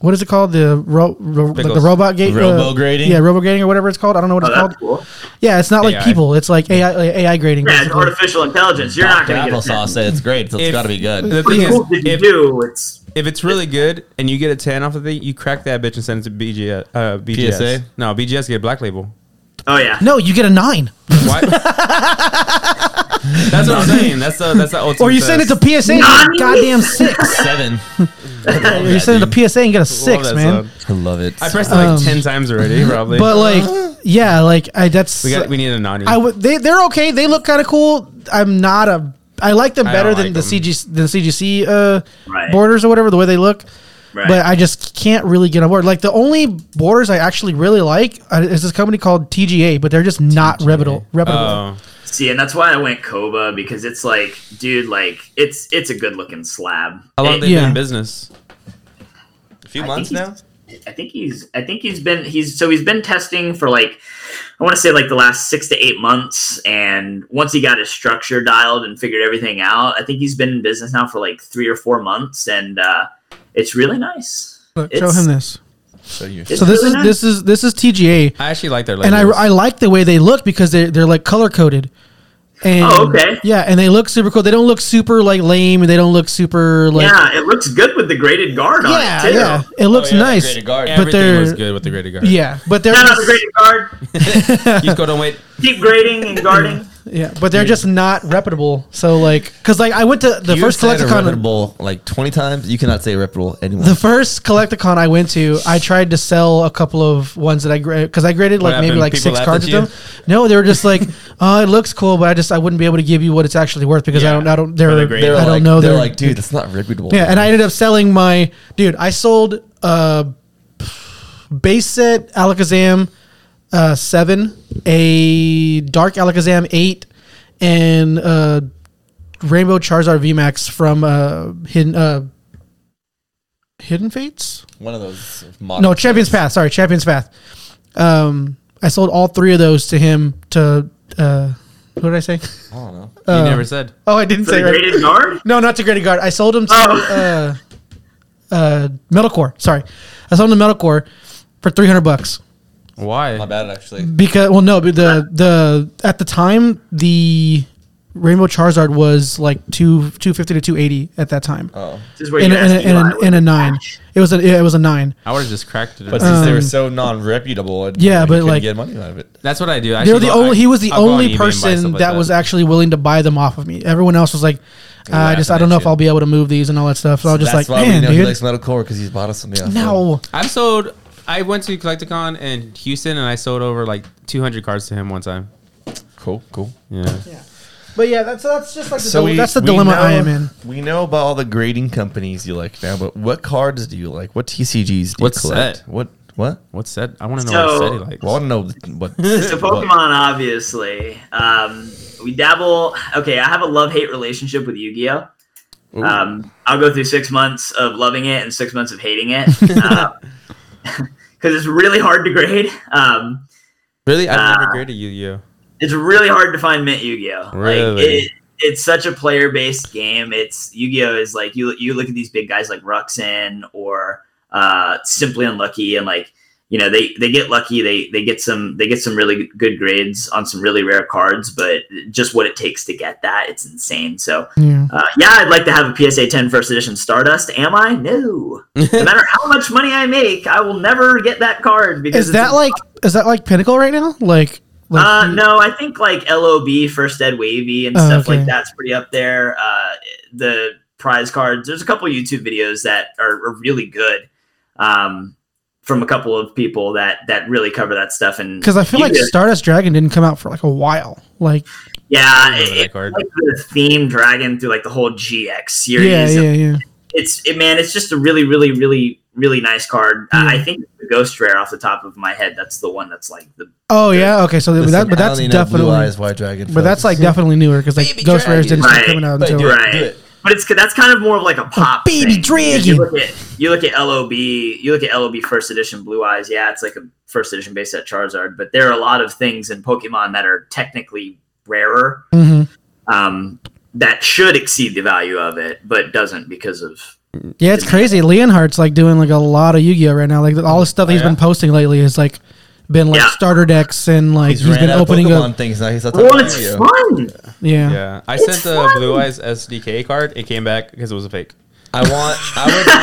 [SPEAKER 3] what is it called? The ro- ro- like the
[SPEAKER 2] Pickles.
[SPEAKER 3] robot gate, uh,
[SPEAKER 1] Robo-grading?
[SPEAKER 3] Yeah, robo grading or whatever it's called. I don't know what
[SPEAKER 4] Oh,
[SPEAKER 3] it's
[SPEAKER 4] that's
[SPEAKER 3] called.
[SPEAKER 4] cool.
[SPEAKER 3] Yeah, it's not like
[SPEAKER 2] AI.
[SPEAKER 3] people. It's like AI like AI grading.
[SPEAKER 4] Yeah, it's
[SPEAKER 3] basically.
[SPEAKER 4] artificial intelligence. You're not going to get a 10.
[SPEAKER 1] Applesauce said it's great, so it's
[SPEAKER 2] If-
[SPEAKER 1] got to be good.
[SPEAKER 2] The
[SPEAKER 4] What
[SPEAKER 2] thing is,
[SPEAKER 4] cool did you
[SPEAKER 2] if-
[SPEAKER 4] do? It's
[SPEAKER 2] If it's really good and you get a 10 off of the thing, you crack that bitch and send it to BGS. Uh, BGS.
[SPEAKER 1] PSA?
[SPEAKER 2] No, BGS get a black label.
[SPEAKER 4] oh yeah.
[SPEAKER 3] no, you get a nine,
[SPEAKER 2] Why? that's what I'm saying. That's the that's the ultimate.
[SPEAKER 3] or you send it to
[SPEAKER 2] test.
[SPEAKER 3] PSA, and
[SPEAKER 4] Nine?
[SPEAKER 3] get a goddamn six.
[SPEAKER 1] Seven.
[SPEAKER 3] or you send it to PSA and get a
[SPEAKER 2] Love
[SPEAKER 3] six,
[SPEAKER 2] that
[SPEAKER 3] man.
[SPEAKER 2] song.
[SPEAKER 1] I love it.
[SPEAKER 2] I pressed it like
[SPEAKER 3] Um,
[SPEAKER 2] 10 times already, probably.
[SPEAKER 3] But like, yeah, like I that's
[SPEAKER 2] we got we need a non.
[SPEAKER 3] I would. They they're okay. They look kind of cool. I'm not a. I like them
[SPEAKER 2] I
[SPEAKER 3] better
[SPEAKER 2] don't
[SPEAKER 3] than
[SPEAKER 2] like
[SPEAKER 3] the
[SPEAKER 2] them.
[SPEAKER 3] CG the CGC uh,
[SPEAKER 4] Right.
[SPEAKER 3] borders or whatever the way they look.
[SPEAKER 4] Right.
[SPEAKER 3] But I just can't really get on board. Like the only borders I actually really like uh, is this company called TGA, but they're just not reputable. reputable.
[SPEAKER 2] Oh.
[SPEAKER 4] See, and that's why I went Koba because it's like, dude, like it's it's a good looking slab.
[SPEAKER 2] How long
[SPEAKER 4] It-
[SPEAKER 2] they been
[SPEAKER 3] Yeah.
[SPEAKER 2] in business?
[SPEAKER 1] a few
[SPEAKER 4] I
[SPEAKER 1] months
[SPEAKER 4] think
[SPEAKER 1] now.
[SPEAKER 4] he's- I think he's I think he's been he's so he's been testing for like I want to say like the last 6 to 8 months and once he got his structure dialed and figured everything out, I think he's been in business now for like 3 or 4 months and uh it's really nice.
[SPEAKER 3] look, show
[SPEAKER 4] it's-
[SPEAKER 3] him this.
[SPEAKER 1] So you're
[SPEAKER 4] It's
[SPEAKER 3] So this
[SPEAKER 4] really
[SPEAKER 3] is
[SPEAKER 4] nice.
[SPEAKER 3] this is this is TGA,
[SPEAKER 2] I actually like their labels.
[SPEAKER 3] and I, I like the way they look because they they're like color coded. And,
[SPEAKER 4] Oh, okay.
[SPEAKER 3] Yeah, and they look super cool. They don't look super like lame, and they don't look super like
[SPEAKER 4] yeah, it looks good with the graded guard on
[SPEAKER 3] yeah,
[SPEAKER 4] it too.
[SPEAKER 3] yeah. It looks
[SPEAKER 1] Oh, yeah, the
[SPEAKER 3] nice.
[SPEAKER 1] graded guard.
[SPEAKER 3] but
[SPEAKER 2] everything
[SPEAKER 3] they're
[SPEAKER 2] was good with the graded guard.
[SPEAKER 3] yeah, but they're
[SPEAKER 4] Shout out the
[SPEAKER 3] just,
[SPEAKER 4] graded guard.
[SPEAKER 2] you go don't wait.
[SPEAKER 4] Keep grading and guarding.
[SPEAKER 3] yeah, but they're just not reputable. So like, because like I went to the
[SPEAKER 1] You
[SPEAKER 3] first
[SPEAKER 1] said
[SPEAKER 3] Collecticon.
[SPEAKER 1] irreparable, like twenty times. You cannot say reputable anymore.
[SPEAKER 3] The first Collecticon I went to, I tried to sell a couple of ones that I graded because I graded
[SPEAKER 2] What
[SPEAKER 3] like maybe
[SPEAKER 2] happened?
[SPEAKER 3] like
[SPEAKER 2] People
[SPEAKER 3] six
[SPEAKER 2] laughed
[SPEAKER 3] cards
[SPEAKER 2] at
[SPEAKER 3] with them. No, they were just like, oh, it looks cool, but I just I wouldn't be able to give you what it's actually worth because I
[SPEAKER 2] Yeah.
[SPEAKER 3] don't I don't
[SPEAKER 2] Or
[SPEAKER 3] they're,
[SPEAKER 2] the grade.
[SPEAKER 3] I
[SPEAKER 1] like,
[SPEAKER 3] don't know
[SPEAKER 1] They're like, dude, that's not reputable.
[SPEAKER 3] Yeah, and I ended up selling my dude. I sold uh, base set Alakazam uh, seven, a dark Alakazam eight, and uh, Rainbow Charizard VMAX from uh, Hidden uh, Hidden Fates.
[SPEAKER 1] one of those.
[SPEAKER 3] No, Champions Path. Sorry, Champions Path. Um, I sold all three of those to him. To uh, what did I say?
[SPEAKER 1] I don't know.
[SPEAKER 2] You never said.
[SPEAKER 3] Oh, I didn't
[SPEAKER 4] For
[SPEAKER 3] say
[SPEAKER 4] the
[SPEAKER 3] right.
[SPEAKER 4] graded guard?
[SPEAKER 3] No, not to Gritty Guard. I sold him to
[SPEAKER 4] Oh.
[SPEAKER 3] uh, uh, Metalcore. Sorry, I sold him to Metalcore for three hundred bucks
[SPEAKER 1] My
[SPEAKER 2] Why?
[SPEAKER 1] bad, actually.
[SPEAKER 3] because well, no, but the the at the time the Rainbow Charizard was like two two fifty to two eighty at that time.
[SPEAKER 1] Oh,
[SPEAKER 4] This is where
[SPEAKER 3] In
[SPEAKER 4] you
[SPEAKER 3] a, in, a,
[SPEAKER 4] asked
[SPEAKER 3] in,
[SPEAKER 4] Eli
[SPEAKER 3] a,
[SPEAKER 4] what
[SPEAKER 3] in a
[SPEAKER 4] the
[SPEAKER 3] nine,
[SPEAKER 4] cash.
[SPEAKER 3] it was a yeah, it was a nine.
[SPEAKER 2] I would have just cracked it.
[SPEAKER 1] but since they were so non-reputable, it-
[SPEAKER 3] um, yeah,
[SPEAKER 1] you
[SPEAKER 3] but,
[SPEAKER 1] couldn't
[SPEAKER 3] like-
[SPEAKER 1] get money out of it.
[SPEAKER 2] That's what I do. I
[SPEAKER 3] They're
[SPEAKER 2] actually
[SPEAKER 3] the
[SPEAKER 2] go-
[SPEAKER 3] only.
[SPEAKER 2] I-
[SPEAKER 3] he was the
[SPEAKER 2] I'll go on eBay
[SPEAKER 3] only
[SPEAKER 2] and buy
[SPEAKER 3] person
[SPEAKER 2] stuff
[SPEAKER 3] that,
[SPEAKER 2] like
[SPEAKER 3] was actually willing to buy them off of me. Everyone else was like, I just
[SPEAKER 1] Laughing
[SPEAKER 3] I don't know
[SPEAKER 1] at
[SPEAKER 3] if I'll
[SPEAKER 1] you.
[SPEAKER 3] be able to move these and all that stuff. So I was just
[SPEAKER 1] that's
[SPEAKER 3] like,
[SPEAKER 1] why we
[SPEAKER 3] man,
[SPEAKER 1] know he
[SPEAKER 3] dude,
[SPEAKER 1] likes metalcore because he's bought us something. off of
[SPEAKER 3] no.
[SPEAKER 1] him.
[SPEAKER 2] I've sold. I went to Collecticon in Houston, and I sold over like 200 cards to him one time.
[SPEAKER 1] cool, cool.
[SPEAKER 2] Yeah.
[SPEAKER 3] But yeah, that's that's just like the
[SPEAKER 1] So
[SPEAKER 3] dile-
[SPEAKER 1] we,
[SPEAKER 3] that's the
[SPEAKER 1] we
[SPEAKER 3] dilemma
[SPEAKER 1] know-
[SPEAKER 3] I am in.
[SPEAKER 1] We know about all the grading companies you like now, but what cards do you like? What TCGs do
[SPEAKER 2] What
[SPEAKER 1] you collect?
[SPEAKER 2] set?
[SPEAKER 1] What what?
[SPEAKER 2] What's that? I want to know
[SPEAKER 4] So-
[SPEAKER 2] what set he likes.
[SPEAKER 1] Well, I want to know what.
[SPEAKER 4] So
[SPEAKER 1] what-
[SPEAKER 4] Pokemon, obviously. Um, we dabble. Okay, I have a love-hate relationship with Yu-Gi-Oh.
[SPEAKER 1] Ooh.
[SPEAKER 4] Um, I'll go through six months of loving it and six months of hating it because it's really hard to grade. Um,
[SPEAKER 2] really, I've
[SPEAKER 4] Ah.
[SPEAKER 2] never graded Yu Yu.
[SPEAKER 4] it's really hard to find mint Yu-Gi-Oh. Like,
[SPEAKER 2] Really?
[SPEAKER 4] it, it's such a player-based game. It's Yu-Gi-Oh is like you you look at these big guys like Ruxin or uh, Simply Unlucky, and like you know they they get lucky. They they get some they get some really good grades on some really rare cards, but just what it takes to get that it's insane. So
[SPEAKER 3] Yeah.
[SPEAKER 4] uh, yeah, I'd like to have a PSA 10 first edition Stardust. Am I? No. No matter how much money I make, I will never get that card because
[SPEAKER 3] Is
[SPEAKER 4] it's
[SPEAKER 3] that like is that like pinnacle right now? Like, like
[SPEAKER 4] uh, no, I think like LOB, First Ed Wavy, and
[SPEAKER 3] Oh,
[SPEAKER 4] stuff
[SPEAKER 3] okay.
[SPEAKER 4] like that's pretty up there. Uh, the prize cards. There's a couple YouTube videos that are, are really good. Um, from a couple of people that that really cover that stuff. And
[SPEAKER 3] Because I feel
[SPEAKER 4] you
[SPEAKER 3] like
[SPEAKER 4] did-
[SPEAKER 3] Stardust Dragon didn't come out for like a while. Like,
[SPEAKER 4] yeah,
[SPEAKER 2] remember that
[SPEAKER 4] it,
[SPEAKER 2] card.
[SPEAKER 4] like the theme dragon through like the whole GX series.
[SPEAKER 3] yeah, yeah, yeah.
[SPEAKER 4] It's it, man, it's just a really, really, really, really nice card. I I think the Ghost Rare off the top of my head, that's the one that's like the
[SPEAKER 3] Oh yeah, okay. So that, but
[SPEAKER 1] Listen, I
[SPEAKER 3] that's
[SPEAKER 1] only know Blue
[SPEAKER 3] definitely,
[SPEAKER 1] eyes, white dragon.
[SPEAKER 3] but that's like
[SPEAKER 1] folks.
[SPEAKER 3] definitely newer because like
[SPEAKER 1] Baby
[SPEAKER 3] Ghost Rares
[SPEAKER 1] Dragon.
[SPEAKER 3] didn't start
[SPEAKER 4] Right.
[SPEAKER 3] coming out
[SPEAKER 1] But
[SPEAKER 3] until.
[SPEAKER 1] do it.
[SPEAKER 4] right. But it's that's kind of more of like a pop.
[SPEAKER 3] baby
[SPEAKER 4] thing. You
[SPEAKER 3] dragon.
[SPEAKER 4] look at you look at LOB, you look at LOB first edition Blue Eyes. Yeah, it's like a first edition base set Charizard, but there are a lot of things in Pokemon that are technically rarer
[SPEAKER 3] Mhm.
[SPEAKER 4] um, that should exceed the value of it, but doesn't because of
[SPEAKER 3] Yeah, it's crazy. Leonhardt's like doing like a lot of Yu-Gi-Oh right now. Like all the stuff he's
[SPEAKER 2] yeah?
[SPEAKER 3] been posting lately is like been like
[SPEAKER 4] Yeah.
[SPEAKER 3] starter decks and like
[SPEAKER 1] He's,
[SPEAKER 3] he's
[SPEAKER 1] ran
[SPEAKER 3] been
[SPEAKER 1] out
[SPEAKER 3] opening
[SPEAKER 1] of Pokemon
[SPEAKER 3] up.
[SPEAKER 1] things now. He's not
[SPEAKER 4] well,
[SPEAKER 1] talking
[SPEAKER 4] it's
[SPEAKER 1] to you.
[SPEAKER 4] fun.
[SPEAKER 3] Yeah.
[SPEAKER 2] Yeah, I
[SPEAKER 4] It's
[SPEAKER 2] sent the
[SPEAKER 4] fun.
[SPEAKER 2] Blue Eyes SDK card. It came back because it was a fake.
[SPEAKER 1] I want.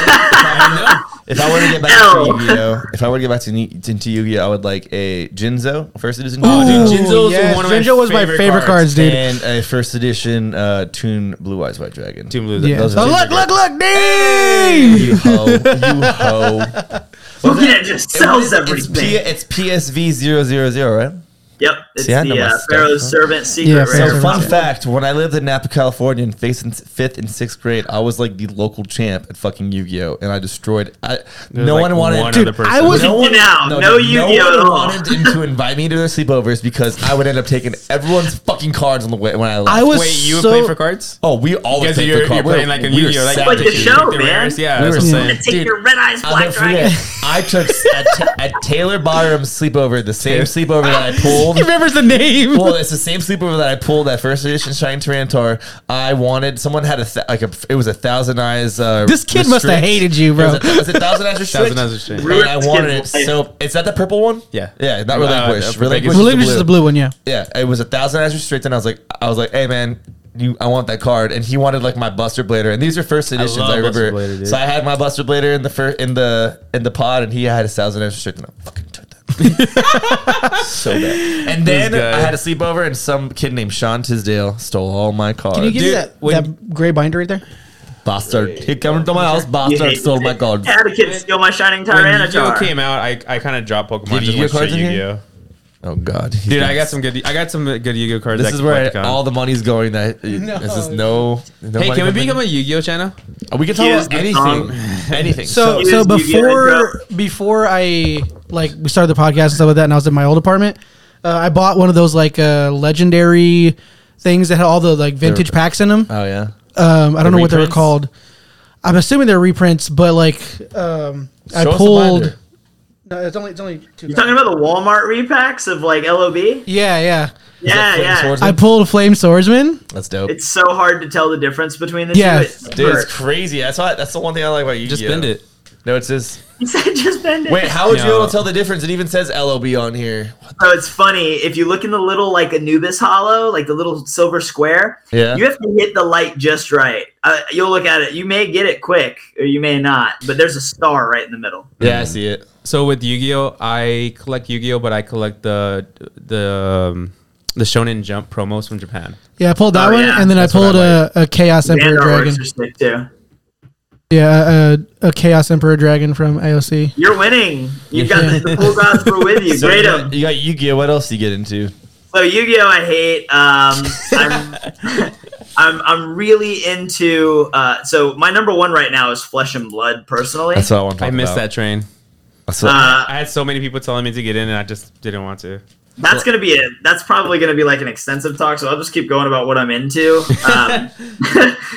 [SPEAKER 1] I would. if I were to get back to
[SPEAKER 4] Ow.
[SPEAKER 1] Yu-Gi-Oh, if I were to get back to, Ni- to, to Yu-Gi-Oh, I would like a Jinzo first edition,
[SPEAKER 2] dude,
[SPEAKER 1] Jinzo,
[SPEAKER 2] Jinzo's
[SPEAKER 3] Ooh,
[SPEAKER 2] was
[SPEAKER 3] yes.
[SPEAKER 2] one of my
[SPEAKER 3] Jinzo was my
[SPEAKER 2] favorite
[SPEAKER 3] favorite cards,
[SPEAKER 2] cards.
[SPEAKER 3] dude.
[SPEAKER 1] and a first edition uh, Toon Blue Eyes White Dragon.
[SPEAKER 2] Team Blue.
[SPEAKER 3] yeah.
[SPEAKER 1] those are
[SPEAKER 3] Oh,
[SPEAKER 1] the-
[SPEAKER 3] look, look, look, dang!
[SPEAKER 1] You ho, you ho.
[SPEAKER 4] Looking at just sells everything.
[SPEAKER 1] It's, P- it's PSV 000, right?
[SPEAKER 4] yep, it's
[SPEAKER 1] See, I know
[SPEAKER 4] the
[SPEAKER 1] my
[SPEAKER 4] uh,
[SPEAKER 1] stuff,
[SPEAKER 4] Pharaoh's
[SPEAKER 1] huh?
[SPEAKER 4] Servant
[SPEAKER 3] Yeah,
[SPEAKER 4] Secret
[SPEAKER 3] Pharaoh's
[SPEAKER 4] Rare.
[SPEAKER 1] So, fun
[SPEAKER 3] Yeah.
[SPEAKER 1] fact when I lived in Napa, California, in fifth and, fifth and sixth grade, I was like the local champ at fucking Yu Gi Oh! And I destroyed. I,
[SPEAKER 2] There's,
[SPEAKER 1] no
[SPEAKER 2] like,
[SPEAKER 1] one wanted.
[SPEAKER 2] one
[SPEAKER 1] Dude,
[SPEAKER 2] other person.
[SPEAKER 3] I was-
[SPEAKER 1] no one,
[SPEAKER 4] Now, no
[SPEAKER 1] dude,
[SPEAKER 4] Yu-Gi-Oh! at all.
[SPEAKER 1] one wanted to invite me to their sleepovers because I would end up taking everyone's fucking cards on the way when I left.
[SPEAKER 3] I was
[SPEAKER 2] Wait, you
[SPEAKER 3] so
[SPEAKER 2] played for cards?
[SPEAKER 1] oh, we always
[SPEAKER 2] Because
[SPEAKER 1] played
[SPEAKER 2] you're,
[SPEAKER 1] for
[SPEAKER 2] you're
[SPEAKER 1] cards.
[SPEAKER 2] playing like a
[SPEAKER 1] We were
[SPEAKER 2] Yu-Gi-oh, like
[SPEAKER 1] savage.
[SPEAKER 4] Like the
[SPEAKER 2] you pick
[SPEAKER 4] show,
[SPEAKER 2] the
[SPEAKER 4] man.
[SPEAKER 2] rares. Yeah,
[SPEAKER 1] We
[SPEAKER 2] that's
[SPEAKER 1] were
[SPEAKER 2] what I'm
[SPEAKER 1] saying.
[SPEAKER 2] saying.
[SPEAKER 4] Take
[SPEAKER 1] Dude,
[SPEAKER 4] your red eyes,
[SPEAKER 1] I'll
[SPEAKER 4] black
[SPEAKER 1] never
[SPEAKER 4] dragon.
[SPEAKER 1] forget. I took at, at Taylor Byram's sleepover, the same sleepover that I pulled.
[SPEAKER 3] He remembers the name.
[SPEAKER 1] Well, it's the same sleepover that I pulled that first edition Shine Tarantar. I wanted someone had a th- like a it was a thousand eyes. Uh,
[SPEAKER 3] This kid must have
[SPEAKER 1] restrict.
[SPEAKER 3] hated you, bro.
[SPEAKER 1] It was a, was it thousand eyes restrict.
[SPEAKER 2] Thousand Eyes Restrict.
[SPEAKER 1] And I wanted it
[SPEAKER 4] Ruined kid's
[SPEAKER 1] so. Is that the purple one?
[SPEAKER 2] Yeah.
[SPEAKER 1] yeah, not
[SPEAKER 2] Uh,
[SPEAKER 1] relinquish.
[SPEAKER 2] the
[SPEAKER 1] relinquish
[SPEAKER 2] Pegasus
[SPEAKER 3] Relinquish
[SPEAKER 1] is
[SPEAKER 3] is the blue one, yeah.
[SPEAKER 1] Yeah, it was a thousand eyes restrict, and I was like, I was like, hey man. You, I want that card, and he wanted like my Buster Blader, and these are first editions.
[SPEAKER 2] love
[SPEAKER 1] I, remember,
[SPEAKER 2] Buster Blader, dude.
[SPEAKER 1] so I had my Buster Blader in the fir- in the in the pod, and he had a thousand edge restrict, and I fucking took that so bad. And then
[SPEAKER 2] guy.
[SPEAKER 1] I had a sleepover, and some kid named Sean Tisdale stole all my cards.
[SPEAKER 3] Can you give me
[SPEAKER 1] Dude,
[SPEAKER 3] that, that gray binder right there?
[SPEAKER 1] bastard! He came to my house,
[SPEAKER 4] You
[SPEAKER 1] bastard,
[SPEAKER 4] hate-
[SPEAKER 1] stole my cards.
[SPEAKER 4] I had a kid steal my shining
[SPEAKER 2] When Yu-Gi-Oh
[SPEAKER 4] Tyranitar.
[SPEAKER 2] came out, I, I kind of dropped Pokemon.
[SPEAKER 1] Did
[SPEAKER 2] just
[SPEAKER 1] Yu-Gi-Oh
[SPEAKER 2] went straight
[SPEAKER 1] cards in here?
[SPEAKER 2] Yu-Gi-Oh.
[SPEAKER 1] Oh god,
[SPEAKER 2] Dude, I got some good. I got some good Yu-Gi-Oh cards.
[SPEAKER 1] This
[SPEAKER 2] at
[SPEAKER 1] is where
[SPEAKER 2] Collecticon.
[SPEAKER 1] all the money's going. That this is no. no money
[SPEAKER 2] Hey, can we
[SPEAKER 1] coming in.
[SPEAKER 2] become a Yu-Gi-Oh channel?
[SPEAKER 1] We can talk
[SPEAKER 4] Here's
[SPEAKER 1] about
[SPEAKER 4] the
[SPEAKER 1] anything.
[SPEAKER 4] song.
[SPEAKER 1] Anything.
[SPEAKER 3] So so
[SPEAKER 4] So- Use Yu-Gi-Oh
[SPEAKER 3] before
[SPEAKER 4] intro.
[SPEAKER 3] before I like we started the podcast and stuff like that, and I was in my old apartment, uh, I bought one of those like uh, legendary things that had all the like vintage packs in them.
[SPEAKER 1] oh yeah.
[SPEAKER 3] Um, I don't know what they were
[SPEAKER 2] reprints?
[SPEAKER 3] called. I'm assuming they're reprints, but like um, I
[SPEAKER 1] Show us the
[SPEAKER 3] pulled.
[SPEAKER 1] binder.
[SPEAKER 3] No, it's only it's only two.
[SPEAKER 4] You talking about the Walmart repacks of like LOB? Yeah,
[SPEAKER 3] Yeah, yeah.
[SPEAKER 4] yeah.
[SPEAKER 3] I pulled Flame Swordsman.
[SPEAKER 1] That's dope.
[SPEAKER 4] It's so hard to tell the difference between the
[SPEAKER 3] Yeah.
[SPEAKER 4] two. It's
[SPEAKER 1] Dude, it's
[SPEAKER 4] Bert.
[SPEAKER 1] crazy. That's why. That's the one thing I like about you.
[SPEAKER 2] Just bend it.
[SPEAKER 1] No, it says.
[SPEAKER 4] He said just bend it.
[SPEAKER 1] Wait, how would you be
[SPEAKER 2] No.
[SPEAKER 1] able to tell the difference? It even says LOB on here.
[SPEAKER 4] So it's funny if you look in the little like Anubis Hollow, like the little silver square.
[SPEAKER 1] Yeah.
[SPEAKER 4] You have to hit the light just right. Uh, you'll look at it. You may get it quick, or you may not. But there's a star right in the middle.
[SPEAKER 1] Yeah, I see it.
[SPEAKER 2] So with Yu-Gi-Oh, I collect Yu-Gi-Oh, but I collect the the um, the Shonen Jump promos from Japan.
[SPEAKER 3] Yeah, I pulled that
[SPEAKER 4] Oh,
[SPEAKER 3] one,
[SPEAKER 4] yeah.
[SPEAKER 3] and then I
[SPEAKER 2] That's what I
[SPEAKER 3] pulled a, a Chaos Emperor
[SPEAKER 4] And
[SPEAKER 3] Dragon.
[SPEAKER 4] artworks are sick too.
[SPEAKER 3] Yeah, a, a Chaos Emperor Dragon from AOC.
[SPEAKER 4] You're winning. You've got the, the full gods were with you.
[SPEAKER 1] So
[SPEAKER 4] Great
[SPEAKER 1] you
[SPEAKER 4] Great 'em.
[SPEAKER 1] got, you got Yu-Gi-Oh. What else do you get into?
[SPEAKER 4] So Yu-Gi-Oh, I hate. Um, I'm, I'm I'm really into. Uh, so my number one right now is Flesh and Blood. Personally,
[SPEAKER 1] That's what I want to
[SPEAKER 2] I
[SPEAKER 1] talk
[SPEAKER 2] missed
[SPEAKER 1] about.
[SPEAKER 2] that train.
[SPEAKER 1] That's what-
[SPEAKER 4] uh,
[SPEAKER 2] I had so many people telling me to get in, and I just didn't want to.
[SPEAKER 4] that's gonna be it. That's probably gonna be like an extensive talk. So I'll just keep going about what I'm into. Um,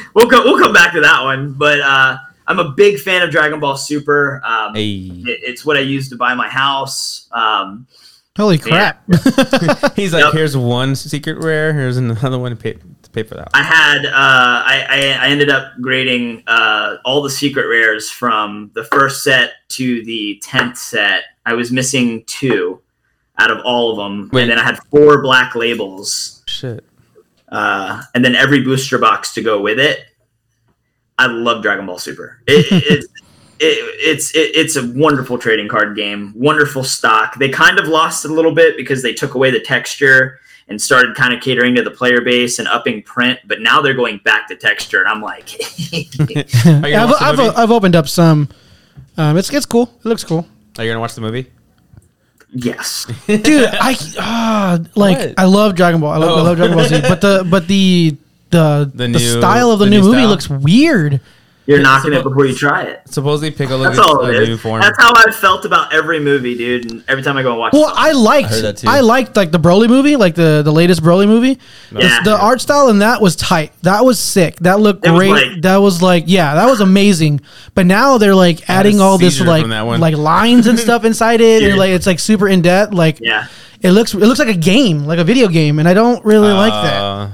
[SPEAKER 4] we'll go. We'll come back to that one. But uh, I'm a big fan of Dragon Ball Super. Um, it,
[SPEAKER 2] Hey,
[SPEAKER 4] it's what I use to buy my house. Um,
[SPEAKER 3] Holy crap!
[SPEAKER 2] he's like,
[SPEAKER 4] Yep.
[SPEAKER 2] here's one secret rare, here's another one to pay, to pay for that.
[SPEAKER 4] I had uh, I, I I ended up grading uh, all the secret rares from the first set to the tenth set. I was missing two out of all of them,
[SPEAKER 2] Wait.
[SPEAKER 4] and then I had four black labels,
[SPEAKER 2] Shit.
[SPEAKER 4] uh, and then every booster box to go with it. I love Dragon Ball Super. It, it, it, it's it, it's a wonderful trading card game. Wonderful stock. They kind of lost it a little bit because they took away the texture and started kind of catering to the player base and upping print. But now they're going back to texture, and I'm like,
[SPEAKER 2] Are you
[SPEAKER 3] Yeah,
[SPEAKER 2] gonna
[SPEAKER 3] I've,
[SPEAKER 2] watch the
[SPEAKER 3] I've,
[SPEAKER 2] movie?
[SPEAKER 3] I've opened up some. Um, it's it's cool. It looks cool.
[SPEAKER 2] Are you gonna watch the movie?
[SPEAKER 4] Yes.
[SPEAKER 3] dude. I ah like
[SPEAKER 2] What?
[SPEAKER 3] I love Dragon Ball. I love, I
[SPEAKER 2] Oh.
[SPEAKER 3] love Dragon Ball Z. But the but the the the,
[SPEAKER 2] The new-
[SPEAKER 3] style of the,
[SPEAKER 2] the
[SPEAKER 3] new,
[SPEAKER 2] new
[SPEAKER 3] movie
[SPEAKER 2] style.
[SPEAKER 3] looks weird.
[SPEAKER 4] You're knocking it before you try it.
[SPEAKER 2] Supposedly Piccolo
[SPEAKER 4] That's
[SPEAKER 2] gets
[SPEAKER 4] all
[SPEAKER 2] a
[SPEAKER 4] it
[SPEAKER 2] new
[SPEAKER 4] is.
[SPEAKER 2] form.
[SPEAKER 4] That's how I've felt about every movie, dude. And every time I go and watch
[SPEAKER 3] Well,
[SPEAKER 4] it.
[SPEAKER 3] I liked
[SPEAKER 1] heard that too.
[SPEAKER 3] I liked like the Broly movie, like the the latest Broly movie.
[SPEAKER 4] Yeah.
[SPEAKER 3] The art style in that was tight. That was sick. That looked
[SPEAKER 4] It was
[SPEAKER 3] great.
[SPEAKER 4] like-
[SPEAKER 3] that was like yeah, that was amazing. But now they're like adding
[SPEAKER 2] a
[SPEAKER 3] all this
[SPEAKER 2] seizure
[SPEAKER 3] like
[SPEAKER 2] from that one.
[SPEAKER 3] like lines and stuff inside it, and
[SPEAKER 4] Dude.
[SPEAKER 3] like it's like super in depth. Like
[SPEAKER 4] Yeah.
[SPEAKER 3] it looks it looks like a game, like a video game, and I don't really like that.
[SPEAKER 2] Uh,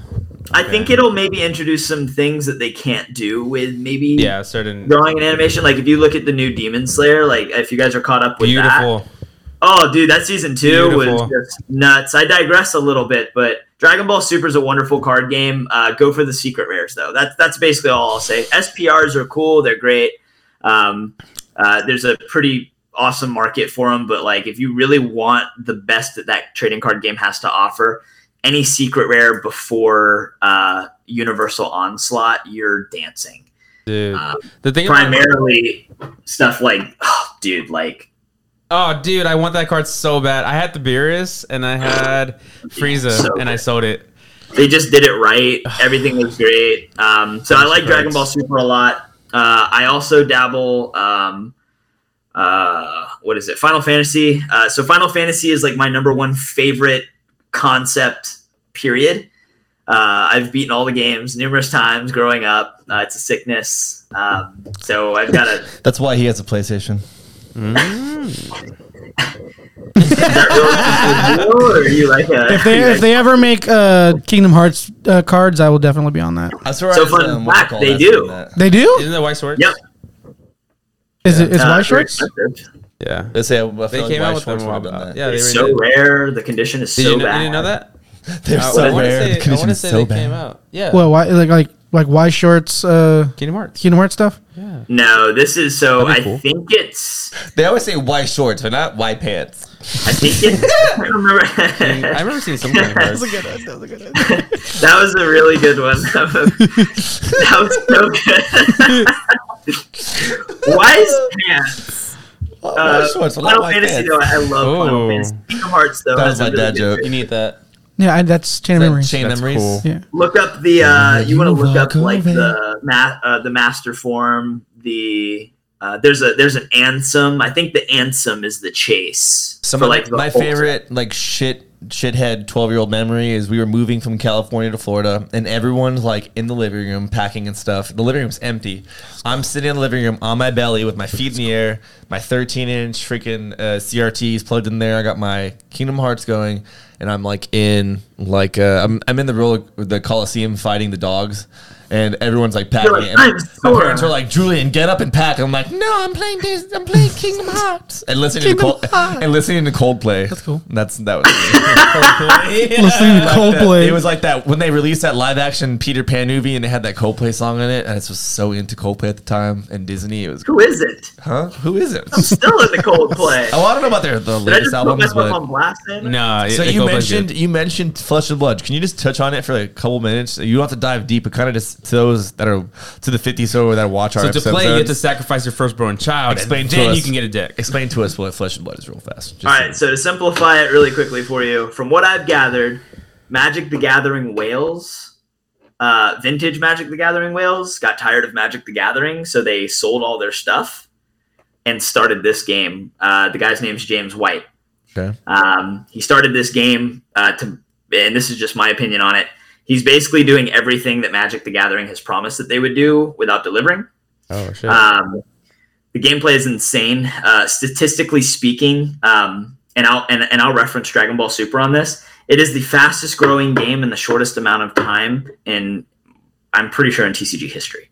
[SPEAKER 4] I think it'll maybe introduce some things that they can't do with maybe
[SPEAKER 2] yeah, certain
[SPEAKER 4] drawing and animation. Like if you look at the new Demon Slayer, like if you guys are caught up with that.
[SPEAKER 2] beautiful.
[SPEAKER 4] Oh, dude, that season two
[SPEAKER 2] Beautiful.
[SPEAKER 4] was just nuts. I digress a little bit, but Dragon Ball Super is a wonderful card game. Uh, go for the secret rares, though. That's that's basically all I'll say. SPRs are cool; they're great. Um, uh, there's a pretty awesome market for them, but like if you really want the best that that trading card game has to offer, any secret rare before uh, Universal Onslaught, you're dancing.
[SPEAKER 2] Dude,
[SPEAKER 4] Uh,
[SPEAKER 2] the thing about-
[SPEAKER 4] Primarily stuff like, oh, dude, like
[SPEAKER 2] oh, dude, I want that card so bad. I had the Beerus and I had Frieza
[SPEAKER 4] so
[SPEAKER 2] and I sold it.
[SPEAKER 4] they just did it right. Everything was great. Um, so I like Dragon Ball Super a lot. Uh, I also dabble. Um, uh, what is it? Final Fantasy. Uh, so Final Fantasy is like my number one favorite concept. Period. Uh, I've beaten all the games numerous times growing up. Uh, it's a sickness. Um, so I've got a.
[SPEAKER 1] That's why he has a PlayStation.
[SPEAKER 4] or are you like a?
[SPEAKER 3] If they if they ever make uh, Kingdom Hearts uh, cards, I will definitely be on that.
[SPEAKER 1] I swear.
[SPEAKER 4] So
[SPEAKER 1] I was,
[SPEAKER 4] fun
[SPEAKER 1] what's it
[SPEAKER 4] fact,
[SPEAKER 1] called?
[SPEAKER 4] they
[SPEAKER 1] I
[SPEAKER 4] do.
[SPEAKER 1] seen that.
[SPEAKER 3] They do?
[SPEAKER 2] Isn't that White Swords?
[SPEAKER 4] Yep.
[SPEAKER 3] Is it is
[SPEAKER 4] uh,
[SPEAKER 3] white
[SPEAKER 4] they're
[SPEAKER 3] shorts?
[SPEAKER 4] expensive.
[SPEAKER 2] Yeah.
[SPEAKER 1] They say I feel
[SPEAKER 2] They
[SPEAKER 1] like
[SPEAKER 2] came
[SPEAKER 1] why
[SPEAKER 2] out with them
[SPEAKER 1] Schwartz would
[SPEAKER 2] a while
[SPEAKER 1] have done
[SPEAKER 2] back.
[SPEAKER 1] that.
[SPEAKER 2] Yeah, they
[SPEAKER 4] It's
[SPEAKER 2] were
[SPEAKER 4] so rare. The condition is
[SPEAKER 2] Did
[SPEAKER 4] so
[SPEAKER 2] you, know,
[SPEAKER 4] bad.
[SPEAKER 2] you didn't know that?
[SPEAKER 1] They're
[SPEAKER 2] I- I
[SPEAKER 1] so
[SPEAKER 2] want
[SPEAKER 1] rare.
[SPEAKER 2] to say,
[SPEAKER 1] The
[SPEAKER 2] I
[SPEAKER 1] condition
[SPEAKER 2] wanna
[SPEAKER 1] is
[SPEAKER 2] say
[SPEAKER 1] so
[SPEAKER 2] they came
[SPEAKER 1] bad.
[SPEAKER 2] out. Yeah.
[SPEAKER 3] Well, why like like like why shorts? Uh,
[SPEAKER 2] Kingdom Hearts.
[SPEAKER 3] Kingdom Hearts stuff.
[SPEAKER 4] No, this is so.
[SPEAKER 2] That'd be
[SPEAKER 4] I
[SPEAKER 2] cool.
[SPEAKER 4] think it's.
[SPEAKER 1] They always say white shorts, but not white pants.
[SPEAKER 4] I think it's. I don't remember.
[SPEAKER 2] I remember seeing some Kingdom Hearts.
[SPEAKER 4] That was a really good one. that was so good. Why is pants?
[SPEAKER 1] Oh,
[SPEAKER 4] Uh,
[SPEAKER 1] white shorts, but not
[SPEAKER 4] Final
[SPEAKER 1] white
[SPEAKER 4] Fantasy,
[SPEAKER 1] pants.
[SPEAKER 4] though, I love Final
[SPEAKER 2] Oh.
[SPEAKER 4] Fantasy. Kingdom Hearts, though,
[SPEAKER 1] That
[SPEAKER 4] has
[SPEAKER 1] was
[SPEAKER 4] a
[SPEAKER 1] my
[SPEAKER 4] really
[SPEAKER 1] dad
[SPEAKER 4] good-
[SPEAKER 1] joke.
[SPEAKER 2] You need that.
[SPEAKER 3] Yeah, I, that's chain of
[SPEAKER 1] That
[SPEAKER 3] memories.
[SPEAKER 1] Chain
[SPEAKER 2] That's
[SPEAKER 1] memories.
[SPEAKER 2] cool.
[SPEAKER 3] Yeah,
[SPEAKER 4] Look up the. Uh, you want to
[SPEAKER 1] you
[SPEAKER 4] look up
[SPEAKER 1] walk
[SPEAKER 4] like
[SPEAKER 1] away.
[SPEAKER 4] the ma- uh, the master form. The uh, there's a there's an ansem. I think the ansem is the chase.
[SPEAKER 1] Some
[SPEAKER 4] for,
[SPEAKER 1] of
[SPEAKER 4] like the
[SPEAKER 1] my
[SPEAKER 4] whole-
[SPEAKER 1] favorite like shit shithead 12 year old memory is we were moving from California to Florida and everyone's like in the living room packing and stuff. The living room's empty. I'm sitting in the living room on my belly with my feet in the air, my 13 inch freaking uh, CRTs plugged in there. I got my Kingdom Hearts going and I'm like in like uh, I'm, I'm in the roller the Coliseum fighting the dogs. And everyone's like packing.
[SPEAKER 4] like,
[SPEAKER 1] it. And
[SPEAKER 4] "I'm
[SPEAKER 1] my
[SPEAKER 4] sore."
[SPEAKER 1] parents were like, "Julian, get up and pack." I'm like, "No, I'm playing this. I'm playing Kingdom Hearts." And listening to Col- and listening to Coldplay. That's
[SPEAKER 3] cool.
[SPEAKER 1] That's that was.
[SPEAKER 3] listening to Coldplay.
[SPEAKER 1] It was like that when they released that live action Peter Pan movie and they had that Coldplay song in it. And I was so into Coldplay at the time and Disney. It was
[SPEAKER 4] Who is it?
[SPEAKER 1] huh? Who is it?
[SPEAKER 4] Still in the Coldplay.
[SPEAKER 1] Oh, I don't know about their the
[SPEAKER 4] Did I
[SPEAKER 1] latest
[SPEAKER 4] just put
[SPEAKER 1] albums,
[SPEAKER 4] myself
[SPEAKER 1] but
[SPEAKER 4] on blast? Then?
[SPEAKER 2] No.
[SPEAKER 1] so you mentioned you mentioned Flesh and Blood. Can you just touch on it for like a couple minutes? You don't have to dive deep, but kind of just to those that are to the 50s over that watch our
[SPEAKER 2] So to
[SPEAKER 1] episodes.
[SPEAKER 2] play, you have to sacrifice your firstborn child.
[SPEAKER 1] Explain
[SPEAKER 2] and
[SPEAKER 1] to
[SPEAKER 2] then
[SPEAKER 1] us.
[SPEAKER 2] you can get a dick.
[SPEAKER 1] explain to us what Flesh and Blood is real fast. Just
[SPEAKER 4] All right, so to simplify it really quickly for you, from what I've gathered, Magic the Gathering whales, uh, vintage Magic the Gathering whales, got tired of Magic the Gathering, so they sold all their stuff and started this game. Uh, the guy's name's James White.
[SPEAKER 1] Okay.
[SPEAKER 4] Um, he started this game uh, to, and this is just my opinion on it. He's basically doing everything that Magic the Gathering has promised that they would do without delivering.
[SPEAKER 2] Oh shit.
[SPEAKER 4] Um, the gameplay is insane, uh, statistically speaking. Um, and I'll and, and I'll reference Dragon Ball Super on this. It is the fastest growing game in the shortest amount of time in I'm pretty sure in TCG history.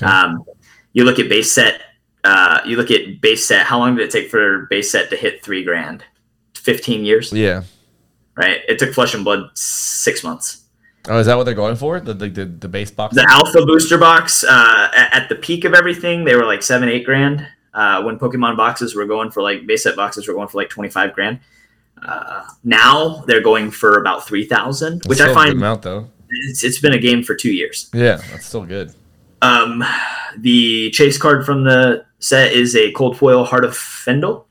[SPEAKER 4] Um, you look at base set. Uh, you look at base set. How long did it take for base set to hit three grand? Fifteen years,
[SPEAKER 1] yeah.
[SPEAKER 4] right? It took Flesh and Blood six months.
[SPEAKER 1] Oh, is that what they're going for? The the, the, the base box.
[SPEAKER 4] the alpha booster box uh, a- at the peak of everything they were like seven eight grand uh, when pokemon boxes were going for like base set boxes were going for like 25 grand uh, now they're going for about 3000 which
[SPEAKER 1] Still
[SPEAKER 4] i
[SPEAKER 1] a good
[SPEAKER 4] find
[SPEAKER 1] amount though.
[SPEAKER 4] it's, it's been a game for two years
[SPEAKER 1] Yeah, that's still good.
[SPEAKER 4] um, the chase card from the set is a cold foil heart of fendel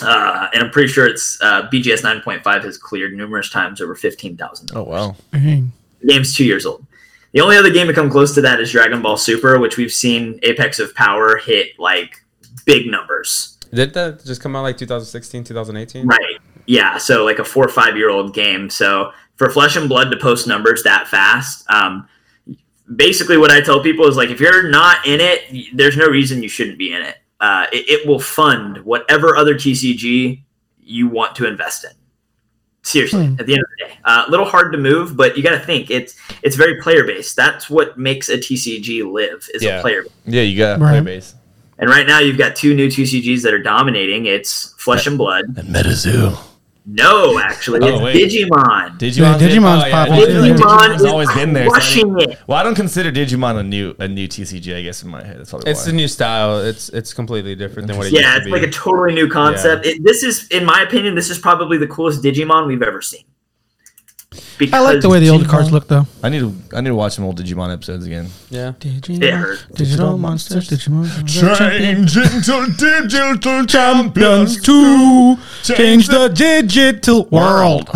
[SPEAKER 4] uh, and I'm pretty sure it's uh, BGS 9.5 has cleared numerous times over 15,000.
[SPEAKER 1] Oh wow.
[SPEAKER 3] Dang.
[SPEAKER 4] The game's two years old. The only other game to come close to that is Dragon Ball Super, which we've seen Apex of Power hit like big numbers.
[SPEAKER 2] Did that just come out like 2016, 2018?
[SPEAKER 4] Right. Yeah. So like a four or five year old game. So for Flesh and Blood to post numbers that fast, um, basically what I tell people is like if you're not in it, y- there's no reason you shouldn't be in it. Uh, it, it will fund whatever other TCG you want to invest in. Seriously, at the end of the day, Uh, a little hard to move, but you got to think it's it's very player based. That's what makes a TCG live is
[SPEAKER 1] Yeah.
[SPEAKER 4] a player.
[SPEAKER 1] Yeah, you got
[SPEAKER 3] Right.
[SPEAKER 1] player base.
[SPEAKER 4] And right now, you've got two new TCGs that are dominating. It's Flesh and Blood.
[SPEAKER 1] And MetaZoo.
[SPEAKER 4] No, actually,
[SPEAKER 1] Oh,
[SPEAKER 4] it's
[SPEAKER 1] wait.
[SPEAKER 4] Digimon.
[SPEAKER 1] Digimon's,
[SPEAKER 3] Yeah, Digimon's
[SPEAKER 1] I
[SPEAKER 3] popular.
[SPEAKER 1] feel like
[SPEAKER 4] Digimon
[SPEAKER 1] Digimon's
[SPEAKER 4] is
[SPEAKER 1] always been there. so I
[SPEAKER 4] crushing
[SPEAKER 1] didn't-
[SPEAKER 4] it.
[SPEAKER 1] Well, I don't consider Digimon a new a new TCG. I guess in my head, that's probably
[SPEAKER 2] It's
[SPEAKER 1] why.
[SPEAKER 2] a new style. It's it's completely different than what it
[SPEAKER 4] yeah,
[SPEAKER 2] used
[SPEAKER 4] it's
[SPEAKER 2] to
[SPEAKER 4] like
[SPEAKER 2] be.
[SPEAKER 4] a totally new concept. It, this is, in my opinion, this is probably the coolest Digimon we've ever seen.
[SPEAKER 3] I like the way the old
[SPEAKER 4] Digimon-
[SPEAKER 3] cards look though.
[SPEAKER 1] I need to I need to watch some old Digimon episodes again.
[SPEAKER 2] yeah.
[SPEAKER 3] Digimon,
[SPEAKER 4] It hurt.
[SPEAKER 3] digital monsters, Digimon.
[SPEAKER 1] into digital champions
[SPEAKER 3] to change the digital world.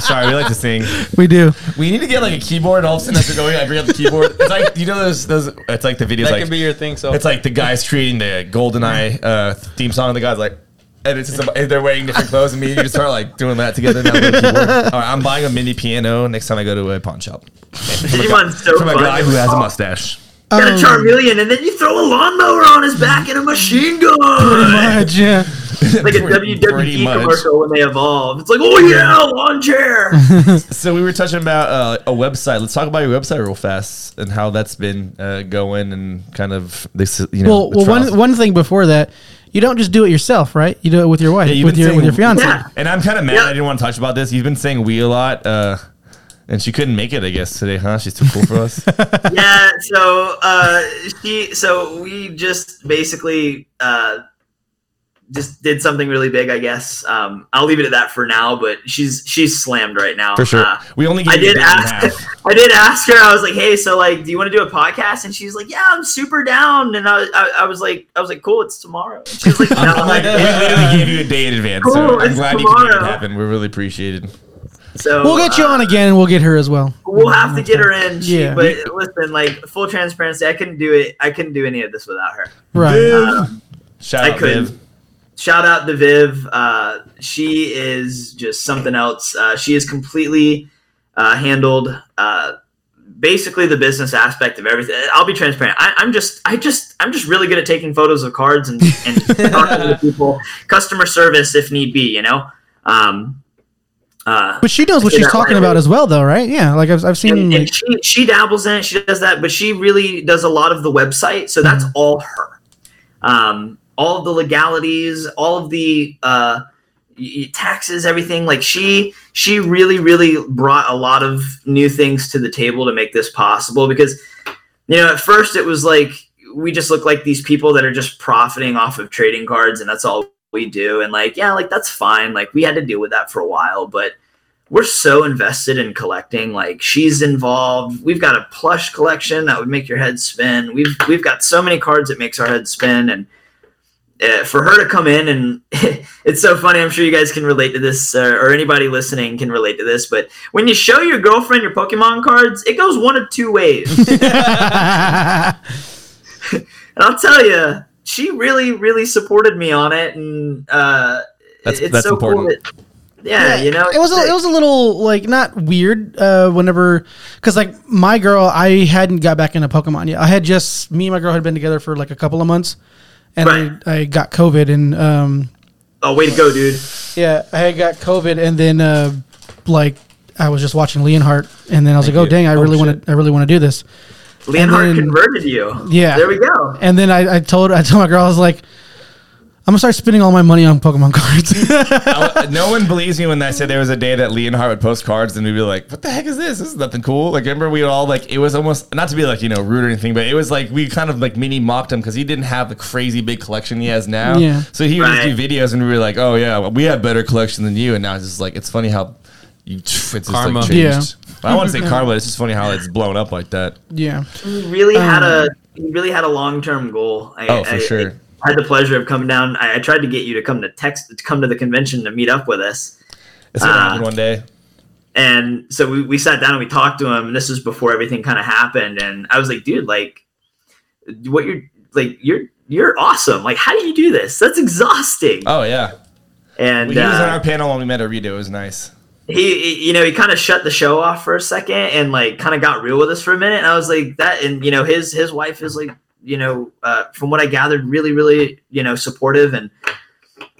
[SPEAKER 1] Sorry, we like to sing.
[SPEAKER 3] We do.
[SPEAKER 1] We need to get like a keyboard. All of a sudden, as we're going, I bring up the keyboard. It's like you know those those. It's like the videos
[SPEAKER 2] That
[SPEAKER 1] like
[SPEAKER 2] could be your thing. So
[SPEAKER 1] It's like the guys creating the GoldenEye uh, theme song, and the guys like, and it's just a, they're wearing different clothes, and me and you just start like doing that together. Now with a keyboard. All right, I'm buying a mini piano next time I go to a pawn shop
[SPEAKER 4] Digimon's so
[SPEAKER 1] from a
[SPEAKER 4] fun.
[SPEAKER 1] guy who has a
[SPEAKER 4] Oh,
[SPEAKER 1] mustache.
[SPEAKER 4] Got a
[SPEAKER 3] Um,
[SPEAKER 4] Charmeleon, and then you throw a lawnmower on his back and a machine gun.
[SPEAKER 3] Much, yeah.
[SPEAKER 4] It's like a
[SPEAKER 1] Pretty- pretty
[SPEAKER 4] WWE
[SPEAKER 1] much.
[SPEAKER 4] commercial when they evolve. It's like, oh yeah, lawn chair.
[SPEAKER 1] So we were touching about uh, a website. Let's talk about your website real fast and how that's been uh, going and kind of this. You know,
[SPEAKER 3] Well,
[SPEAKER 1] the
[SPEAKER 3] well,
[SPEAKER 1] trials.
[SPEAKER 3] one one thing before that, you don't just do it yourself, right? You do it with your wife,
[SPEAKER 1] Yeah, you've
[SPEAKER 3] with
[SPEAKER 1] been
[SPEAKER 3] your with
[SPEAKER 1] saying-
[SPEAKER 3] your fiance.
[SPEAKER 4] Yeah.
[SPEAKER 1] And I'm kind of mad.
[SPEAKER 4] Yeah.
[SPEAKER 1] I didn't want to touch about this. You've been saying we a lot, uh, and she couldn't make it. I guess today, huh? She's too cool for us.
[SPEAKER 4] yeah so uh she so we just basically uh just did something really big i guess um i'll leave it at that for now but she's she's slammed right now
[SPEAKER 1] for sure.
[SPEAKER 4] Uh,
[SPEAKER 1] we only. Gave
[SPEAKER 4] I
[SPEAKER 1] you a
[SPEAKER 4] did
[SPEAKER 1] day and a half.
[SPEAKER 4] ask. I did ask her. I was like, "Hey, so like, do you want to do a podcast?" And she's like, "Yeah, I'm super down." And I, I, I was like, "I was like, cool, it's tomorrow." And she's like, "No."
[SPEAKER 1] I'm like, we literally gave you a day in advance, so
[SPEAKER 4] Cool,
[SPEAKER 1] I'm
[SPEAKER 4] it's
[SPEAKER 1] glad you could make it
[SPEAKER 4] tomorrow.
[SPEAKER 1] happen. We're really appreciated.
[SPEAKER 4] so
[SPEAKER 3] We'll get you
[SPEAKER 4] uh,
[SPEAKER 3] on again, and we'll get her as well.
[SPEAKER 4] We'll have to get her in. She,
[SPEAKER 3] Yeah.
[SPEAKER 4] But listen, like full transparency, I couldn't do it. I couldn't do any of this without her.
[SPEAKER 3] Right.
[SPEAKER 4] Um,
[SPEAKER 1] Shout
[SPEAKER 4] I
[SPEAKER 1] out,
[SPEAKER 4] couldn't.
[SPEAKER 1] Viv.
[SPEAKER 4] shout out to Viv. Uh, she is just something else. Uh, she has completely uh, handled uh, basically the business aspect of everything. I'll be transparent. I, I'm just, I just, I'm just really good at taking photos of cards and, and talking to people, customer service if need be. You know. Um, uh,
[SPEAKER 3] But she knows what
[SPEAKER 4] Yeah,
[SPEAKER 3] she's
[SPEAKER 4] that
[SPEAKER 3] talking
[SPEAKER 4] way.
[SPEAKER 3] about as well, though, right? Yeah. Like I've I've seen.
[SPEAKER 4] and, and
[SPEAKER 3] Like,
[SPEAKER 4] she, she dabbles in it she does that but she really does a lot of the website so
[SPEAKER 3] Mm-hmm.
[SPEAKER 4] that's all her um, all of the legalities all of the uh, y- y- taxes everything like she she really really brought a lot of new things to the table to make this possible because you know at first it was like we just look like these people that are just profiting off of trading cards and that's all we do and like yeah like that's fine like we had to deal with that for a while but we're so invested in collecting. Like she's involved. We've got a plush collection that would make your head spin. We've we've got so many cards that makes our head spin. And uh, for her to come in and it's so funny. I'm sure you guys can relate to this, uh, or anybody listening can relate to this. But when you show your girlfriend your Pokemon cards, it goes one of two ways. and I'll tell you, she really, really supported me on it, and uh,
[SPEAKER 1] That's-
[SPEAKER 4] it's
[SPEAKER 1] that's
[SPEAKER 4] so
[SPEAKER 1] important.
[SPEAKER 4] cool. That, yeah, you know,
[SPEAKER 3] it was a, it was a little like not weird uh, whenever because like my girl I hadn't got back into Pokemon yet I had just me and my girl had been together for like a couple of months and
[SPEAKER 4] Right.
[SPEAKER 3] I, I got COVID and um,
[SPEAKER 4] oh, way to go, dude.
[SPEAKER 3] Yeah, I had got COVID, and then uh, like I was just watching Leonhardt, and then I was like, "Oh dang, I really want to, I really want to do this."
[SPEAKER 4] Leonhard
[SPEAKER 3] And then-
[SPEAKER 4] converted you.
[SPEAKER 3] Yeah.
[SPEAKER 4] There we go.
[SPEAKER 3] And then I, I told, I told my girl, I was like, "I'm gonna start spending all my money on Pokemon cards."
[SPEAKER 1] I- no one believes me when I said there was a day that Leonhardt would post cards and we'd be like, what the heck is this? This is nothing cool. Like, remember we all like, it was almost, not to be like, you know, rude or anything, but it was like, we kind of like mini mocked him because he didn't have the crazy big collection he has now.
[SPEAKER 3] Yeah.
[SPEAKER 1] So he would
[SPEAKER 4] Right.
[SPEAKER 1] just do videos and we were like, oh yeah, well, we have better collection than you. And now it's just like, it's funny how you, it's just
[SPEAKER 2] Karma.
[SPEAKER 1] like changed. I want to say karma, it's just funny how it's blown up like that.
[SPEAKER 3] yeah, um,
[SPEAKER 4] He really had a he really had a long term goal. I,
[SPEAKER 1] Oh, for
[SPEAKER 4] I-
[SPEAKER 1] sure.
[SPEAKER 4] I had the pleasure of coming down. I, I tried to get you to come to text to come to the convention to meet up with us,
[SPEAKER 2] It's gonna
[SPEAKER 4] Ah.
[SPEAKER 2] happen one day.
[SPEAKER 4] and so we, we sat down and we talked to him. And this was before everything kind of happened, and I was like, dude, like, what you're like, you're you're awesome. Like, how do you do this? That's exhausting.
[SPEAKER 2] Oh yeah,
[SPEAKER 4] and
[SPEAKER 2] he was
[SPEAKER 4] uh,
[SPEAKER 2] on our panel when we met at Rito. It was nice.
[SPEAKER 4] he, he- you know he kind of shut the show off for a second and like kind of got real with us for a minute and i was like that and you know his his wife is like you know uh, from what i gathered really really you know supportive and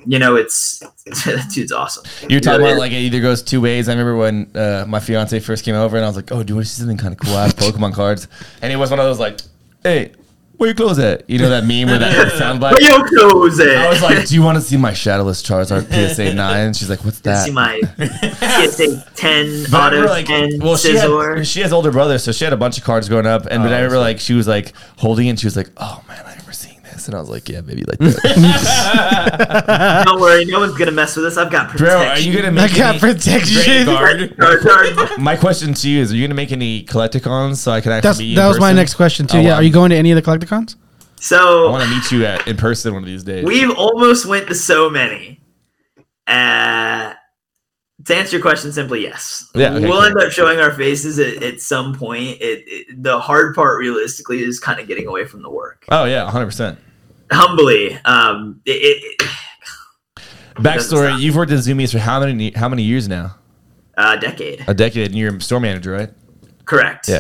[SPEAKER 4] you know it's that dude's awesome
[SPEAKER 1] You're talking
[SPEAKER 4] Yeah,
[SPEAKER 1] about
[SPEAKER 4] yeah.
[SPEAKER 1] like it either goes two ways. I remember when uh, my fiance first came over and I was like, "Oh, do you want to see something kind of cool? I have Pokemon cards." And it was one of those like, "Hey, where your clothes at?" You know that meme where that sound bite.
[SPEAKER 4] Yo, Jose!
[SPEAKER 1] I was like, "Do you want to see my Shadowless Charizard PSA 9?" She's like, "What's that?"
[SPEAKER 4] see my PSA 10
[SPEAKER 1] But I
[SPEAKER 4] auto
[SPEAKER 1] remember, like,
[SPEAKER 4] 10
[SPEAKER 1] well, she
[SPEAKER 4] scissor Oh,
[SPEAKER 1] had, she has older brothers, so she had a bunch of cards growing up. And but I remember like she was like holding it. And she was like, "Oh man, I remember seeing this," and I was like, "Yeah, maybe like that."
[SPEAKER 4] don't worry no one's gonna mess with us i've got
[SPEAKER 1] Bro,
[SPEAKER 4] protection
[SPEAKER 1] are you gonna
[SPEAKER 3] I
[SPEAKER 1] make?
[SPEAKER 3] got
[SPEAKER 1] Any,
[SPEAKER 3] protection.
[SPEAKER 6] Guard.
[SPEAKER 4] Charizard.
[SPEAKER 1] my question to you is: Are you gonna make any Collecticons so I can actually
[SPEAKER 3] That's,
[SPEAKER 1] meet you
[SPEAKER 3] that
[SPEAKER 1] in
[SPEAKER 3] was my
[SPEAKER 1] person?
[SPEAKER 3] next question too.
[SPEAKER 1] Oh,
[SPEAKER 3] yeah,
[SPEAKER 1] wow.
[SPEAKER 3] are you going to any of the Collecticons?
[SPEAKER 4] so
[SPEAKER 1] I want to meet you at in person one of these days.
[SPEAKER 4] We've almost went to so many. Uh, to answer your question, simply yes.
[SPEAKER 1] Yeah, okay,
[SPEAKER 4] we'll
[SPEAKER 1] cool.
[SPEAKER 4] end up showing our faces at, at some point. It, it, the hard part, realistically, is kind of getting away from the work.
[SPEAKER 1] Oh yeah, 100. percent
[SPEAKER 4] Humbly, um, it, it, it-
[SPEAKER 1] Backstory: You've worked at Zoomies for how many how many years now?
[SPEAKER 4] uh, decade.
[SPEAKER 1] A decade, and you're a store manager, right?
[SPEAKER 4] Correct.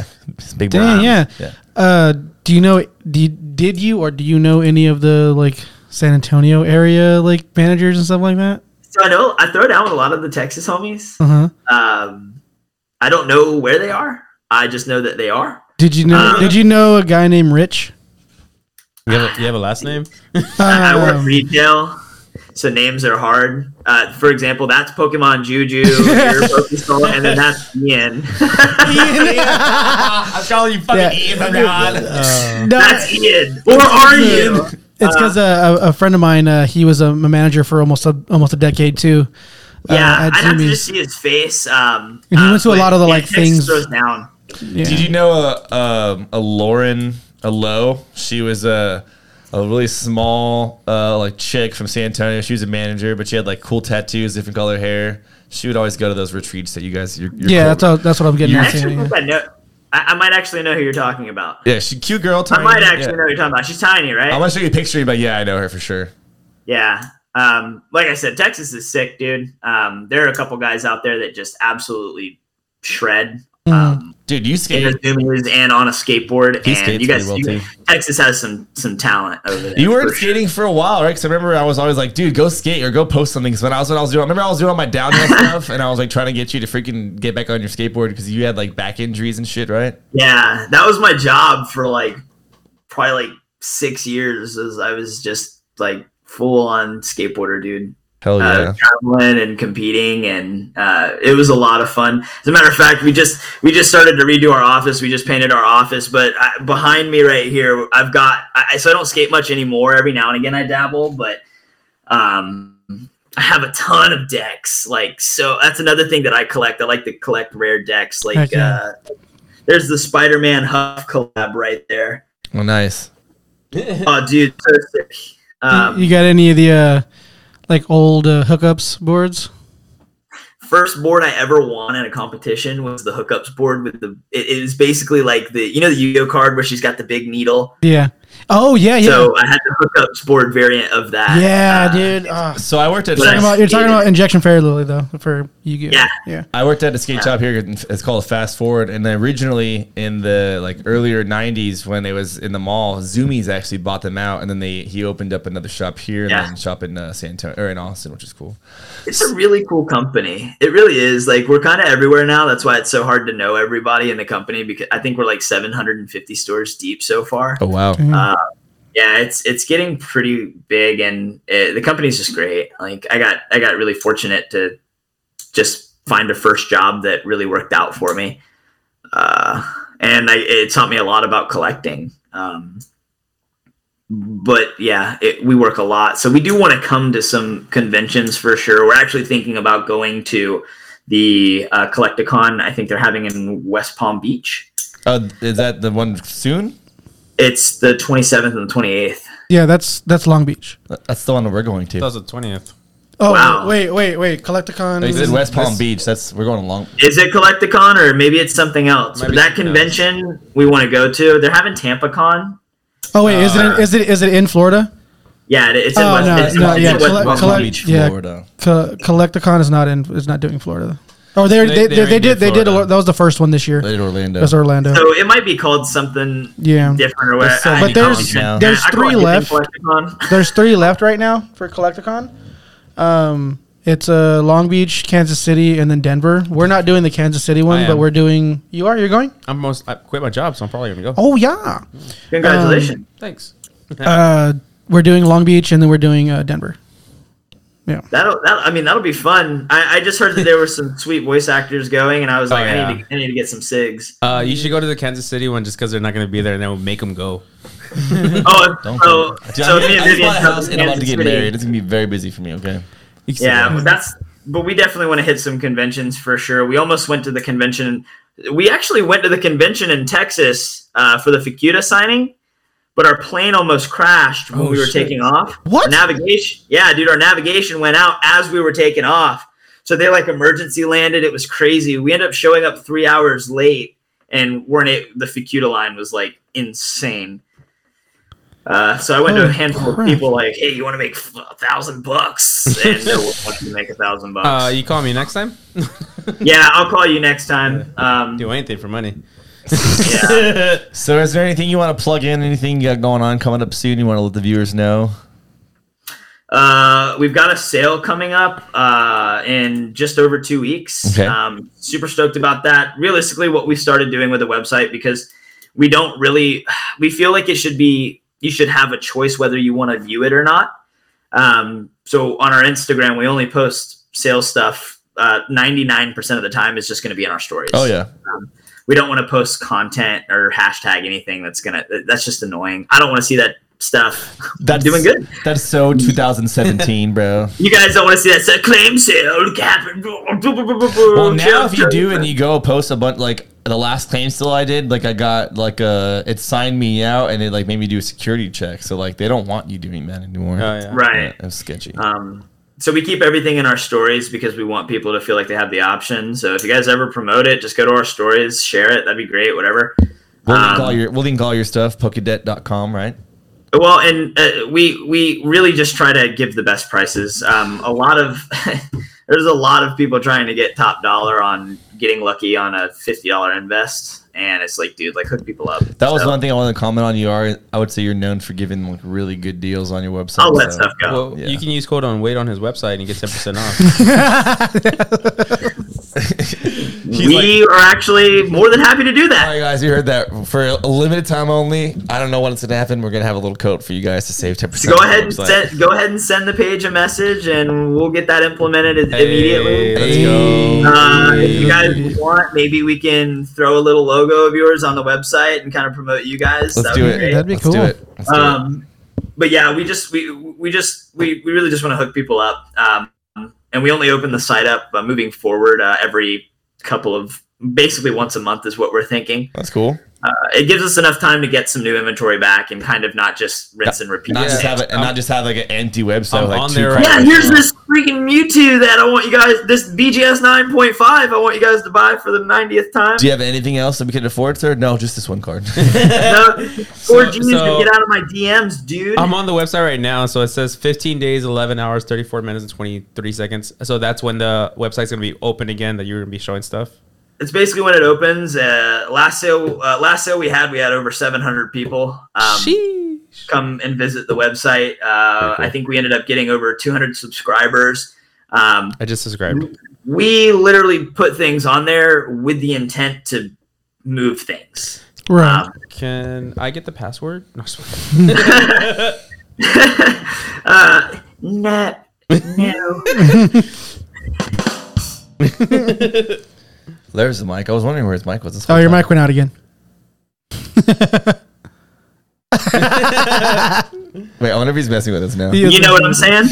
[SPEAKER 1] big boy.
[SPEAKER 3] Damn, Oh, yeah.
[SPEAKER 1] Um, yeah.
[SPEAKER 3] Uh, do you know? Did did you or do you know any of the like San Antonio area like managers and stuff like that?
[SPEAKER 4] So I know I throw down with a lot of the Texas homies.
[SPEAKER 3] Uh huh.
[SPEAKER 1] Mm-hmm.
[SPEAKER 4] Um, I don't know where they are. I just know that they are.
[SPEAKER 3] Did you know? did you know a guy named Rich?
[SPEAKER 6] You have, a, you have a last name?
[SPEAKER 4] I work
[SPEAKER 3] Um,
[SPEAKER 4] retail, so names are hard. Uh, for example, that's Pokemon Juju, your Pokestall, and then that's Ian.
[SPEAKER 2] I'm calling you fucking
[SPEAKER 3] Yeah.
[SPEAKER 2] Ian Brown.
[SPEAKER 3] no,
[SPEAKER 4] that's Ian. Or
[SPEAKER 3] Uh,
[SPEAKER 4] are you?
[SPEAKER 3] It's because uh, a, a friend of mine, uh, he was a manager for almost a, almost a decade too. uh,
[SPEAKER 4] Yeah,
[SPEAKER 3] at
[SPEAKER 4] I'd have to just
[SPEAKER 3] Zumiez.
[SPEAKER 4] see his face. Um,
[SPEAKER 3] And he went to a
[SPEAKER 4] but
[SPEAKER 3] lot of the,
[SPEAKER 4] yeah,
[SPEAKER 3] like,
[SPEAKER 4] Texas
[SPEAKER 3] things-
[SPEAKER 4] Throws down.
[SPEAKER 1] Did you know a um, a Lauren a Lowe? She was a a really small uh, like chick from San Antonio. She was a manager, but she had like cool tattoos, different color hair. She would always go to those retreats that you guys. Your, your
[SPEAKER 3] yeah,
[SPEAKER 1] cool-
[SPEAKER 3] that's all, that's what I'm getting
[SPEAKER 4] I
[SPEAKER 3] at.
[SPEAKER 4] actually
[SPEAKER 3] too, yeah.
[SPEAKER 4] think I know. I, I might actually know who you're talking about.
[SPEAKER 1] yeah. She cute girl.
[SPEAKER 4] I
[SPEAKER 1] Tiny,
[SPEAKER 4] might actually
[SPEAKER 1] yeah.
[SPEAKER 4] know who you're talking about. She's tiny, right?
[SPEAKER 1] I'm gonna show you a picture, but yeah, I know her for sure.
[SPEAKER 4] Yeah. Um, like I said, Texas is sick, dude. Um, there are a couple guys out there that just absolutely shred.
[SPEAKER 3] Mm-hmm.
[SPEAKER 4] Um,
[SPEAKER 1] Dude, you
[SPEAKER 4] in the
[SPEAKER 1] skated.
[SPEAKER 4] zoomies and on a skateboard.
[SPEAKER 1] He
[SPEAKER 4] and
[SPEAKER 1] skates
[SPEAKER 4] you guys,
[SPEAKER 1] pretty well,
[SPEAKER 4] you- Texas has some some talent over there.
[SPEAKER 1] You weren't
[SPEAKER 4] for sure.
[SPEAKER 1] skating for a while, right? Because I remember I was always like, "Dude, go skate or go post something." Because when I was what I was doing, I remember I was doing all my downhill stuff, and I was like trying to get you to freaking get back on your skateboard because you had like back injuries and shit, right?
[SPEAKER 4] Yeah, that was my job for like probably like six years. Is I was just like full on skateboarder, dude.
[SPEAKER 1] Hell yeah!
[SPEAKER 4] Uh, traveling and competing, and uh, it was a lot of fun. As a matter of fact, we just we just started to redo our office. We just painted our office, but I, behind me right here, I've got. I, so I don't skate much anymore. Every now and again, I dabble, but um, I have a ton of decks. Like so, that's another thing that I collect. I like to collect rare decks. Like
[SPEAKER 3] Heck yeah.
[SPEAKER 4] uh, there's the Spider-Man Huff collab right there.
[SPEAKER 1] Oh, nice.
[SPEAKER 4] Oh, dude, so sick. Um,
[SPEAKER 3] you got any of the uh, like old uh, hookups boards?
[SPEAKER 4] first board I ever won in a competition was the hookups board with the. It, it was basically like the you know the Yu-Gi-Oh card where she's got the big needle.
[SPEAKER 3] Yeah. Oh yeah, yeah,
[SPEAKER 4] So I had the hookups board variant of that.
[SPEAKER 3] yeah,
[SPEAKER 4] Uh,
[SPEAKER 3] dude. Ah.
[SPEAKER 1] So I worked at
[SPEAKER 4] But
[SPEAKER 3] Talking about- you're talking
[SPEAKER 4] skated.
[SPEAKER 3] about injection fairy lily though for you. gi
[SPEAKER 4] Yeah.
[SPEAKER 3] yeah.
[SPEAKER 1] I worked at a skate shop here. It's called Fast Forward, and originally in the like earlier '90s when it was in the mall, Zoomies actually bought them out, and then they he opened up another shop here and
[SPEAKER 4] Yeah.
[SPEAKER 1] then a shop in uh, San Antonio or in Austin, which is cool.
[SPEAKER 4] It's a really cool company. It really is. Like we're kind of everywhere now. That's why it's so hard to know everybody in the company because I think we're like 750 stores deep so far.
[SPEAKER 1] Oh wow!
[SPEAKER 4] Yeah, it's it's getting pretty big, and uh the company's just great. Like I got I got really fortunate to just find a first job that really worked out for me, uh, and I, it taught me a lot about collecting. Um, but yeah, it, we work a lot, so we do want to come to some conventions for sure. We're actually thinking about going to the uh, Collecticon. I think they're having in West Palm Beach.
[SPEAKER 1] Oh, is that the one soon?
[SPEAKER 4] It's the 27th and the 28th.
[SPEAKER 3] Yeah, that's that's Long Beach.
[SPEAKER 1] That's the one that we're going
[SPEAKER 2] That
[SPEAKER 1] to.
[SPEAKER 2] was the twentieth.
[SPEAKER 3] Oh
[SPEAKER 4] Wow.
[SPEAKER 3] wait, wait, wait. Collecticon.
[SPEAKER 1] They Oh, said
[SPEAKER 3] is-
[SPEAKER 1] West Palm
[SPEAKER 2] this-
[SPEAKER 1] Beach. That's we're going along.
[SPEAKER 4] Is it Collecticon or maybe it's something else?
[SPEAKER 2] Might
[SPEAKER 4] But
[SPEAKER 2] be
[SPEAKER 4] that
[SPEAKER 2] something else.
[SPEAKER 4] convention we want to go to. They're having TampaCon.
[SPEAKER 3] oh wait, is it is it is it in Florida?
[SPEAKER 4] Yeah, it- it's in
[SPEAKER 3] Oh,
[SPEAKER 4] West.
[SPEAKER 3] no,
[SPEAKER 4] it's in
[SPEAKER 3] no,
[SPEAKER 4] West,
[SPEAKER 3] yeah,
[SPEAKER 4] it's in
[SPEAKER 3] collect-
[SPEAKER 4] West
[SPEAKER 1] West
[SPEAKER 4] Palm
[SPEAKER 3] collect-
[SPEAKER 1] Palm
[SPEAKER 4] Beach.
[SPEAKER 1] Beach,
[SPEAKER 3] yeah.
[SPEAKER 1] Florida.
[SPEAKER 3] Co- Collecticon is not in is not doing Florida. though. Oh, they
[SPEAKER 2] They-
[SPEAKER 3] they, they,
[SPEAKER 2] they
[SPEAKER 3] they,
[SPEAKER 2] already
[SPEAKER 3] did
[SPEAKER 2] did
[SPEAKER 3] they did a,
[SPEAKER 2] Florida.
[SPEAKER 3] lo- that was the first one this year.
[SPEAKER 1] They
[SPEAKER 3] It
[SPEAKER 1] did Orlando.
[SPEAKER 3] was Orlando.
[SPEAKER 4] So it might be called something
[SPEAKER 3] yeah, uh,
[SPEAKER 4] different or what.
[SPEAKER 1] There's so
[SPEAKER 4] I-
[SPEAKER 1] many
[SPEAKER 3] but there's
[SPEAKER 1] now.
[SPEAKER 4] I-
[SPEAKER 3] there's
[SPEAKER 4] I call
[SPEAKER 3] three
[SPEAKER 4] anything
[SPEAKER 3] left.
[SPEAKER 4] Collecticon.
[SPEAKER 3] There's three left right now for Collecticon. Um, it's uh, Long Beach, Kansas City, and then Denver. We're not doing the Kansas City one,
[SPEAKER 2] I
[SPEAKER 3] but
[SPEAKER 2] am.
[SPEAKER 3] we're doing. You are you're going?
[SPEAKER 2] I'm most. I quit my job, so I'm probably gonna go.
[SPEAKER 3] Oh yeah.
[SPEAKER 4] Congratulations.
[SPEAKER 2] Thanks.
[SPEAKER 3] Uh, we're doing Long Beach, and then we're doing uh, Denver. Yeah.
[SPEAKER 4] That'll, that I mean, that'll be fun. I, I just heard that there were some sweet voice actors going, and I was
[SPEAKER 2] Oh,
[SPEAKER 4] like, I,
[SPEAKER 2] yeah.
[SPEAKER 4] need to, I need to get some SIGs.
[SPEAKER 2] Uh, you should go to the Kansas City one just because they're not gonna be there, and then we'll make them go.
[SPEAKER 4] Oh, so,
[SPEAKER 1] Dude,
[SPEAKER 4] so
[SPEAKER 1] I,
[SPEAKER 4] me and
[SPEAKER 1] I just
[SPEAKER 4] Vivian
[SPEAKER 1] bought a
[SPEAKER 4] come
[SPEAKER 1] house
[SPEAKER 4] to
[SPEAKER 1] and I'm about to
[SPEAKER 4] Kansas
[SPEAKER 1] get
[SPEAKER 4] City.
[SPEAKER 1] married. It's gonna be very busy for me. Okay.
[SPEAKER 4] Yeah, but that's. But we definitely want to hit some conventions for sure. We almost went to the convention. We actually went to the convention in Texas uh, for the Facuta signing, but our plane almost crashed when
[SPEAKER 2] Oh,
[SPEAKER 4] we were
[SPEAKER 2] shit.
[SPEAKER 4] taking off.
[SPEAKER 3] What?
[SPEAKER 4] Our navigation? Yeah, dude, our navigation went out as we were taking off. So they like emergency landed. It was crazy. We ended up showing up three hours late, and weren't it, the Facuta line was like insane. Uh, so I went to a
[SPEAKER 3] Holy
[SPEAKER 4] handful
[SPEAKER 3] crap.
[SPEAKER 4] of people like, "Hey, you want to make f- a thousand bucks?" And no one wanted to make a thousand bucks.
[SPEAKER 2] Uh, you call me next time.
[SPEAKER 4] yeah, I'll call you next time. Um,
[SPEAKER 2] Do anything for money.
[SPEAKER 4] yeah.
[SPEAKER 1] So, is there anything you want to plug in? Anything you got going on coming up soon? You want to let the viewers know?
[SPEAKER 4] uh, we've got a sale coming up uh, in just over two weeks.
[SPEAKER 1] Okay.
[SPEAKER 4] Um, super stoked about that. Realistically, what we started doing with the website because we don't really, we feel like it should be, you should have a choice whether you want to view it or not. Um, so on our Instagram, we only post sales stuff. Uh, 99% of the time is just going to be in our stories.
[SPEAKER 1] Oh yeah.
[SPEAKER 4] we don't want to post content or hashtag anything that's gonna that's just annoying i don't want to see that stuff
[SPEAKER 1] That's
[SPEAKER 4] doing good.
[SPEAKER 1] That's so 2017, bro.
[SPEAKER 4] you guys don't want to see that so claim sale cap
[SPEAKER 1] Well,
[SPEAKER 4] well
[SPEAKER 1] now if you do and you go post a bunch like the last claim still I did, like I got like uh it signed me out and it like made me do a security check. So like they don't want you doing that anymore.
[SPEAKER 2] Oh, yeah.
[SPEAKER 4] right
[SPEAKER 1] That's sketchy.
[SPEAKER 4] um so we keep everything in our stories because we want people to feel like they have the option so if you guys ever promote it just go to our stories share it that'd be great whatever
[SPEAKER 1] we'll link
[SPEAKER 4] um,
[SPEAKER 1] all your we'll link all your stuff, pokedet.com, right?
[SPEAKER 4] Well, and uh, we we really just try to give the best prices. Um, a lot of there's a lot of people trying to get top dollar on getting lucky on a fifty dollar invest, and it's like, dude, like hook people up.
[SPEAKER 1] That was
[SPEAKER 4] So,
[SPEAKER 1] one thing I wanted to comment on. You are I would say you're known for giving like really good deals on your website.
[SPEAKER 4] I'll let
[SPEAKER 1] so-
[SPEAKER 4] stuff go.
[SPEAKER 2] Well,
[SPEAKER 1] Yeah.
[SPEAKER 2] you can use code on wait on his website and you get ten percent off.
[SPEAKER 4] we are actually more than happy to do
[SPEAKER 1] All
[SPEAKER 4] that.
[SPEAKER 1] right, guys, you heard that for a limited time only. I don't know when it's gonna happen. We're gonna have a little code for you guys to save ten percent.
[SPEAKER 4] Go ahead and send, go ahead and send the page a message, and we'll get that implemented i-
[SPEAKER 2] Hey,
[SPEAKER 4] immediately.
[SPEAKER 2] let's go.
[SPEAKER 4] Uh, if you guys want, maybe we can throw a little logo of yours on the website and kind of promote you guys.
[SPEAKER 1] Let's
[SPEAKER 4] That
[SPEAKER 1] do
[SPEAKER 4] would be
[SPEAKER 1] it.
[SPEAKER 4] great.
[SPEAKER 3] That'd be
[SPEAKER 1] Let's
[SPEAKER 3] cool.
[SPEAKER 1] do it. Let's do it.
[SPEAKER 4] um, but yeah, we just we we just we, we really just want to hook people up, um, and we only open the site up uh, moving forward uh, every couple of basically once a month is what we're thinking.
[SPEAKER 1] That's cool.
[SPEAKER 4] Uh, it gives us enough time to get some new inventory back and kind of not just rinse and repeat.
[SPEAKER 1] Not just have it, and
[SPEAKER 2] I'm-
[SPEAKER 1] not just have like an empty website.
[SPEAKER 2] I'm
[SPEAKER 1] with, like
[SPEAKER 2] on
[SPEAKER 1] two
[SPEAKER 2] there right
[SPEAKER 1] cars.
[SPEAKER 4] yeah, here's this freaking Mewtwo that I want you guys. This BGS 9.5 I want you guys to buy for the 90th time.
[SPEAKER 1] Do you have anything else that we can afford, sir? No, just this one card.
[SPEAKER 4] No, or G's
[SPEAKER 2] so-
[SPEAKER 4] gonna get out of my DMs, dude.
[SPEAKER 2] I'm on the website right now, so it says 15 days, 11 hours, 34 minutes, and 23 seconds. So that's when the website's gonna be open again. That you're gonna be showing stuff.
[SPEAKER 4] it's basically when it opens. Uh, last sale, uh, last sale we had, we had over 700 people um, come and visit the website. Uh, I think we ended up getting over 200 subscribers. Um,
[SPEAKER 2] I just subscribed.
[SPEAKER 4] we literally put things on there with the intent to move things.
[SPEAKER 3] Right.
[SPEAKER 4] Um,
[SPEAKER 2] Can I get the password? No, I'm just-
[SPEAKER 4] uh, no, no.
[SPEAKER 1] There's the mic. I was wondering where his mic was. This
[SPEAKER 3] oh,
[SPEAKER 1] whole
[SPEAKER 3] your
[SPEAKER 1] time.
[SPEAKER 3] mic went out again.
[SPEAKER 1] Wait, I wonder if he's messing with us now.
[SPEAKER 3] He is
[SPEAKER 4] you know what I'm saying?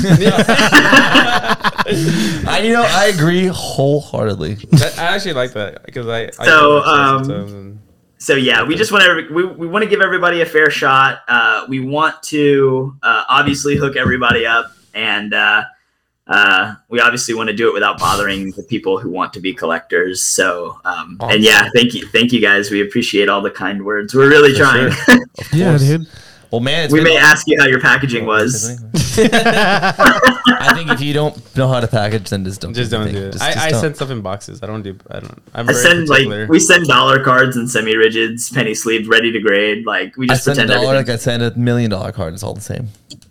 [SPEAKER 1] I, you know, I agree wholeheartedly.
[SPEAKER 2] I actually like that because I, I
[SPEAKER 4] So,
[SPEAKER 2] I-
[SPEAKER 4] um,
[SPEAKER 2] sometimes and-
[SPEAKER 4] so yeah, we just want to we, we want to give everybody a fair shot. Uh, we want to uh, obviously hook everybody up, and uh, uh, we obviously want to do it without bothering the people who want to be collectors. So um, and yeah, thank you, thank you guys. We appreciate all the kind words. We're really trying.
[SPEAKER 3] yeah, dude.
[SPEAKER 1] Well, man, it's
[SPEAKER 4] we
[SPEAKER 1] been-
[SPEAKER 4] may ask you how your packaging was.
[SPEAKER 1] I think if you don't know how to package, then just don't.
[SPEAKER 2] Just don't do it.
[SPEAKER 1] Just-
[SPEAKER 2] I,
[SPEAKER 1] just
[SPEAKER 2] I
[SPEAKER 1] don't.
[SPEAKER 2] send stuff in boxes. I don't do. I don't. I'm
[SPEAKER 4] I
[SPEAKER 2] very
[SPEAKER 4] send
[SPEAKER 2] particular.
[SPEAKER 4] like we send dollar cards and semi rigids, penny sleeved, ready to grade. Like we
[SPEAKER 1] I
[SPEAKER 4] just
[SPEAKER 1] send a
[SPEAKER 4] pretend
[SPEAKER 1] dollar, like
[SPEAKER 4] everything.
[SPEAKER 1] I send a million dollar card. It's all the same.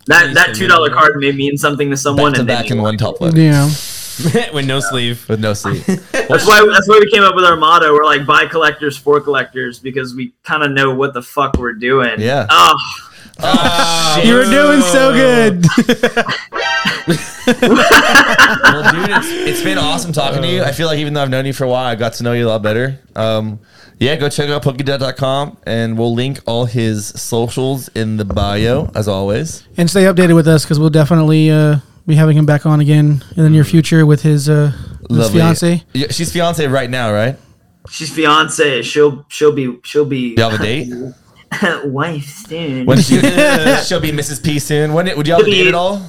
[SPEAKER 4] That that
[SPEAKER 2] Please
[SPEAKER 4] two
[SPEAKER 2] send
[SPEAKER 4] dollar
[SPEAKER 2] it.
[SPEAKER 4] card may mean something to someone,
[SPEAKER 1] Back to
[SPEAKER 4] and they
[SPEAKER 1] back
[SPEAKER 4] may
[SPEAKER 1] in
[SPEAKER 4] want
[SPEAKER 1] one
[SPEAKER 4] it.
[SPEAKER 1] top letter
[SPEAKER 3] Yeah.
[SPEAKER 2] with no sleeve.
[SPEAKER 1] with no sleeve.
[SPEAKER 4] That's why that's why we came up with our motto. We're like by collectors for collectors because we kind of know what the fuck we're doing.
[SPEAKER 1] Yeah.
[SPEAKER 4] Oh,
[SPEAKER 1] Ah.
[SPEAKER 3] You were doing so good.
[SPEAKER 1] well, dude, it's, it's been awesome talking to you. I feel like even though I've known you for a while, I got to know you a lot better. Um, yeah, go check out Pokedead.com and we'll link all his socials in the bio, as always.
[SPEAKER 3] and stay updated with us because we'll definitely uh, be having him back on again in the near future with his, uh, his
[SPEAKER 1] Lovely.
[SPEAKER 3] fiance.
[SPEAKER 1] Yeah, she's fiance right now, right?
[SPEAKER 4] she's fiance. She'll she'll be she'll be
[SPEAKER 1] Y'all have a date?
[SPEAKER 4] wife soon.
[SPEAKER 1] When she, she'll be Mrs. P soon. When would y'all have a date at all?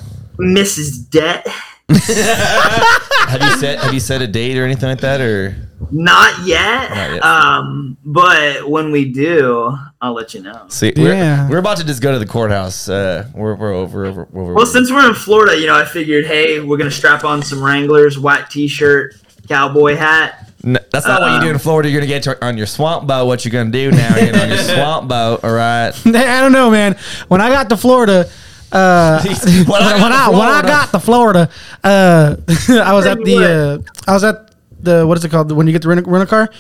[SPEAKER 4] Mrs. Debt.
[SPEAKER 1] Have you set Have you set a date or anything like that? Or
[SPEAKER 4] Not yet.
[SPEAKER 1] Not yet.
[SPEAKER 4] Um, but when we do, I'll let you know.
[SPEAKER 1] see, we're,
[SPEAKER 3] Yeah.
[SPEAKER 1] we're about to just go to the courthouse. Uh, we're we're over over. over
[SPEAKER 4] Well, since we're in Florida, you know, I figured, hey, we're gonna strap on some Wranglers, white T-shirt, cowboy hat.
[SPEAKER 1] N- that's not what you do in
[SPEAKER 4] Uh,
[SPEAKER 1] Florida. You're gonna get to, on your swamp boat. What you're gonna do now? You're gonna on your swamp boat. All right.
[SPEAKER 3] I don't know, man. When I got to Florida, uh, when,
[SPEAKER 1] When I got to
[SPEAKER 3] I, when I
[SPEAKER 1] Florida.
[SPEAKER 3] got to Florida, uh, I was at
[SPEAKER 4] Where you
[SPEAKER 3] the uh, I was at the what is it called when you get the rent, rent a car,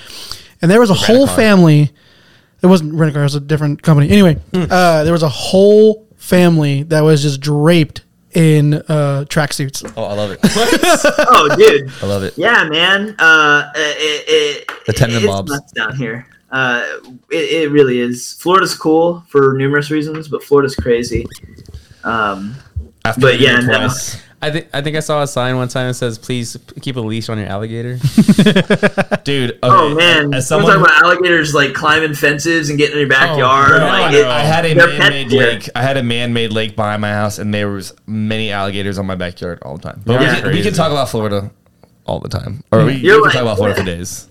[SPEAKER 3] and there was a whole
[SPEAKER 1] Rent-A-Car.
[SPEAKER 3] family. It wasn't rent a car; it was a different company. Anyway, uh, there was a whole family that was just draped in uh, tracksuits.
[SPEAKER 1] Oh, I love it.
[SPEAKER 4] Oh, dude.
[SPEAKER 1] I love it.
[SPEAKER 4] Yeah, man. Uh, it, it,
[SPEAKER 1] The tendon
[SPEAKER 4] it's
[SPEAKER 1] lobs.
[SPEAKER 4] nuts down here. Uh, it, it really is. Florida's cool for numerous reasons, but Florida's crazy. Um,
[SPEAKER 1] After
[SPEAKER 4] But
[SPEAKER 1] we do
[SPEAKER 4] yeah,
[SPEAKER 1] it
[SPEAKER 4] no.
[SPEAKER 1] twice.
[SPEAKER 2] I think I think I saw a sign one time that says, "Please keep a leash on your alligator."
[SPEAKER 1] dude. Okay.
[SPEAKER 4] oh man,
[SPEAKER 1] as
[SPEAKER 4] we're
[SPEAKER 1] someone
[SPEAKER 4] talking
[SPEAKER 1] who- Oh,
[SPEAKER 4] about alligators like climbing fences and getting in your backyard.
[SPEAKER 1] No,
[SPEAKER 4] like,
[SPEAKER 1] no,
[SPEAKER 4] it-
[SPEAKER 1] I had a
[SPEAKER 4] they're pet
[SPEAKER 1] man-made
[SPEAKER 4] deer.
[SPEAKER 1] lake. I had a man-made lake behind my house, and there was many alligators on my backyard all the time. But
[SPEAKER 2] Yeah.
[SPEAKER 1] we, can, we can
[SPEAKER 2] Crazy.
[SPEAKER 1] talk about Florida all the time, or we, we
[SPEAKER 4] You're
[SPEAKER 1] can
[SPEAKER 4] right.
[SPEAKER 1] talk about Florida for days.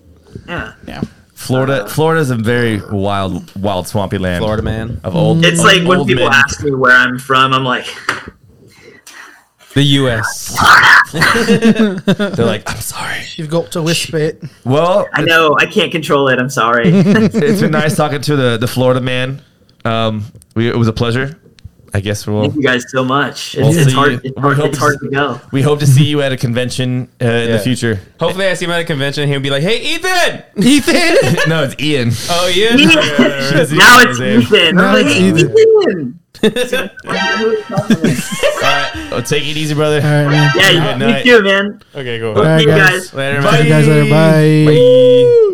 [SPEAKER 4] Yeah.
[SPEAKER 1] Florida, Florida's a very wild, wild, swampy land.
[SPEAKER 2] Florida man,
[SPEAKER 1] of old.
[SPEAKER 4] It's
[SPEAKER 1] of
[SPEAKER 4] like when
[SPEAKER 1] old
[SPEAKER 4] people
[SPEAKER 1] men.
[SPEAKER 4] ask me where I'm from, I'm like,
[SPEAKER 2] the U.S.
[SPEAKER 1] they're like, "I'm sorry."
[SPEAKER 3] You've got to wisp it.
[SPEAKER 1] Well,
[SPEAKER 4] I know I can't control it. I'm sorry. yeah,
[SPEAKER 1] it's been nice talking to the the Florida man. Um, we, it was a pleasure. I guess we'll.
[SPEAKER 4] Thank you guys so much. It's,
[SPEAKER 1] We'll
[SPEAKER 4] it's
[SPEAKER 1] see you.
[SPEAKER 4] hard. It's
[SPEAKER 1] We
[SPEAKER 4] hard,
[SPEAKER 1] hope
[SPEAKER 4] it's hard to go.
[SPEAKER 1] We hope to see you at a convention uh, in the
[SPEAKER 2] Yeah.
[SPEAKER 1] future.
[SPEAKER 2] Hopefully, I see him at a convention. He'll be like, "Hey, Ethan!"
[SPEAKER 3] Ethan,
[SPEAKER 1] no, it's Ian.
[SPEAKER 2] Oh yeah.
[SPEAKER 4] now it's Ethan.
[SPEAKER 3] Now
[SPEAKER 4] I'm like,
[SPEAKER 3] it's
[SPEAKER 4] "Hey,
[SPEAKER 3] Ethan."
[SPEAKER 4] Ethan. yeah,
[SPEAKER 1] All right, well, take it easy, brother.
[SPEAKER 3] all right, man.
[SPEAKER 4] you,
[SPEAKER 1] Good
[SPEAKER 4] you
[SPEAKER 1] night.
[SPEAKER 4] too, man.
[SPEAKER 2] Okay, go.
[SPEAKER 3] All right,
[SPEAKER 4] Hey,
[SPEAKER 3] guys.
[SPEAKER 4] guys.
[SPEAKER 2] Later,
[SPEAKER 3] See you guys later.
[SPEAKER 1] Bye.
[SPEAKER 3] Bye.
[SPEAKER 2] Bye.